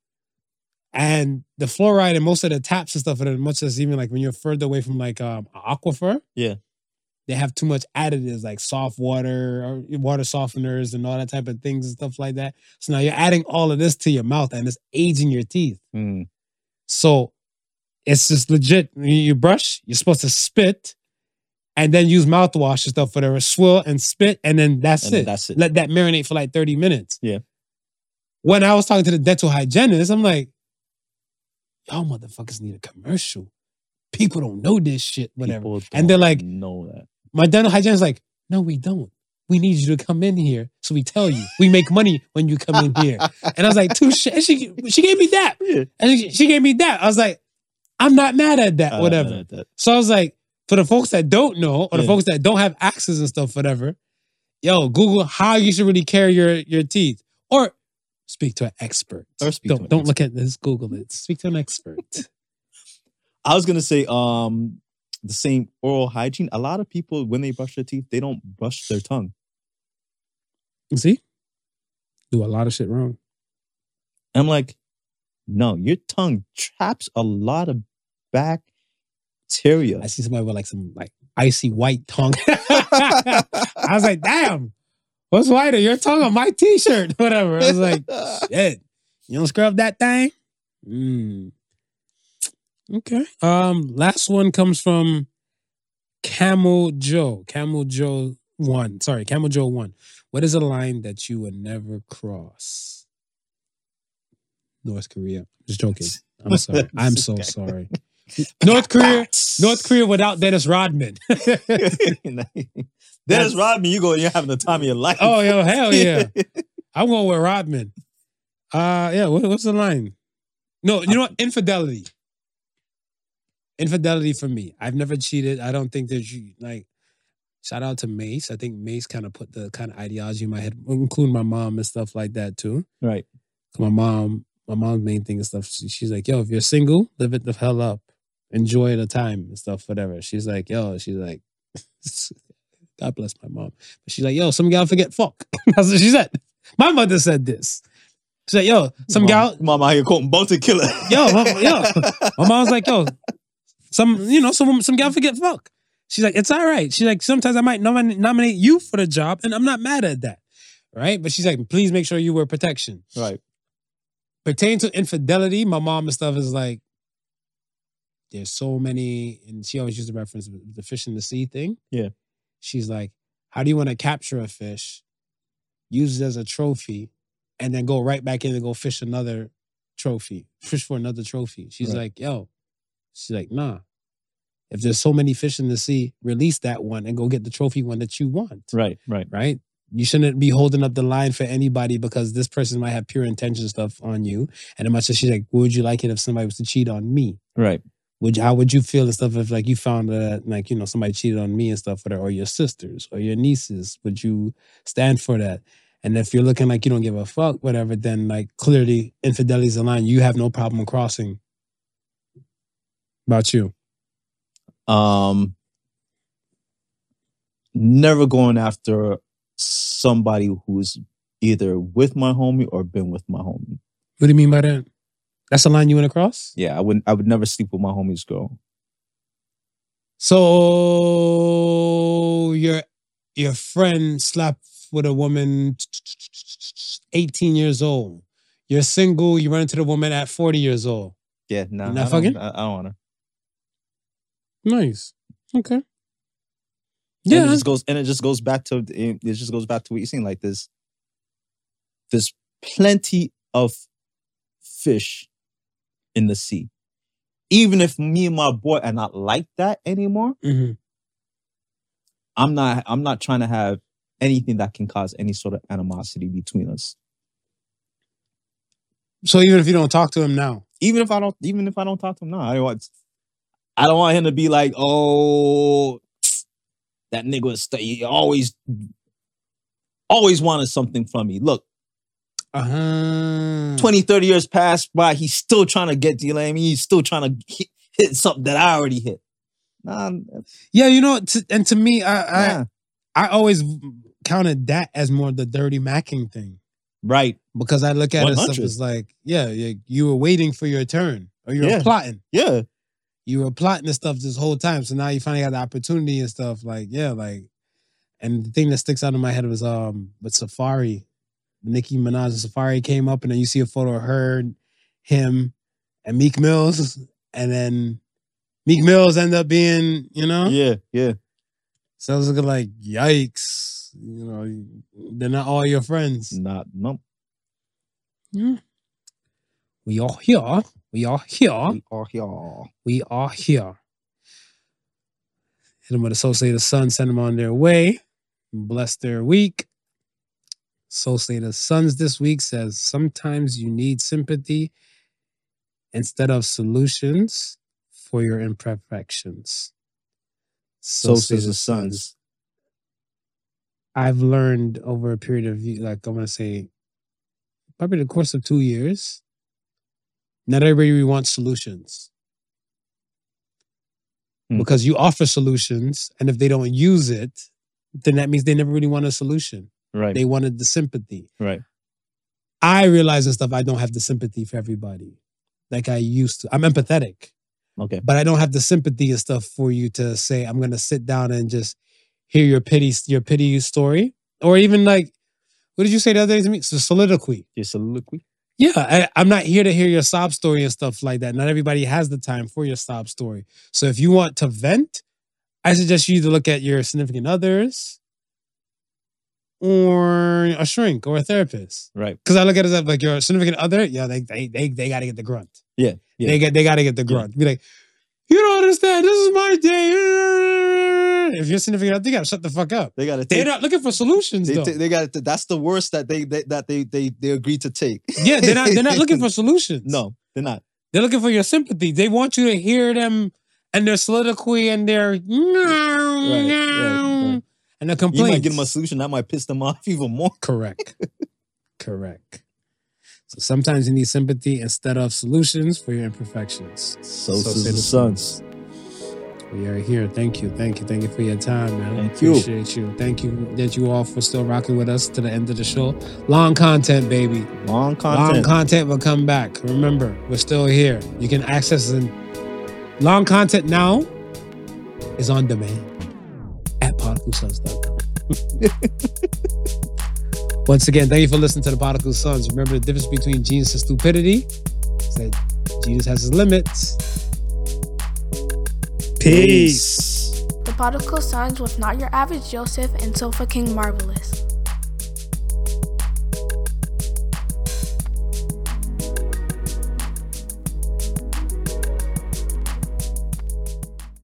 S1: and the fluoride and most of the taps and stuff, and much as even like when you're further away from like um a aquifer,
S2: Yeah.
S1: they have too much additives like soft water or water softeners and all that type of things and stuff like that. So now you're adding all of this to your mouth and it's aging your teeth.
S2: Mm.
S1: So it's just legit. You- You brush, you're supposed to spit, and then use mouthwash and stuff for the swill and spit, and then that's
S2: And
S1: it.
S2: that's it.
S1: Let that marinate for like 30 minutes.
S2: Yeah.
S1: When I was talking to the dental hygienist, I'm like, y'all motherfuckers need a commercial. People don't know this shit, whatever.
S2: People
S1: And they're
S2: don't
S1: like-
S2: know that.
S1: My dental hygienist is like, no, we don't. We need you to come in here. So we tell you, we make money when you come in here. And I was like, touche. And she, she gave me that.
S2: Yeah.
S1: And she- she gave me that. I was like, I'm not mad at that,
S2: Uh,
S1: whatever.
S2: that- that-
S1: So I was like, for the folks that don't know, or the
S2: Yeah.
S1: folks that don't have access and stuff, whatever, yo, Google how you should really care your your teeth, or speak to an expert.
S2: Or speak
S1: don't
S2: to an
S1: don't look at this. Google it. Speak to an expert.
S2: I was gonna say um the same oral hygiene. A lot of people when they brush their teeth, they don't brush their tongue.
S1: See, do a lot of shit wrong.
S2: I'm like, no, your tongue traps a lot of bacteria.
S1: I see [LAUGHS] somebody with like some like icy white
S2: [LAUGHS]
S1: tongue. [LAUGHS] I was like, damn, what's whiter, your tongue or my t-shirt? [LAUGHS] Whatever. I was like, shit, you don't scrub that thing? Mm. Okay. Um, last one comes from Camel Joe. Camel Joe one. Sorry, Camel Joe one. What is a line that you would never cross? North Korea. Just joking. I'm sorry. I'm so sorry. North Korea. North Korea without Dennis Rodman.
S2: [LAUGHS]
S1: [LAUGHS]
S2: Dennis Rodman, you go, you're having the time of your life.
S1: oh yo, hell yeah. I'm going with Rodman. Uh yeah, what, what's the line? No, you know what? Infidelity. Infidelity for me. I've never cheated. I don't think there's you like shout out to Mace. I think Mace kind of put the kind of ideology in my head, including my mom and stuff like that too.
S2: [LAUGHS] right.
S1: 'Cause My mom, my mom's main thing and stuff, she- she's like, yo, if you're single, live it the hell up. Enjoy the time and stuff, whatever. She's like, yo, she's like, [LAUGHS] God bless my mom. But she's like, yo, some gal forget fuck. [LAUGHS] That's what she said. My mother said this. She said, yo, some gal,
S2: Mom out here quoting Bolton Killer.
S1: yo, my, yo. My mom's like, yo, some, you know, some some gal forget fuck. She's like, it's all right. She's like, sometimes I might nom- nominate you for the job, and I'm not mad at that. Right? But she's like, please make sure you wear protection.
S2: [LAUGHS] Right.
S1: pertaining to infidelity, my mom and stuff is like, there's so many, and she always used the reference with the fish in the sea thing.
S2: Yeah.
S1: She's like, how do you want to capture a fish, use it as a trophy, and then go right back in and go fish another trophy, fish for another trophy? She's
S2: Right.
S1: like, yo, she's like, nah. If there's so many fish in the sea, release that one and go get the trophy one that you want
S2: Right. Right.
S1: right? You shouldn't be holding up the line for anybody because this person might have pure intention stuff on you. And much as she's like, would you like it if somebody was to cheat on me?
S2: Right.
S1: Would you, how would you feel and stuff if like you found that like you know somebody cheated on me and stuff with her or your sisters or your nieces? Would you stand for that? And if you're looking like you don't give a fuck, whatever, then like clearly infidelity's is a line you have no problem crossing. About you,
S2: um never going after somebody who's either with my homie or been with my homie.
S1: what do you mean by that? That's a line you want to cross.
S2: Yeah, I wouldn't I would never sleep with my homie's girl.
S1: So your your friend slept with a woman 18 years old. You're single, you run into the woman at 40 years old.
S2: Yeah, nah.
S1: Not
S2: I don't-
S1: fucking?
S2: I, I don't wanna.
S1: Nice. Okay.
S2: Yeah.
S1: Yeah.
S2: it just goes and it just goes back to it it just goes back to what you're saying. Like there's there's plenty of fish in the sea. Even if me and my boy are not like that anymore,
S1: Mhm.
S2: I'm not I'm not trying to have anything that can cause any sort of animosity between us.
S1: So even if you don't talk to him now,
S2: Even if I don't even if I don't talk to him now, I don't want I don't want him to be like, oh that nigga was st- he always always wanted something from me. Look,
S1: uh-huh.
S2: 20, 30 years passed by, he's still trying to get you know what I mean? He's still trying to hit, hit something that I already hit. Nah,
S1: Yeah, you know, t- and to me, I I,
S2: nah.
S1: I always counted that as more the dirty macking thing.
S2: right.
S1: Because I look at it stuff
S2: 100.
S1: as like, yeah, you, you were waiting for your turn or you were
S2: Yeah.
S1: plotting.
S2: Yeah.
S1: you were plotting this stuff this whole time. So now you finally got the opportunity and stuff. Like, yeah, like, and the thing that sticks out in my head was um with Safari, Nicki Minaj and Safari came up, and then you see a photo of her, him, and Meek Mills, and then Meek Mills end up being, you know,
S2: Yeah. Yeah.
S1: so I was looking like, yikes, you know, they're not all your friends.
S2: Not no.
S1: We are here. We are here.
S2: We are here.
S1: We are here. Hit them with Associated Sun, send them on their way. Bless their week. Associated Sons this week says sometimes you need sympathy instead of solutions for your imperfections.
S2: So
S1: Associated
S2: says the sons.
S1: I've learned over a period of ye- like I'm gonna say probably the course of two years. Not everybody wants solutions.
S2: Hmm.
S1: Because you offer solutions, and if they don't use it, then that means they never really want a solution.
S2: Right.
S1: They wanted the sympathy.
S2: right.
S1: I realize and stuff, I don't have the sympathy for everybody like I used to. I'm empathetic
S2: Okay.
S1: but I don't have the sympathy and stuff for you to say I'm gonna sit down and just hear your pity your pity story or even like what did you say the other day to me? So soliloquy.
S2: Your soliloquy.
S1: Yeah, I, I'm not here to hear your sob story and stuff like that. Not everybody has the time for your sob story. So if you want to vent, I suggest you either look at your significant others or a shrink or a therapist.
S2: Right.
S1: Because I look at it as like your significant other, yeah, they they they, they got to get the grunt.
S2: Yeah, yeah.
S1: they get they got to get the
S2: Yeah.
S1: grunt. Be like, you don't understand. This is my day. If you're significant other, they got to shut the fuck up.
S2: They got to
S1: They're
S2: take.
S1: not looking for solutions
S2: They,
S1: though.
S2: they, got to, that's the worst that they, they that they they they agreed to take. [LAUGHS]
S1: yeah, they're not they're not looking for solutions.
S2: No, they're not.
S1: they're looking for your sympathy. They want you to hear them and their soliloquy and their [LAUGHS]
S2: right.
S1: and their
S2: You might
S1: complaints.
S2: get them a solution that might piss them off even more. [LAUGHS]
S1: Correct. Correct. So sometimes you need sympathy instead of solutions for your imperfections.
S2: So,
S1: says the
S2: sons.
S1: Well, you're here. Thank you. Thank you. Thank you for your time, man.
S2: Thank you.
S1: Appreciate you. Thank you that you all for still rocking with us to the end of the show. Long content, baby. Long
S2: Long content.
S1: content will come back. Remember, we're still here. You can access it. Long content now is on demand at particlesons.com. [LAUGHS] Once again, thank you for listening to the Particle Sons. Remember the difference between genius and stupidity is that genius has his limits.
S2: Peace.
S4: The Particle Sons with Not Your Average Joseph and Sofa King Marvelous.